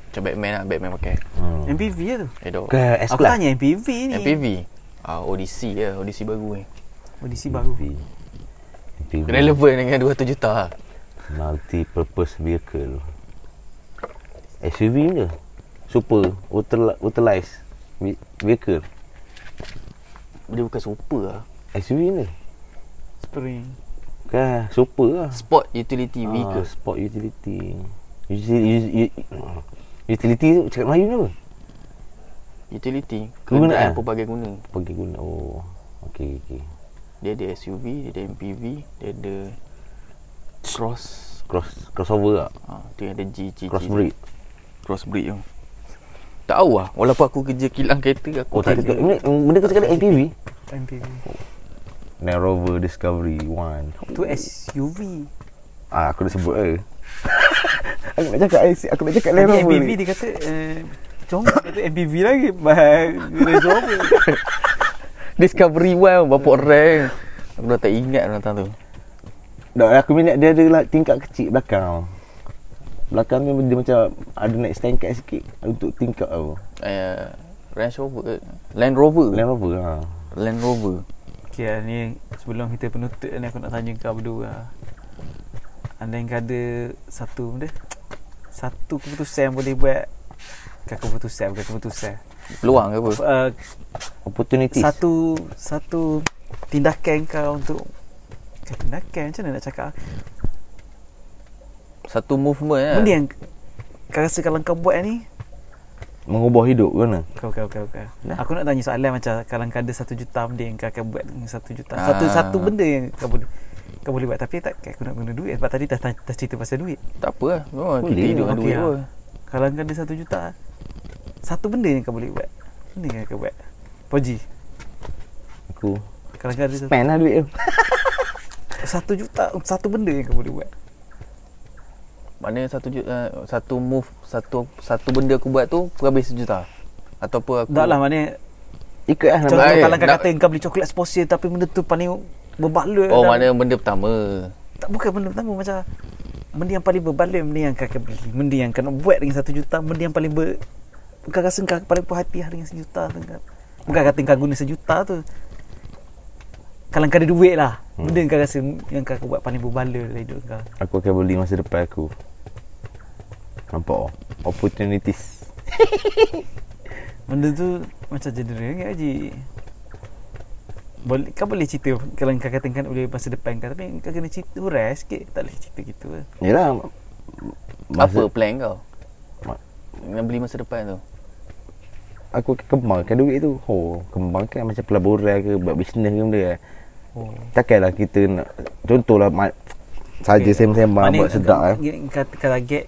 S3: Macam Batman lah Batman pakai
S1: Hmm.
S2: MPV lah tu.
S3: Eh dok
S1: Ke S
S2: Aku tanya MPV ni.
S3: MPV ah, Odyssey lah Odyssey baru ni
S2: Audisi Oh, baru.
S1: MPV.
S3: Relevan dengan 200 juta lah
S1: Multi purpose vehicle. SUV ni ke? Super util- utilized ve- vehicle.
S3: Dia bukan super lah
S1: SUV ni.
S2: Spring.
S1: Kan super lah.
S3: Sport utility vehicle
S1: Ah, sport utility. Utility, utility tu cakap Melayu ni apa?
S3: Utility
S1: Guna
S3: Kenderaan
S1: lah.
S3: pelbagai guna
S1: Pergi guna. Oh. Okey okey.
S3: Dia ada SUV Dia ada MPV Dia ada Cross
S1: Cross crossover lah.
S3: ah, Tu yang ada G G G
S1: Crossbreed.
S3: Crossbreed tu Tak tahu lah Walaupun aku kerja kilang kereta
S1: Oh
S3: Aku
S1: tak ada.
S3: ada
S1: Benda, benda kau cakap ni MPV.
S2: MPV.
S1: Land Rover Discovery 1.
S2: Tu SUV.
S1: Ah, aku dah sebut eh. aku nak cakap eh, aku nak cakap Land
S2: Tapi
S1: Rover.
S2: MPV
S1: ni.
S2: dia kata eh, Comel kata MPV lagi Bahan Range Rover
S3: Discovery One Bapak Ray Aku dah tak ingat dah datang tu
S1: Tak, aku minat dia ada lah tingkat kecil belakang. Belakang ni dia macam ada naik stangkat sikit untuk tingkat tu.
S3: uh, Range Rover eh, Land Rover
S1: Land Rover ha.
S3: Land Rover
S2: Okay lah, ni Sebelum kita penutup ni Aku nak tanya kau berdua lah. Andai kau ada Satu benda Satu keputusan yang boleh buat Bukan keputusan Bukan keputusan
S3: Peluang ke apa
S2: uh,
S1: Opportunities. Sat-
S2: Satu Satu Tindakan kau untuk Bukan tindakan Macam mana nak cakap ah?
S3: Satu movement lah
S2: Benda yang Kau rasa kalau kau buat ni
S1: Mengubah hidup kena.
S2: Kau, kau, kau, kau. Aku nak tanya soalan macam kalau kau ada satu juta benda yang kau akan buat dengan satu juta.
S3: Ah.
S2: Satu satu benda yang kau boleh kau boleh buat tapi tak aku nak guna duit sebab tadi dah, dah, dah cerita pasal duit.
S3: Tak apa lah Memang
S1: Boleh,
S3: kita hidup dengan
S2: okey
S3: duit
S2: lah.
S3: apa
S2: Kalau kau ada satu juta, satu benda yang kau boleh buat. Benda yang kau buat. Poji,
S1: Aku
S2: kalau kau ada satu,
S1: spend lah duit tu.
S2: satu juta, satu benda yang kau boleh buat.
S3: Maknanya satu ju- uh, Satu move Satu satu benda aku buat tu Aku habis sejuta Ataupun aku
S2: Tak lah maknanya
S1: Ikut lah
S2: contoh
S1: nama.
S3: baik.
S2: kalau kau
S3: Nak-
S2: kata kau beli coklat sponsor tapi benda tu paling berbaloi. lah. dan-
S3: Oh mana benda pertama
S2: tak bukan benda pertama macam benda yang paling berbaloi benda yang kau akan beli benda yang kau nak buat dengan satu juta benda yang paling ber kau rasa kau paling puas hati lah dengan sejuta tu kau bukan kata kau guna sejuta tu kalau kau ada duit lah
S1: Hmm.
S2: benda yang kau rasa yang kau akan buat paling berbaloi dalam hidup kau
S1: Aku akan beli masa depan aku. Nampak? Opportunities.
S2: benda tu macam genre kan Haji boleh, kau boleh cerita kalau kau kata kau nak boleh masa depan kau tapi kau kena cerita hurai sikit tak boleh cerita gitu lah.
S1: Yalah.
S3: Apa
S1: Masa,
S3: plan kau
S1: Ma-
S3: Yang beli masa depan tu
S1: Aku akan kembangkan duit tu. Oh, kembangkan macam pelaburan ke, buat bisnes ke benda kan.
S2: oh.
S1: Takkanlah kita nak contohlah ma- saja
S2: Okey.
S1: sembang-sembang buat sedap eh.
S2: eh. Kau, kau target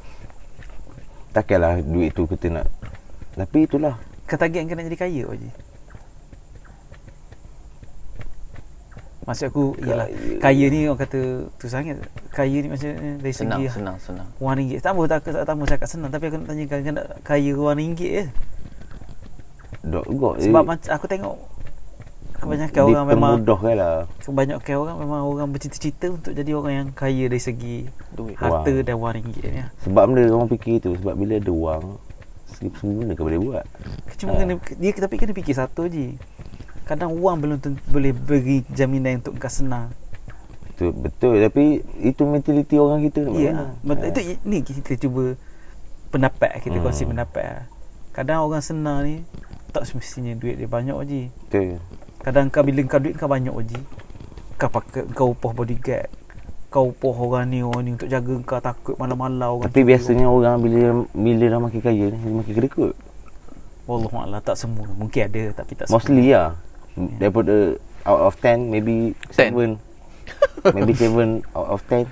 S1: Takkanlah duit tu kita nak Tapi itulah
S2: Kau target kau nak jadi kaya Pak Haji? Maksud aku ialah kaya ni orang kata tu sangat kaya ni maksudnya eh, dari
S3: Senang
S2: segi ha-
S3: senang senang
S2: wang ringgit. Tak apa tak aku tak tahu cakap senang tapi aku nak tanya kau kau nak eh.
S3: Eh.
S2: kaya wang ringgit je.
S1: Dok gok
S2: Sebab mac- aku tengok aku kebanyakan orang memang
S1: Dipermudahkan lah
S2: kebanyakan orang memang orang bercita-cita untuk jadi orang yang kaya dari segi
S3: Duit.
S2: harta
S1: Wang.
S2: dan wang ringgit ya. ni.
S1: Sebab benda orang fikir tu Sebab bila ada wang Segala semua benda kau boleh buat
S2: Cuma
S3: Ah.
S2: kena dia tapi kena fikir satu je. Kadang wang belum tentu, boleh beri jaminan untuk kau senang.
S1: Betul, betul Tapi itu mentaliti orang kita nak buat
S2: Ya.
S1: mana.
S2: Yeah.
S1: Ha.
S2: Itu ni kita cuba pendapat kita hmm. kongsi pendapat. lah. Kadang orang senang ni tak semestinya duit dia banyak je.
S1: Betul
S2: Kadang kau bila kau duit kau banyak je. Kau pakai kau upah bodyguard. Kau upah orang ni orang ni untuk jaga kau takut malam-malam orang.
S1: Tapi biasanya orang bila bila dah makin kaya ni Dia makin kedekut
S2: Wallahualam tak semua. Mungkin ada tapi tak semua.
S1: Mostly lah Daripada out of 10 maybe
S3: 10.
S1: 7 Maybe 7 out of 10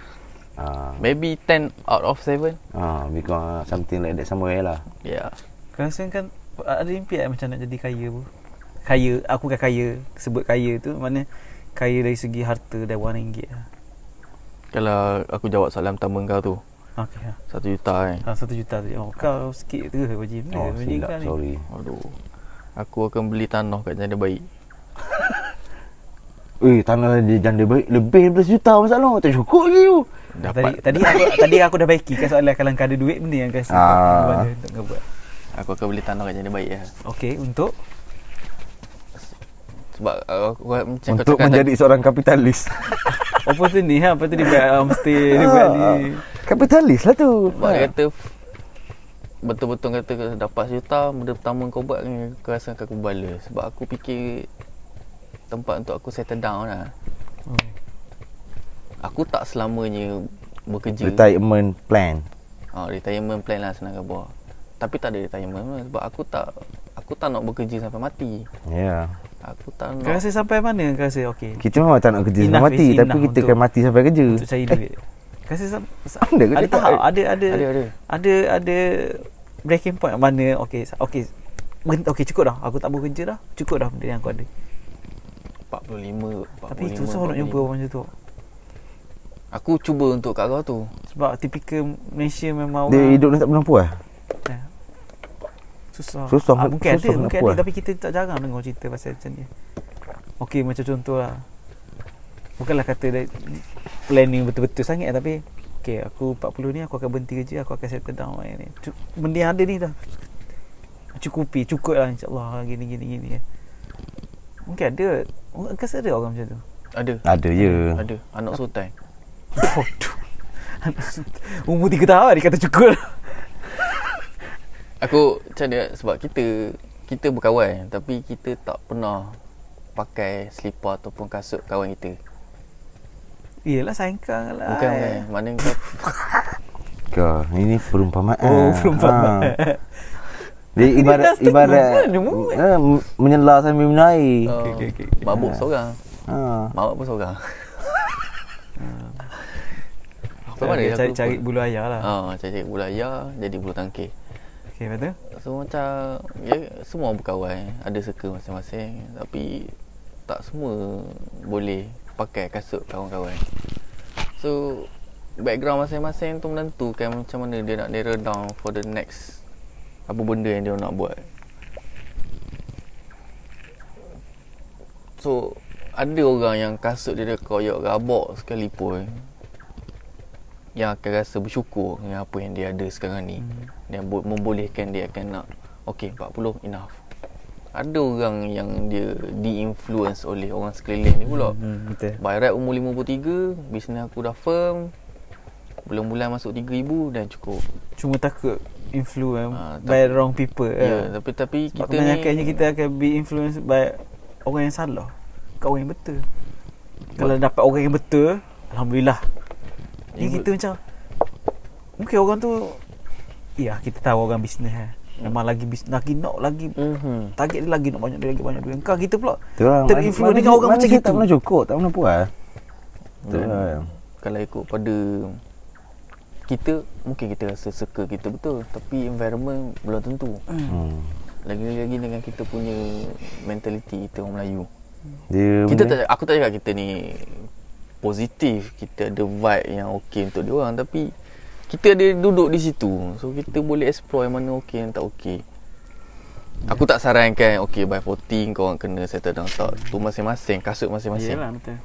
S1: Ah,
S3: Maybe 10 out of 7
S1: ah, because something like that somewhere lah.
S3: Yeah
S2: Kau rasa kan ada impian macam nak jadi kaya pun. Kaya, aku kan kaya, sebut kaya tu mana kaya dari segi harta dan wang ringgit lah.
S3: Kalau aku jawab soalan pertama kau tu
S2: Okey lah.
S3: 1 juta kan
S2: Ha, satu juta tu. Oh, kau sikit terus bagi benda.
S1: Oh,
S2: bagi
S1: silap,
S2: kau ni.
S1: sorry.
S3: Aduh Aku akan beli tanah kat janda baik
S1: Eh, tanah dia janda baik lebih daripada sejuta masalah. Tak cukup lagi tu.
S2: Tadi,
S3: Dapat
S2: tadi aku tadi aku dah baiki kan soalan kalau kau ada duit benda yang kau
S1: Ah.
S2: ah. untuk kau buat.
S3: Aku akan beli tanah kat janda baik ya.
S2: Okey, untuk
S3: Sebab aku, aku macam
S1: Untuk menjadi seorang kapitalis.
S2: apa tu ni ha, apa tu dia buat
S1: Eh,
S2: homestay,
S1: Ah.
S2: dia buat ni.
S1: kapitalis lah tu.
S3: Sebab dia kata Betul-betul kata kau dapat sejuta Benda pertama kau buat ni, Kau rasa kau kebala Sebab aku fikir Tempat untuk aku settle down lah
S2: Hmm.
S3: Aku tak selamanya Bekerja
S1: Retirement plan.
S3: ha, Retirement plan lah senang khabar Tapi tak ada retirement pun Sebab aku tak Aku tak nak bekerja sampai mati
S1: Ya. Yeah.
S3: Aku tak
S2: Kau
S3: nak
S2: rasa sampai mana kau rasa? Okey.
S1: Kita memang tak nak kerja
S2: Enough
S1: sampai mati
S2: is
S1: tapi
S2: enough
S1: kita
S2: untuk-
S1: akan mati sampai kerja.
S2: untuk cari duit. Kau rasa sam- sam-
S1: Ada ke
S2: ada
S1: dia tak?
S2: tahap, ada ada
S3: Ada, ada.
S2: ada ada breaking point mana okey sa- okey Ben- okey cukup dah. Aku tak boleh kerja dah. Cukup dah benda yang aku ada.
S3: 45 45
S2: Tapi susah nak jumpa orang macam tu.
S3: Aku cuba untuk kat kau tu
S2: Sebab tipikal Malaysia memang
S1: Dia
S2: orang
S1: hidup ni tak pernah puas.
S2: Eh. Susah.
S1: Susah,
S2: Ah, mungkin
S1: susah
S2: ada,
S1: nak
S2: mungkin
S1: puas.
S2: ada tapi kita tak jarang dengar cerita pasal macam ni. Okey, macam contohlah. Bukanlah kata dah planning betul-betul sangat tapi okey, aku 40 ni aku akan berhenti kerja, aku akan settle down macam ni. Cuk- Benda yang ada ni dah cukupi, cukup lah insya-Allah gini gini gini. ya. Mungkin ada. Orang rasa ada orang macam tu.
S3: Ada
S1: Ada je.
S3: Ada Anak sultan
S2: Bodoh. Anak sut- Umur 3 tahun dia kata cukup. lah.
S3: Aku macam dia sebab kita kita berkawan tapi kita tak pernah pakai selipar ataupun kasut kawan kita.
S2: Yelah sangkang lah.
S3: Bukan kan? Mana kau
S1: Kau, ini perumpamaan.
S2: Oh, perumpamaan.
S1: Ha. Dia ibarat
S2: statement
S1: ibarat
S2: dia buat. Oh.
S1: ha, menyela sambil menaik.
S3: okay, Ah.
S2: okey, okey, okey.
S3: mabuk seorang,
S1: Ha.
S3: mabuk pun seorang. Apa mana
S2: Dia
S3: aku
S2: cari
S3: lupa.
S2: cari bulu ayah lah.
S3: Ah, cari-cari bola ayah jadi bulu tangkis.
S2: Okey, lepas tu?
S3: So macam ya, semua berkawan, ada circle masing-masing tapi tak semua boleh pakai kasut kawan-kawan. So background masing-masing tu menentukan macam mana dia nak narrow down for the next apa benda yang dia nak buat. So ada orang yang kasut dia dah koyak rabak sekalipun yang akan rasa bersyukur dengan apa yang dia ada sekarang ni hmm. dan bo- membolehkan dia akan nak okey 40 enough ada orang yang dia di-influence oleh orang sekeliling ni pula hmm.
S2: Hmm, betul.
S3: by right umur 53 bisnes aku dah firm bulan-bulan masuk 3000 dan cukup
S2: Cuma takut influence
S3: Ah, tak-
S2: by wrong people.
S3: ya yeah.
S2: Ya.
S3: tapi tapi
S2: Sebab
S3: kita ni
S2: kebanyakannya kita akan be influenced by orang yang salah. Kau orang yang betul. Kalau dapat orang yang betul, alhamdulillah. Jadi
S3: Yang
S2: kita macam mungkin orang tu ya kita tahu orang bisnes eh. Memang lagi bisnes lagi nak lagi
S3: mhm
S2: target dia lagi nak banyak duit lagi banyak duit. Kau kita pula
S1: Betul lah.
S2: terinfluence dengan orang kan, macam
S1: manusia
S2: gitu. Ya,
S1: tak pernah cukup, tak pernah puas. Betul
S3: Hmm.
S1: lah.
S3: kalau ikut pada kita mungkin kita rasa circle kita betul tapi environment belum tentu
S1: Hmm.
S3: lagi-lagi dengan kita punya mentality kita orang Melayu
S1: Dia
S3: kita
S1: benda-
S3: tak aku tak cakap kita ni positif kita ada vibe yang okey untuk dia orang tapi kita ada duduk di situ so kita boleh explore yang mana okey yang tak okey Aku tak sarankan Okay by 40 Korang kena settle down tak Tu masing-masing Kasut masing-masing
S2: Yelah lah, betul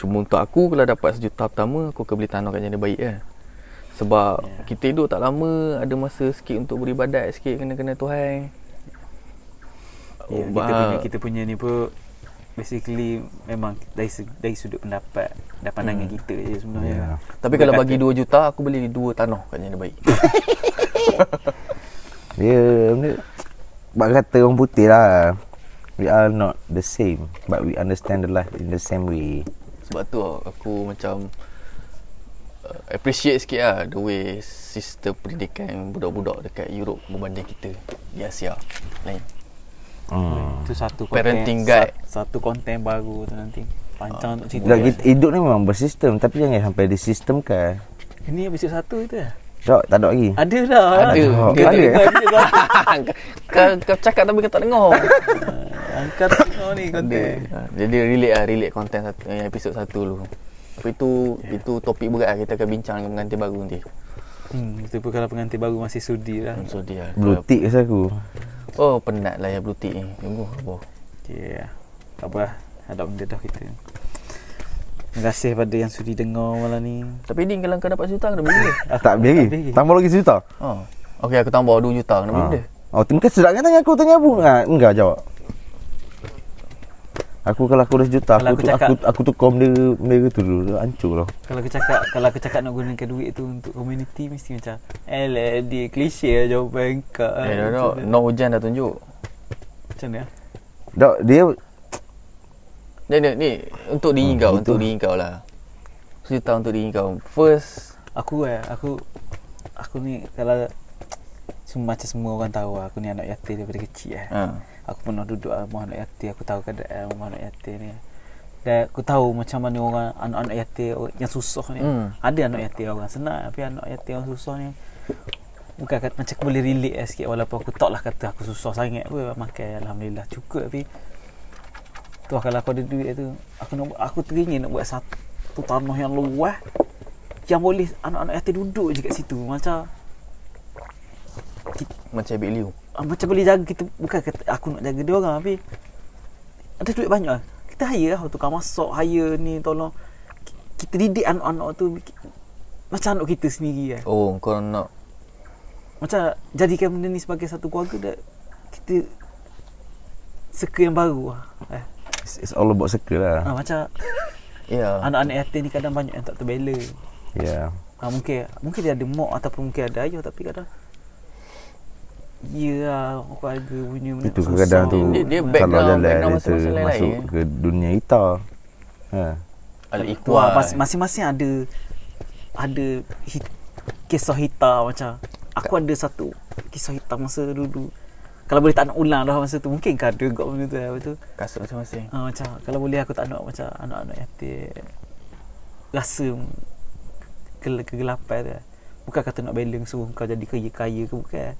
S3: Cuma untuk aku Kalau dapat sejuta pertama Aku akan beli tanah kat jana baik lah Sebab yeah. Kita hidup tak lama Ada masa sikit untuk beribadat Sikit kena-kena Tuhan
S2: Ya,
S3: Oh,
S2: kita
S3: bah-
S2: punya kita punya ni pun basically memang dari se- dari sudut pendapat dan pandangan kita je sebenarnya.
S1: Hmm. Ya.
S3: Tapi kalau bagi 2 juta Aku beli 2 tanah kat jana baik
S1: Dia benda Bak kata orang putih lah We are not the same But we understand the life in the same way
S3: Sebab tu aku macam uh, appreciate sikit lah the way sistem pendidikan budak-budak dekat Europe berbanding kita di Asia lain.
S1: hmm.
S2: Itu satu
S3: Parenting
S2: konten-
S3: guide.
S2: sa- satu konten baru tu nanti. Panjang untuk cerita.
S1: Dah kita hidup ni memang bersistem Tapi jangan sampai disistemkan
S2: Ini episod satu itu ya?
S1: Tak, tak ada lagi
S2: Ada lah.
S1: Ada.
S3: Dia tak
S1: Ada.
S3: dengar episode satu. kau, kau cakap tapi kau tak dengar.
S2: Angkat kau ni
S3: dia,
S2: konten.
S3: ha, jadi relate lah, relate konten satu, eh, episod satu dulu. Tapi itu yeah. itu topik berat lah. kita akan bincang dengan pengantin baru nanti.
S2: Hmm, itu pun kalau pengantin baru masih sudi lah.
S3: So dia.
S1: Blue tick rasa aku
S3: Oh penat lah ya blue tick ni. Sungguh. boh.
S2: Yeah. Tak apa lah. Ada benda dah kita. Terima kasih pada yang sudi dengar malam ni.
S3: Tapi Din kalau kau dapat juta kena beli. dia.
S1: Tak habis lagi
S2: habis lagi.
S1: Tambah lagi sejuta
S3: Oh. Okey aku tambah 2 juta kena beli
S1: ha.
S3: dia.
S1: Oh tengah sedap kan tanya aku tanya apa ha, Enggak jawab Aku kalau aku dah sejuta aku,
S2: Kalau aku
S1: tu,
S2: cakap-
S1: aku, aku tukar benda, benda tu dulu Hancur lah
S2: Kalau aku cakap Kalau aku cakap nak gunakan duit tu Untuk community Mesti macam Eh lah dia klise lah jawapan kau
S3: Eh, dah, dah. No hujan dah tunjuk.
S2: Macam mana
S1: Dok, dia
S3: Ni, ni, ni untuk diri
S1: Hmm,
S3: kau,
S1: gitu.
S3: untuk diri kau lah. Cerita untuk diri kau. First,
S2: Aku eh Aku Aku ni Kalau semua macam semua orang tahu lah, aku ni anak yatim daripada kecil eh.
S3: ha.
S2: Aku pernah duduk lah rumah anak yatim, aku tahu keadaan rumah anak yatim ni. Dan aku tahu macam mana orang anak-anak yatim orang yang susah ni.
S3: Hmm.
S2: Ada anak yatim orang senang tapi anak yatim orang susah ni bukan kat, macam aku boleh relate lah sikit walaupun aku tak lah kata aku susah sangat pun makan alhamdulillah cukup tapi tu lah, kalau aku ada duit tu aku nak buat- aku teringin nak buat satu tanah yang luas yang boleh anak-anak yatim duduk je kat situ macam
S3: macam Big Liu.
S2: Ah, macam boleh jaga kita bukan kata aku nak jaga dia orang tapi ada duit banyak lah. kita hire lah tukang masak hire ni tolong Ki- kita didik anak-anak tu ki- macam anak kita sendiri lah.
S3: Oh, kau nak
S2: macam jadikan benda ni sebagai satu keluarga dah kita circle yang baru lah. Eh.
S1: It's, it's all about circle
S2: Ha,
S3: Ah.
S1: lah
S2: macam
S3: ya. Yeah.
S2: anak-anak yatim ni kadang banyak yang tak terbela
S1: Yeah
S2: ha, mungkin mungkin dia ada mak ataupun mungkin ada ayah tapi kadang Ya lah, keluarga punya benda
S1: Itu
S2: susah.
S1: kadang tu
S3: Dia- dia
S1: Kalau
S3: background-
S1: jalan
S3: background
S1: dia
S3: masing-masing lain eh.
S1: masuk
S3: lain.
S1: ke dunia hitam ha.
S2: Wah,
S3: Al-Iqwa.
S2: mas- masing-masing ada ada hit, kisah hitam macam aku ada satu kisah hitam masa dulu kalau boleh tak nak ulang dah masa tu mungkin kau ada kat benda tu lah betul
S3: Kasut masing-masing.
S2: ha, macam kalau boleh aku tak nak macam anak-anak yatim rasa ke- kegelapan tu lah. bukan kata nak balance suruh kau jadi kaya-kaya ke bukan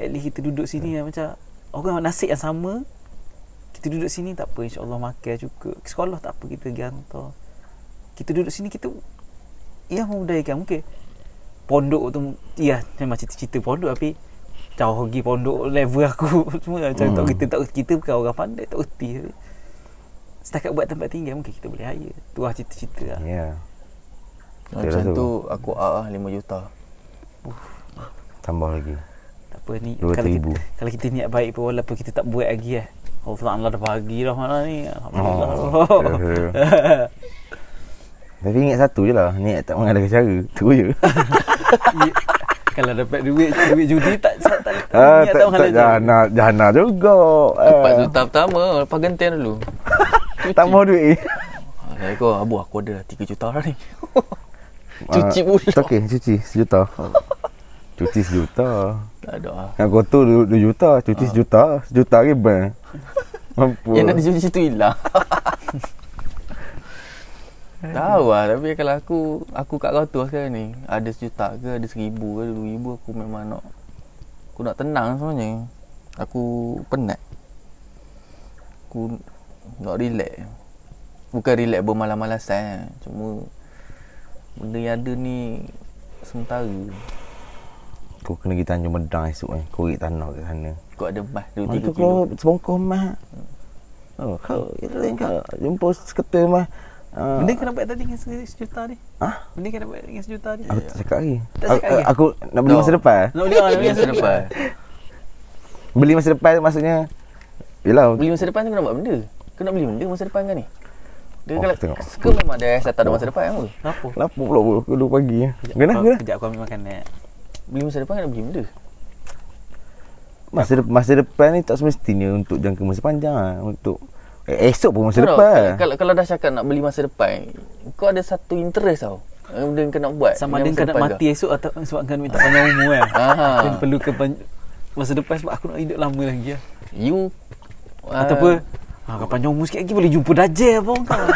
S2: at least kita duduk sini lah, macam orang nasib yang sama kita duduk sini tak apa insyaAllah makan cukup Ke sekolah tak apa kita pergi hantar kita duduk sini kita ya membudayakan mungkin pondok tu ya memang cita-cita pondok tapi jauh pergi pondok level aku semua macam hmm. tak kita tak kita bukan orang pandai tak erti setakat buat tempat tinggal mungkin kita boleh hire tu lah cita-cita
S3: Ya.
S2: lah
S1: Yeah
S3: Macam
S1: Betul.
S3: tu aku ah ah, 5 juta.
S1: Tambah lagi
S2: tak apa ni
S1: Dua
S2: kalau kita,
S1: ribu.
S2: kalau kita niat baik pun walaupun kita tak buat lagi lah Allah Ta'ala dah bagi dah mana ni Alhamdulillah
S1: Oh, Tapi ingat satu je lah Niat tak mengadakan cara Tu je
S2: Ya. kalau dapat duit duit judi tak tak tak, tak,
S1: Ah,
S2: niat
S1: tak, tak,
S2: menghalang jalan.
S1: jana, jana juga
S3: Dapat
S1: eh.
S3: juta pertama, lepas gentian dulu.
S1: Tak mau duit
S3: Ha, saya kau abu aku ada 3 juta dah ni. Cuci pun.
S1: uh, Okay cuci sejuta Cuci sejuta
S3: Tak ada ah.
S1: Kat kotor 2 juta Cuci sejuta Sejuta ke bang Mampu
S3: Yang nak dicuci situ hilang. Tahu lah Tapi kalau aku Aku kat kau tu lah sekarang ni Ada sejuta ke Ada seribu ke Dua ribu Aku memang nak Aku nak tenang sebenarnya Aku penat Aku Nak relax Bukan relax bermalam-malasan Cuma Benda yang ada ni Sementara
S1: Kau kena pergi Tanjung Medang esok kan. Korek tanah kat sana.
S3: Kau ada bas
S1: Mana
S3: 2 3
S1: tu
S3: kilo.
S1: keluar sebongkah mah. Oh, kau kita lain kau jumpa seketa mah. Uh,
S2: Benda kau dapat tadi dengan se- sejuta ni?
S1: Ah?
S2: Benda kau dapat dengan sejuta ni?
S1: aku tak cakap lagi.
S2: Tak
S1: Aku,
S2: cakap lagi?
S1: aku nak beli
S3: Tak.
S1: masa depan.
S2: Nak beli orang
S3: Beli masa depan.
S1: Beli masa depan maksudnya Yelah
S3: Beli masa depan tu kau nak buat benda. Kau nak beli benda masa depan kan ni? Dia
S1: Oh,
S3: kalau
S1: tengok. Oh.
S3: kau memang ada asal tak ada masa depan apa?
S2: Apa?
S1: Kenapa pula pukul 2 pagi ya? Kenapa?
S2: Kau-
S1: Kenapa?
S2: Kejap aku ambil makanan.
S3: Beli masa depan kau nak beli benda.
S1: Masa, de- masa depan ni tak semestinya untuk jangka masa panjang lah. Untuk eh, esok pun masa
S3: Kau tahu,
S1: depan.
S3: Kalau, kalau dah cakap nak beli masa depan, kau ada satu interest tau. Yang Benda yang kau nak buat.
S2: Sama ada kau
S3: dengan masa
S2: nak
S3: depan
S2: mati esok atau sebab kau nak minta panjang umur kan?
S3: Aha.
S2: Yang perlu ke pan- masa depan sebab aku nak hidup lama lagi lah.
S3: You ah,
S2: Atau apa? Ha, kau panjang umur sikit lagi boleh jumpa Dajjal pun kau.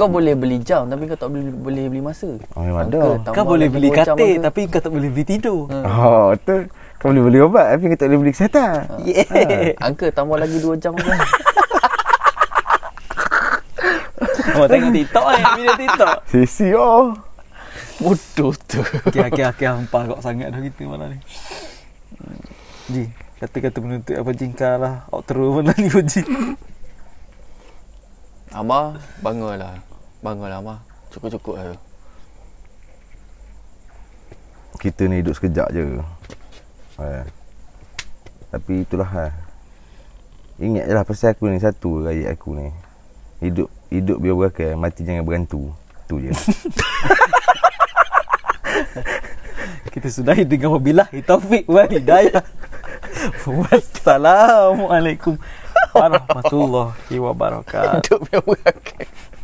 S3: Kau boleh beli jam tapi kau tak boleh, boleh beli masa.
S1: Oh, memang
S3: Kau
S1: ada.
S3: tambah
S2: Kau boleh
S3: lagi
S2: beli
S3: dua jam
S2: katil
S3: apa.
S2: tapi kau tak boleh beli tidur.
S1: Oh, tu. Kau boleh beli ubat tapi kau tak boleh beli kesihatan.
S2: Yeah.
S3: Angka tambah lagi 2 jam apa.
S2: Oh, tengok TikTok eh. Video TikTok.
S1: Sisi oh.
S3: Bodoh tu.
S2: Okey, okey, okey. Hampar kau sangat dah kita malam ni. Hmm. Ji, kata-kata penutup apa jingkar lah. Outro malam ni, Ji.
S3: Amar, bangunlah. Bangunlah Amar. Cukup-cukup lah tu.
S1: Kita ni hidup sekejap je. Ha. Tapi itulah ha. Ingat je lah pasal aku ni satu rakyat aku ni. Hidup hidup biar berakal, mati jangan berantu. Tu je.
S2: Kita sudahi dengan wabillahi taufiq wal hidayah. Wassalamualaikum warahmatullahi wabarakatuh.
S3: Hidup yang berakai.